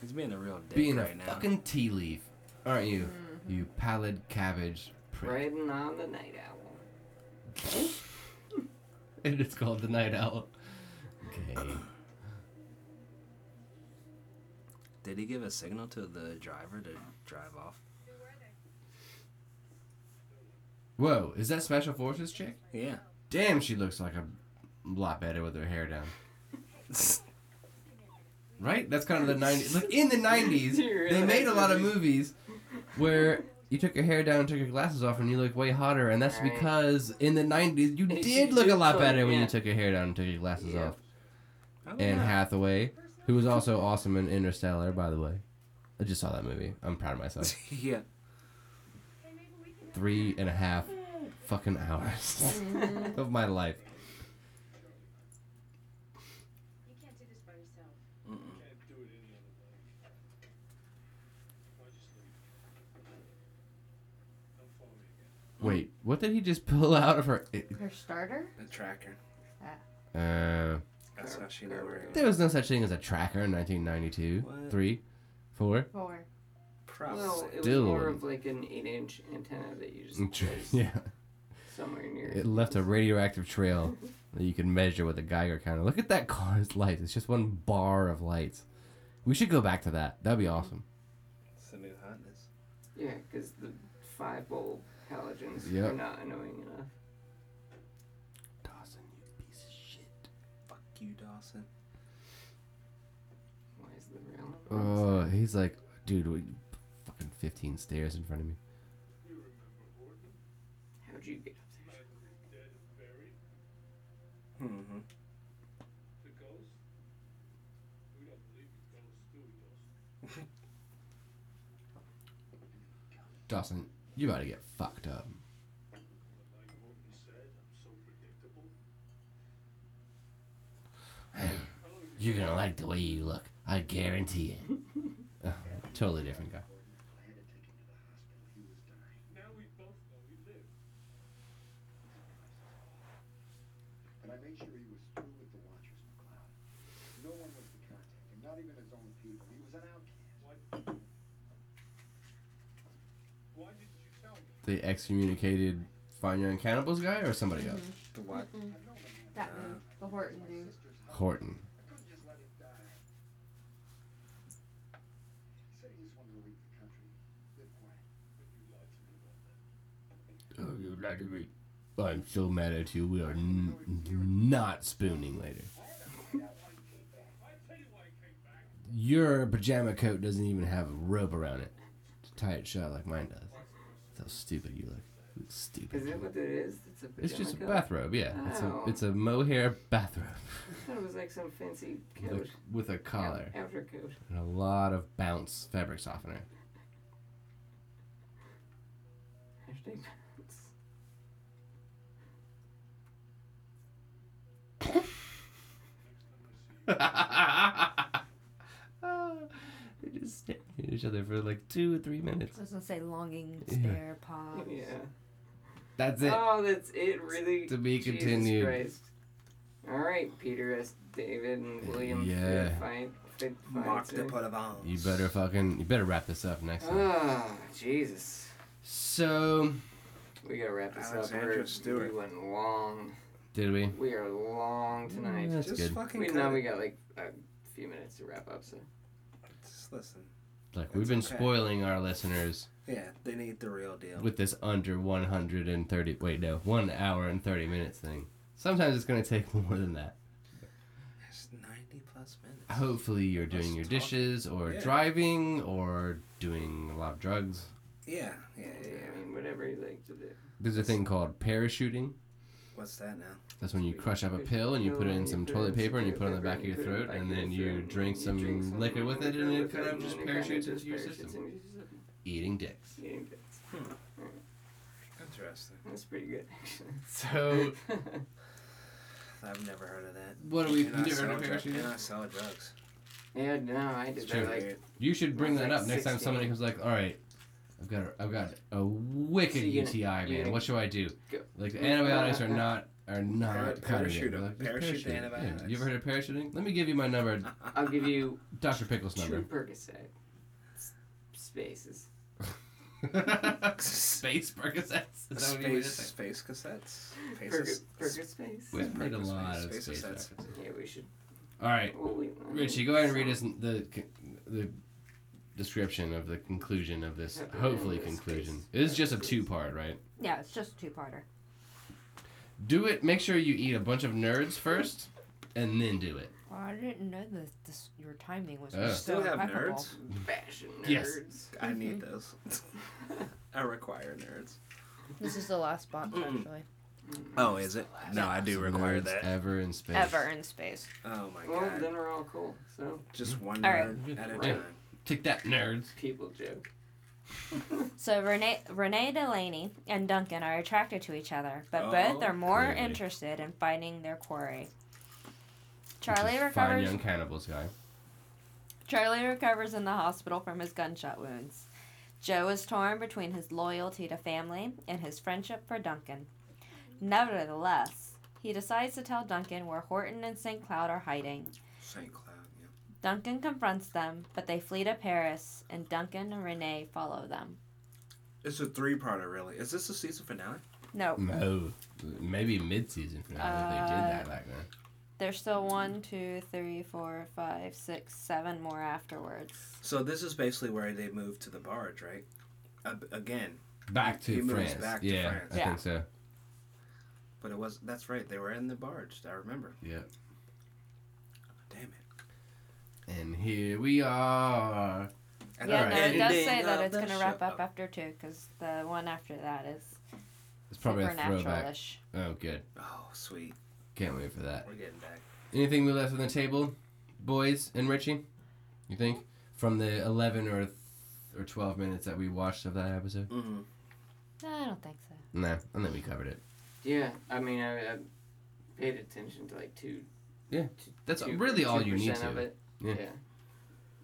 S4: He's being a real dick
S1: Being
S4: right
S1: a
S4: now. Mm-hmm.
S1: fucking tea leaf, aren't you? You pallid cabbage prick.
S3: Riding on the night owl.
S1: And it's called the night owl. Okay.
S4: Did he give a signal to the driver to drive off?
S1: Whoa, is that Special Forces chick?
S4: Yeah.
S1: Damn, she looks like a lot better with her hair down.
S4: Oh,
S1: right? That's kind of the 90s. Look, in the 90s,
S3: You're
S1: they
S3: right.
S1: made a lot of movies where you took your hair down and took your glasses off and you look way hotter. And that's
S3: Right.
S1: because in the 90s, you
S3: You
S1: did look a
S3: did
S1: lot
S3: look,
S1: better when
S3: yeah.
S1: you took your hair down and took your glasses
S3: Yeah.
S1: off.
S4: Oh,
S1: Anne
S4: yeah.
S1: Hathaway, who was also awesome in Interstellar, by the way. I just saw that movie. I'm proud of myself.
S4: yeah.
S1: Three and a half fucking hours of my life.
S9: You can't do this by yourself.
S1: Wait, what did he just pull out of her?
S5: Her starter?
S4: The tracker.
S1: Uh,
S4: That's how she knew where he was.
S1: there was no such thing as a tracker in 1992.
S4: What?
S1: Three, four.
S5: Four.
S4: Probably.
S3: Well, it was
S1: Still.
S3: more of like an eight-inch antenna that you just placed
S1: yeah,
S3: somewhere near.
S1: it left a radioactive trail that you could measure with a Geiger counter. Look at that car's lights. It's just one bar of lights. We should go back to that. That'd be awesome.
S4: it's the new hotness.
S3: Yeah, because the five bulb halogens are
S1: Yep.
S3: not annoying enough.
S1: Dawson, you piece of shit.
S4: Fuck you, Dawson.
S3: Why is the railing?
S1: Oh, he's like, dude, we, fucking 15 stairs in front of me.
S3: How'd you get up there?
S4: Mm-hmm.
S1: Dawson, you about to get fucked up. You're gonna like the way you look. I guarantee it. Uh, totally different guy.
S7: Now we both know he lived.
S6: And I made sure he was through with the Watchers, McCloud. No one was to contact him, not even his own people. He was an outcast.
S7: Why didn't you tell me?
S1: The excommunicated Fine Young Cannibals guy or somebody else?
S3: Mm-hmm.
S4: The what?
S5: That dude. The Horton dude.
S1: Horton.
S6: I couldn't just let him die. He said he just wanted to leave the country, live quiet.
S1: Oh, you lied to me. I'm so mad at you. We are n- not spooning later.
S7: I tell you why I came back.
S1: Your pajama coat doesn't even have a rope around it to tie it shut like mine does. That's how stupid you look. You look stupid.
S3: Is that what it is? It's a
S1: It's just a
S3: pajama coat?
S1: bathrobe, yeah. It's a
S3: Oh.
S1: it's a mohair bathrobe
S3: I thought it was like some fancy
S1: with
S3: coat.
S1: a, with a collar
S3: Out- outer coat.
S1: and a lot of bounce fabric softener.
S3: Hashtag
S1: they just stared at each other for like two or three minutes.
S5: I was gonna say longing
S1: Yeah.
S5: stare pause.
S3: Yeah.
S1: That's it.
S3: Oh, that's it, really?
S1: To be
S3: Jesus
S1: continued.
S3: Christ. All right, Peter S. David and William.
S1: Yeah.
S3: Fit, fit,
S4: Mark the put of
S1: You better fucking you better wrap this up next time.
S3: Oh, Jesus.
S1: So
S3: We gotta wrap this
S4: Alexandra
S3: up. We're-
S4: Stewart.
S3: We went long.
S1: did we?
S3: We are long tonight.
S1: That's
S4: Just
S1: good.
S4: fucking
S3: we
S4: cut
S3: know
S4: it.
S3: we got like a few minutes to wrap up, so
S4: Just listen.
S1: Like we've been
S4: okay.
S1: spoiling our listeners
S4: Yeah, they need the real deal.
S1: with this under 130 wait no, 1 hour and 30 minutes thing. Sometimes it's going to take more than that.
S4: It's 90 plus minutes.
S1: Hopefully you're doing
S4: Let's
S1: your
S4: talk.
S1: dishes or
S4: Yeah.
S1: driving or doing a lot of drugs.
S4: Yeah, yeah, yeah. yeah.
S3: I mean, whatever you like to do.
S1: There's a thing called parachuting.
S4: What's that now?
S1: That's when you crush up a pill and you put it in some toilet paper and you put it on the back of your throat and then you drink some liquor with it and it kind of just parachutes into your system. Eating dicks.
S3: Eating bits.
S4: Interesting. Interesting.
S3: That's pretty good, actually.
S1: So
S4: I've never heard of that.
S1: what are we?
S4: And I
S1: You,
S4: sell
S1: never
S4: drug-
S1: parachuting?
S4: and I sell drugs.
S3: yeah, no, I did
S1: Sure.
S3: that. Like,
S1: you should bring
S3: I was
S1: that
S3: like
S1: up next time
S3: 16.
S1: somebody comes like, all right. I've got a, I've got a wicked
S3: So you-
S1: UTI, man.
S3: you-
S1: what should I do?
S3: Go-
S1: Like the antibiotics are not are
S4: Para-
S1: not cutting it.
S4: parachute 'em.
S1: Like,
S4: Parachute the
S1: Yeah.
S4: antibiotics.
S1: You ever heard of parachuting? Let me give you my number,
S3: I'll give you
S1: Doctor Pickle's
S3: two
S1: number.
S3: Percocet s- spaces.
S1: Space Percocets. Is that what you were
S4: Space,
S1: just saying?
S4: space cassettes.
S3: Perca,
S4: Space,
S3: Perca space.
S1: We've made a
S4: Percocets,
S1: lot of
S4: space
S1: space
S4: cassettes.
S1: references.
S3: Yeah, we should.
S1: All right.
S3: Well, we,
S1: Richie, go ahead and read us the the description of the conclusion of this. Hopefully, conclusion. It is just a two part, right?
S5: Yeah, it's just a two-parter.
S1: Do it. Make sure you eat a bunch of nerds first, and then do it.
S5: Well, I didn't know that this, your timing was
S1: Oh.
S5: so
S4: Still have
S5: impeccable.
S4: nerds.
S3: Fashion nerds.
S1: Yes.
S4: I need those. I require nerds.
S10: This is the last box,
S4: Mm.
S10: actually.
S4: Oh, is it? No, I do require
S1: Nerds
S4: that.
S1: Ever in space.
S10: Ever in space.
S4: Oh my
S3: Well,
S4: god.
S3: then we're all cool. So
S4: Just one
S10: All right.
S4: nerd at a
S1: Yeah.
S4: time.
S1: Take that, nerds.
S3: people joke.
S5: So Renee, Renee Delaney and Duncan are attracted to each other, but
S4: Oh,
S5: both are more
S1: clearly.
S5: interested in finding their quarry.
S1: This
S5: Charlie
S1: is Fine
S5: recovers.
S1: young cannibals guy.
S5: Charlie recovers in the hospital from his gunshot wounds. Joe is torn between his loyalty to family and his friendship for Duncan. Nevertheless, he decides to tell Duncan where Horton and St. Cloud are hiding.
S4: St. Cloud. Yeah.
S5: Duncan confronts them, but they flee to Paris, and Duncan and Renee follow them.
S4: It's a three-parter, really. Is this a season finale?
S5: No,
S1: No, maybe mid season for now. that they did that back then.
S5: There's still one, two, three, four, five, six, seven more afterwards.
S4: So this is basically where they moved to the barge, right? A- again,
S1: Back to
S4: He moves
S1: France.
S4: back to
S1: yeah,
S4: France.
S1: I
S5: Yeah.
S1: think so.
S4: but it was that's right. They were in the barge. I remember.
S1: Yeah.
S4: Damn it.
S1: And here we are.
S4: And
S5: yeah,
S1: all
S5: no, it
S1: right.
S5: does say
S4: Ending
S5: that
S4: of
S5: it's
S4: the
S5: gonna wrap
S4: show.
S5: up after two, cause the one after that is
S1: It's probably a throwback.
S5: supernatural-ish.
S1: Oh, good.
S4: Oh, sweet.
S1: Can't wait for that.
S4: We're getting back.
S1: Anything we left on the table, boys and Richie? You think from the eleven or th- or twelve minutes that we watched of that episode?
S4: Mm-hmm.
S5: No, I don't think so.
S1: Nah, I think we covered it.
S3: Yeah, I mean, I, I paid attention to like two.
S1: Yeah,
S3: two-
S1: that's
S3: two-
S1: really all you
S3: 2%
S1: need
S3: Of
S1: to.
S3: it.
S1: Yeah.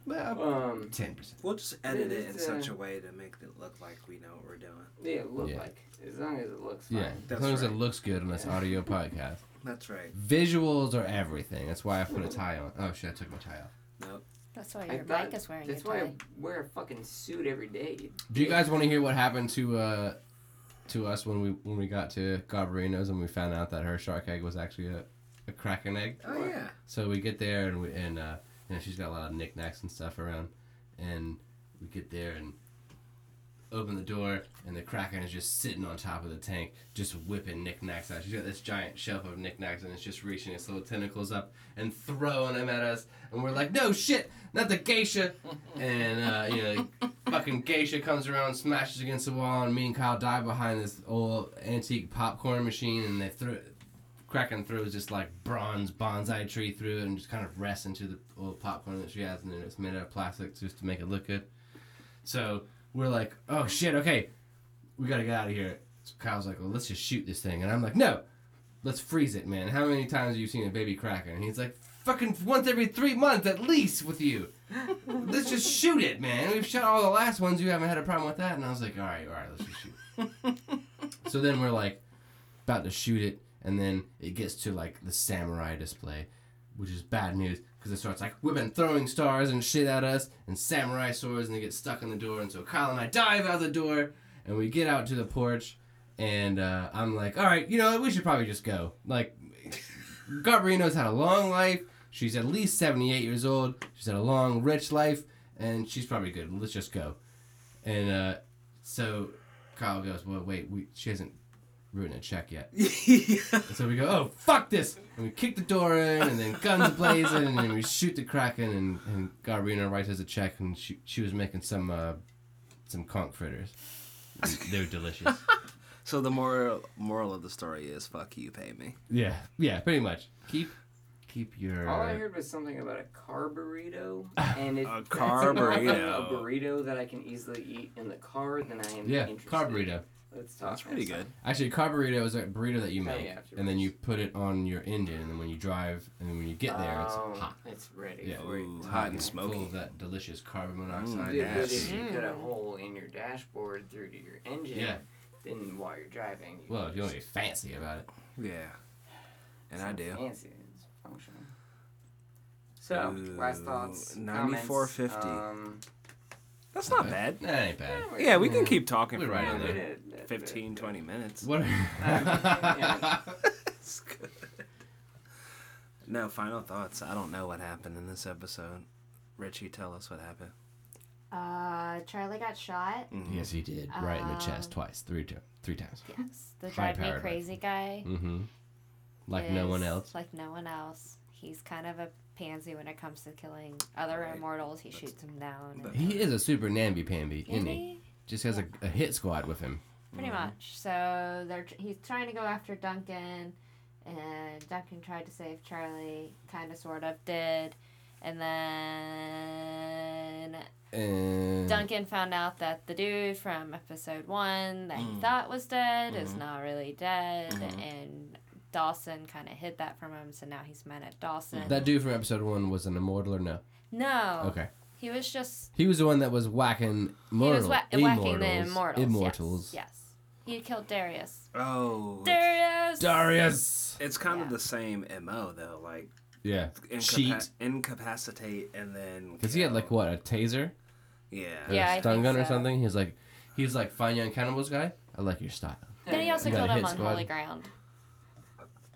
S1: Well,
S3: Um.
S1: ten percent.
S4: We'll just edit it in
S3: It's, uh,
S4: such a way to make it look like we know what we're doing.
S3: Yeah. Look
S1: Yeah.
S3: like as long as it looks fine.
S1: Yeah, as
S4: That's
S1: long as it
S4: right.
S1: looks good on this
S3: Yeah.
S1: audio podcast.
S4: That's right.
S1: Visuals are everything. That's why I put a tie on. Oh shit, I took my tie off.
S10: That's why
S3: I
S10: your
S3: thought-
S10: mic is wearing
S3: That's
S10: your
S3: why I
S10: tie.
S3: wear a fucking suit every day. you
S1: Do you
S3: dick.
S1: guys want to hear what happened to uh to us when we when we got to Garbarino's and we found out that her shark egg was actually a, a kraken egg?
S4: Oh yeah.
S1: So we get there and we, and uh, you know she's got a lot of knickknacks and stuff around, and we get there and open the door and the kraken is just sitting on top of the tank, just whipping knickknacks out. She's got this giant shelf of knickknacks and it's just reaching its little tentacles up and throwing them at us, and we're like, no shit, not the geisha, and uh, you know. Fucking geisha comes around, smashes against the wall, and me and Kyle dive behind this old antique popcorn machine, and they throw Kraken throws this like bronze bonsai tree through it and just kind of rests into the little popcorn that she has, and then it's made out of plastic just to make it look good. So we're like, oh shit, okay, we gotta get out of here. So Kyle's like, well, let's just shoot this thing, and I'm like, no, let's freeze it, man. How many times have you seen a baby Kraken? And he's like, fucking once every three months at least with you. let's just shoot it, man. We've shot all the last ones. You haven't had a problem with that, and I was like, all right, all right, let's just shoot. so then we're like about to shoot it, and then it gets to like the samurai display, which is bad news because it starts like whipping, throwing stars and shit at us, and samurai swords, and they get stuck in the door. And so Kyle and I dive out the door, and we get out to the porch, and uh, I'm like, all right, you know, what, we should probably just go. Like, Garbarino's had a long life. She's at least 78 years old. She's had a long, rich life, and she's probably good. Let's just go. And uh, so Kyle goes, well, wait, we, she hasn't written a check yet. And so we go, oh, fuck this! And we kick the door in, and then guns blazing, and then we shoot the Kraken, and, and Garbarino writes us a check, and she, she was making some uh, some conch fritters. They're delicious.
S4: So the moral moral of the story is fuck you, pay me.
S1: Yeah, yeah, pretty much. Keep keep your
S3: All I heard was something about a car burrito, and it,
S4: A
S3: that's
S4: car
S3: enough of
S4: burrito.
S3: a burrito that I can easily eat in the car. Then I am
S1: yeah
S3: interested.
S1: carb burrito.
S3: Let's talk.
S4: That's pretty good.
S1: Actually, carburrito is a burrito that you
S3: Kinda
S1: make,
S3: Oh, afterwards.
S1: and then you put it on your engine, and then when you drive, and then when you get there, it's
S3: Oh,
S1: hot.
S3: It's ready.
S1: Yeah.
S3: for you.
S4: Ooh, hot and
S1: Full
S4: smoky.
S1: of that delicious carbon
S4: Mm,
S1: monoxide.
S3: Dude, but
S4: Yes.
S3: if you put a
S10: Mm.
S3: hole in your dashboard through to your engine,
S1: Yeah.
S3: then while you're driving, you
S1: Well, if you want to be fancy about it.
S4: Yeah. And
S3: it's
S4: I
S3: not
S4: do.
S3: Fancy, it's functional. So, last
S4: Ooh,
S3: thoughts. um,
S4: 94.50.
S3: comments,
S4: That's not bad.
S1: That ain't bad.
S3: Um,
S4: Yeah, we can keep talking
S1: We're
S4: for
S1: right on
S4: another
S1: there.
S4: 15, 20 minutes.
S1: What?
S3: yeah.
S4: It's good. No, final thoughts. I don't know what happened in this episode. Richie, tell us what happened.
S5: Uh, Charlie got shot.
S1: yes, he did. Right in the chest
S5: Um,
S1: twice, three times, three times.
S5: Yes, the
S1: High
S5: drive me
S1: powered
S5: crazy guy.
S1: Mm-hmm. Like no one
S5: is
S1: else.
S5: Like no one else. He's kind of a pansy when it comes to killing other
S4: Right.
S5: immortals. He shoots them down. and-
S1: He is a super namby pamby,
S5: Is
S1: isn't he? Just has a, a hit squad with him.
S5: Pretty
S3: Mm-hmm.
S5: much. So they're tr- he's trying to go after Duncan, and Duncan tried to save Charlie. Kind of, sort of, did. And then
S1: And
S5: Duncan found out that the dude from episode one that
S1: Mm.
S5: he thought was dead is
S1: Mm-hmm.
S5: not really dead, and Dawson kind of hid that from him, so now he's mad at Dawson.
S1: That dude from episode one was an immortal or no?
S5: no,
S1: Okay.
S5: he was just
S1: He was the one that was whacking
S5: Oh. he
S1: mortal,
S5: was wha- whacking the immortals.
S1: immortals.
S5: Yes, yes, he killed Darius.
S4: Oh. it's-
S5: Darius.
S1: Darius.
S4: It's kind
S5: Yeah.
S4: of the same MO, though. Like,
S1: Yeah,
S4: incapac-
S1: cheat.
S4: incapacitate, and then.
S1: Cause he had like
S4: kill.
S1: what a taser,
S4: Yeah.
S1: or
S5: Yeah, I
S1: a stun
S5: think
S1: gun or
S5: so.
S1: something. He's like, he's like fine young cannibals guy. I like your style.
S5: Then he also
S1: You got
S5: killed
S1: a
S5: him
S1: hit
S5: on
S1: squad.
S5: holy ground.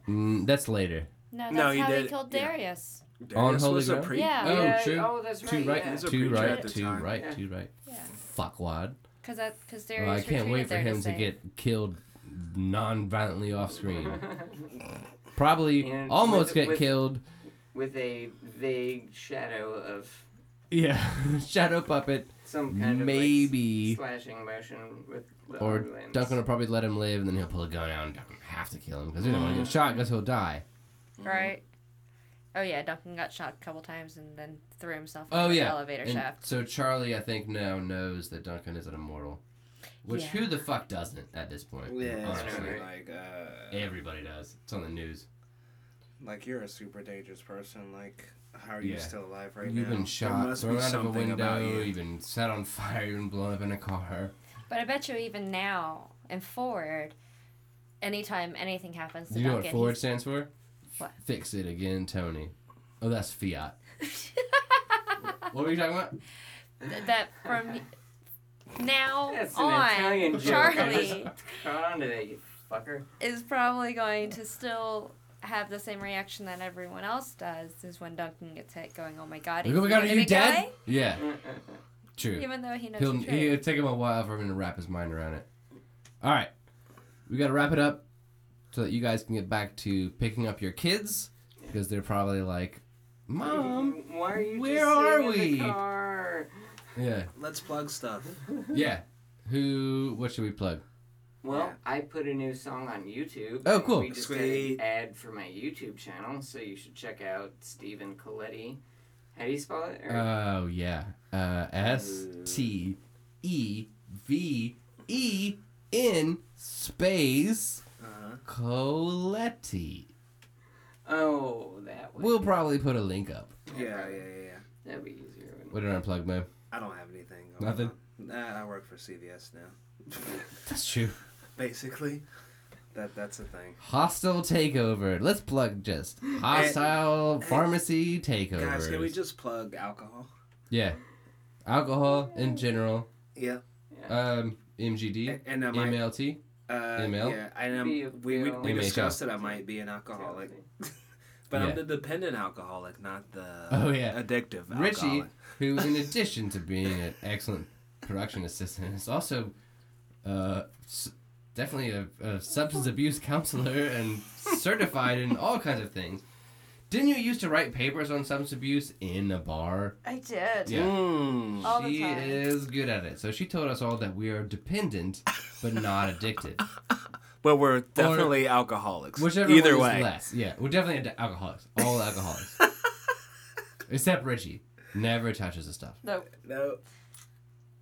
S1: Mm, that's later.
S5: No, that's
S4: No, he
S5: how he
S4: did-
S5: killed
S4: yeah.
S5: Darius.
S1: On
S4: Darius
S1: Holy
S4: was a
S1: Grail?
S4: pre-
S5: Yeah.
S1: Oh,
S3: Yeah,
S1: true.
S3: Oh, that's right.
S1: Two right,
S3: yeah.
S4: He's a
S1: two
S4: preacher
S1: right,
S4: at the
S1: two
S4: time.
S1: right,
S3: Yeah.
S1: two right.
S5: Yeah,
S1: Fuckwad.
S5: because that because Darius.
S1: Well, I can't
S5: retreated
S1: wait for
S5: there
S1: him to
S5: save-
S1: get killed non-violently off screen. Probably
S3: And
S1: almost
S3: with-
S1: get
S3: with-
S1: killed.
S3: With a vague shadow of
S1: Yeah, shadow puppet.
S3: some kind of
S1: Maybe.
S3: like, slashing motion with the
S1: Or
S3: arm limbs.
S1: Duncan will probably let him live, and then he'll pull a gun out, and Duncan will have to kill him because he doesn't want to
S3: Mm.
S1: get shot because he'll die.
S4: Mm.
S5: right. Oh yeah, Duncan got shot a couple times and then threw himself
S1: Oh
S5: into the
S1: yeah,
S5: elevator
S1: And
S5: shaft.
S1: So Charlie, I think now knows that Duncan is an immortal, which
S5: Yeah.
S1: who the fuck doesn't at this point?
S4: Yeah, it's
S1: honestly.
S4: kinda like, uh,
S1: everybody does. It's on the news.
S4: like you're a super dangerous person. Like, how are
S1: Yeah.
S4: you still alive right now?
S1: you've been
S4: There
S1: shot,
S4: must be
S1: thrown out of a
S4: something about
S1: window,
S4: you.
S1: you've been set on fire, you've been blown up in a car.
S5: But I bet you even now and forward, anytime anything happens to
S1: Do you know
S5: Duncan,
S1: what Ford stands for?
S5: What?
S1: Fix it again, Tony. Oh, that's Fiat. what were you talking about?
S5: he's- th- that from now
S3: That's an Italian
S5: on,
S3: joke.
S5: Charlie
S3: Caught on to that, you fucker.
S5: is probably going to still have the same reaction that everyone else does is when Duncan gets hit, going, "Oh my god,
S1: Oh my God, are
S5: gonna
S1: you dead?
S5: die?"
S1: Yeah, true.
S5: Even though he knows
S1: He'll,
S5: the truth.
S1: he'll take him a while for him to wrap his mind around it. All right, we got to wrap it up so that you guys can get back to picking up your kids because they're probably like, "Mom,
S3: Why are you
S1: Um, where
S3: just
S1: are
S3: sitting in
S1: we?
S3: the car?
S1: yeah,
S4: Let's plug stuff.
S1: yeah." Who? What should we plug?
S3: Well,
S4: Yeah.
S3: I put a new song on YouTube.
S1: Oh, cool.
S3: We just
S4: Sweet.
S3: did an ad for my YouTube channel, so you should check out Stephen Coletti. How do you spell it? Or-
S1: Oh yeah, uh, S T E V E N space
S4: Uh-huh.
S1: Coletti.
S3: oh, that way.
S1: We'll probably put a link up.
S4: Yeah, yeah, yeah, yeah.
S3: That'd be easier. wouldn't
S1: What did I plug, Mo?
S4: I don't have anything. going
S1: Nothing?
S4: on. Nah, I work for CVS now.
S1: That's true.
S4: Basically, that that's the thing.
S1: Hostile takeover. Let's plug just hostile pharmacy takeovers.
S4: Guys, can we just plug alcohol?
S1: yeah, alcohol in general.
S4: Yeah.
S1: Um, MGD,
S4: A- And I might.
S1: MLT.
S4: Uh,
S1: email?
S4: Yeah, and um,
S3: Be
S4: we
S3: a
S4: we,
S3: bill.
S4: we
S1: Email.
S4: discussed that I might be an
S3: it?
S4: alcoholic, but
S1: Yeah.
S4: I'm the dependent alcoholic, not the
S1: Oh, yeah.
S4: addictive.
S1: Richie,
S4: alcoholic.
S1: who, in addition to being an excellent production assistant, is also uh, s- definitely a, a substance abuse counselor and certified in all kinds of things. Didn't you used to write papers on substance abuse in a bar?
S5: I did.
S1: Yeah.
S4: Mm.
S5: All the
S1: she
S5: time.
S1: is good at it. So she told us all that we are dependent, but not addicted.
S4: Well, we're definitely alcoholics.
S1: Whichever
S4: Either
S1: one
S4: way,
S1: is less. Yeah, we're definitely ad- alcoholics. All alcoholics, except Richie, never touches the stuff.
S5: Nope.
S4: no.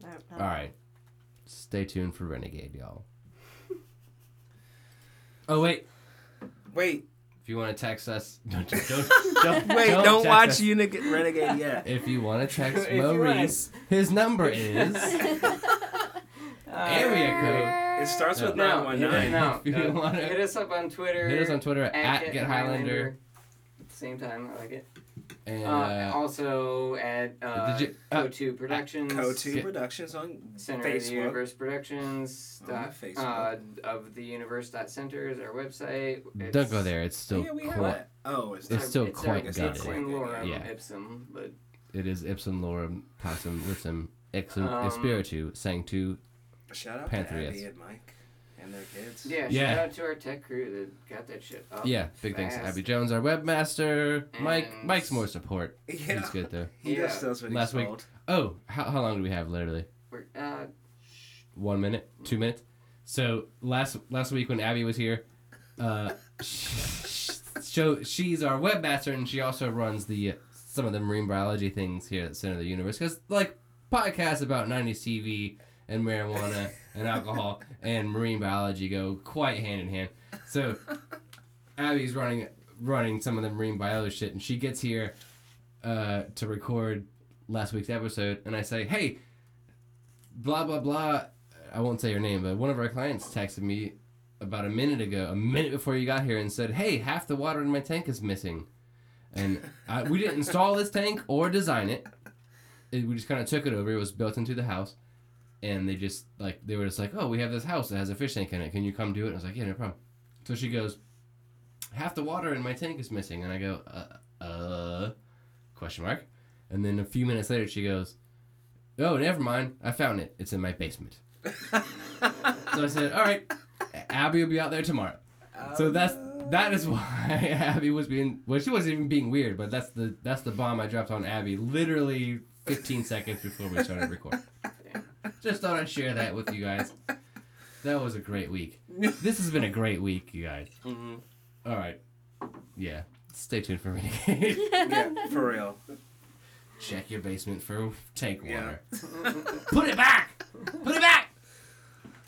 S5: Nope.
S1: All right, stay tuned for Renegade, y'all. Oh wait,
S4: Wait,
S1: if you want to text us, don't don't, don't,
S4: wait, don't,
S1: text
S4: watch
S1: us.
S4: Unit Renegade yet.
S1: If you want to text
S3: If you wanna-
S1: Maurice, his number is area
S4: It starts with
S3: Uh, No,
S4: nine one nine.
S3: No,
S1: If you
S3: no.
S1: wanna-
S3: Hit us up on Twitter.
S1: code. Hit us on Twitter at,
S3: Get
S1: Get Highlander.
S3: Same time, I like it.
S1: And,
S3: Uh,
S1: uh,
S3: also at uh,
S1: did you- uh,
S3: Co2 Productions.
S4: Co two
S1: Yeah.
S4: Productions on
S3: Center of the
S4: Facebook.
S3: Universe Productions.
S4: On
S3: Dot,
S4: Facebook.
S3: uh, of the Universe. Dot center is our website. It's,
S1: don't go there. It's still
S4: yeah, we have
S1: quite.
S4: it. Oh, it's,
S3: our-
S1: It's still
S3: our-
S1: quite
S3: it's
S1: gutted.
S3: in Lorem
S1: Yeah.
S3: Ipsum, but
S1: It is ipsum lorum passum lipsum exum
S3: Um,
S1: espiritu sanctu.
S4: shout out
S1: Pantheon.
S4: to Abby and Mike and their kids.
S3: yeah,
S1: Yeah.
S3: shout out to our tech crew that got that shit up.
S1: Yeah, big thanks to
S3: oh, fast.
S1: Abby Jones, our webmaster. Mike,
S3: And-
S1: Mike's more support.
S4: Yeah.
S1: He's good though.
S4: He
S3: Yeah.
S4: just does what
S1: Last
S4: he's
S1: week-
S4: told.
S1: Oh, how, how long do we have? Literally
S3: We're, uh,
S1: one minute, two minutes. So last last week when Abby was here, uh, sh- so she's our webmaster and she also runs the some of the marine biology things here at Center of the Universe because like podcasts about '90s TV and marijuana and alcohol and marine biology go quite hand in hand. So Abby's running running some of the marine biology shit, and she gets here uh, to record last week's episode, and I say, "Hey, blah blah blah." I won't say her name, but one of our clients texted me about a minute ago, a minute before you got here, and said, "Hey, half the water in my tank is missing," and I, we didn't install this tank or design it. It- we just kind of took it over. It was built into the house. And they just like they were just like, oh, we have this house that has a fish tank in it. Can you come do it? And I was like, yeah, no problem. So she goes, half the water in my tank is missing and i go uh, uh question mark and then a few minutes later she goes oh never mind i found it it's in my basement so i said all right abby will be out there tomorrow so that's that is why abby was being well she wasn't even being weird but that's the that's the bomb i dropped on abby literally 15 seconds before we started recording just thought i'd share that with you guys that was a great week this has been a great week you guys
S4: Mhm.
S1: all right. Yeah. Stay tuned for Renegade.
S4: Yeah, for real.
S1: Check your basement for tank
S4: Yeah.
S1: water. Put it back. Put it back.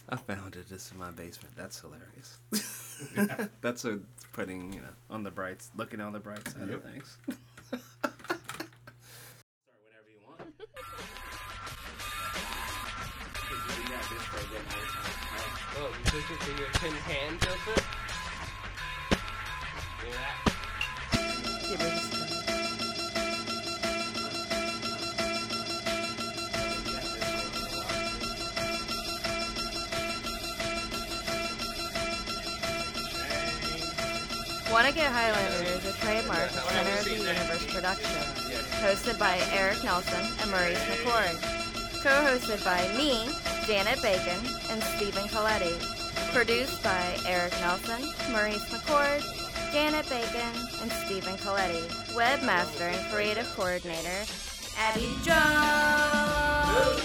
S4: I found it. It's in my basement. That's hilarious. That's a putting, you know, on the bright, looking on the bright side of things.
S1: Oh, you took it to your tin hand,
S5: Wanna Get Highlander is a trademark of Center of the Universe production. Hosted by Eric Nelson and Maurice McCord. Co-hosted by me, Janet Bacon, and Stephen Coletti. Produced by Eric Nelson, Maurice McCord, Janet Bacon, and Stephen Coletti. Webmaster and creative coordinator, Abby Jones.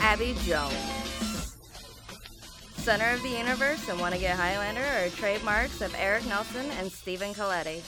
S5: Abby Jones. Center of the Universe and Wanna Get Highlander are trademarks of Eric Nelson and Stephen Coletti.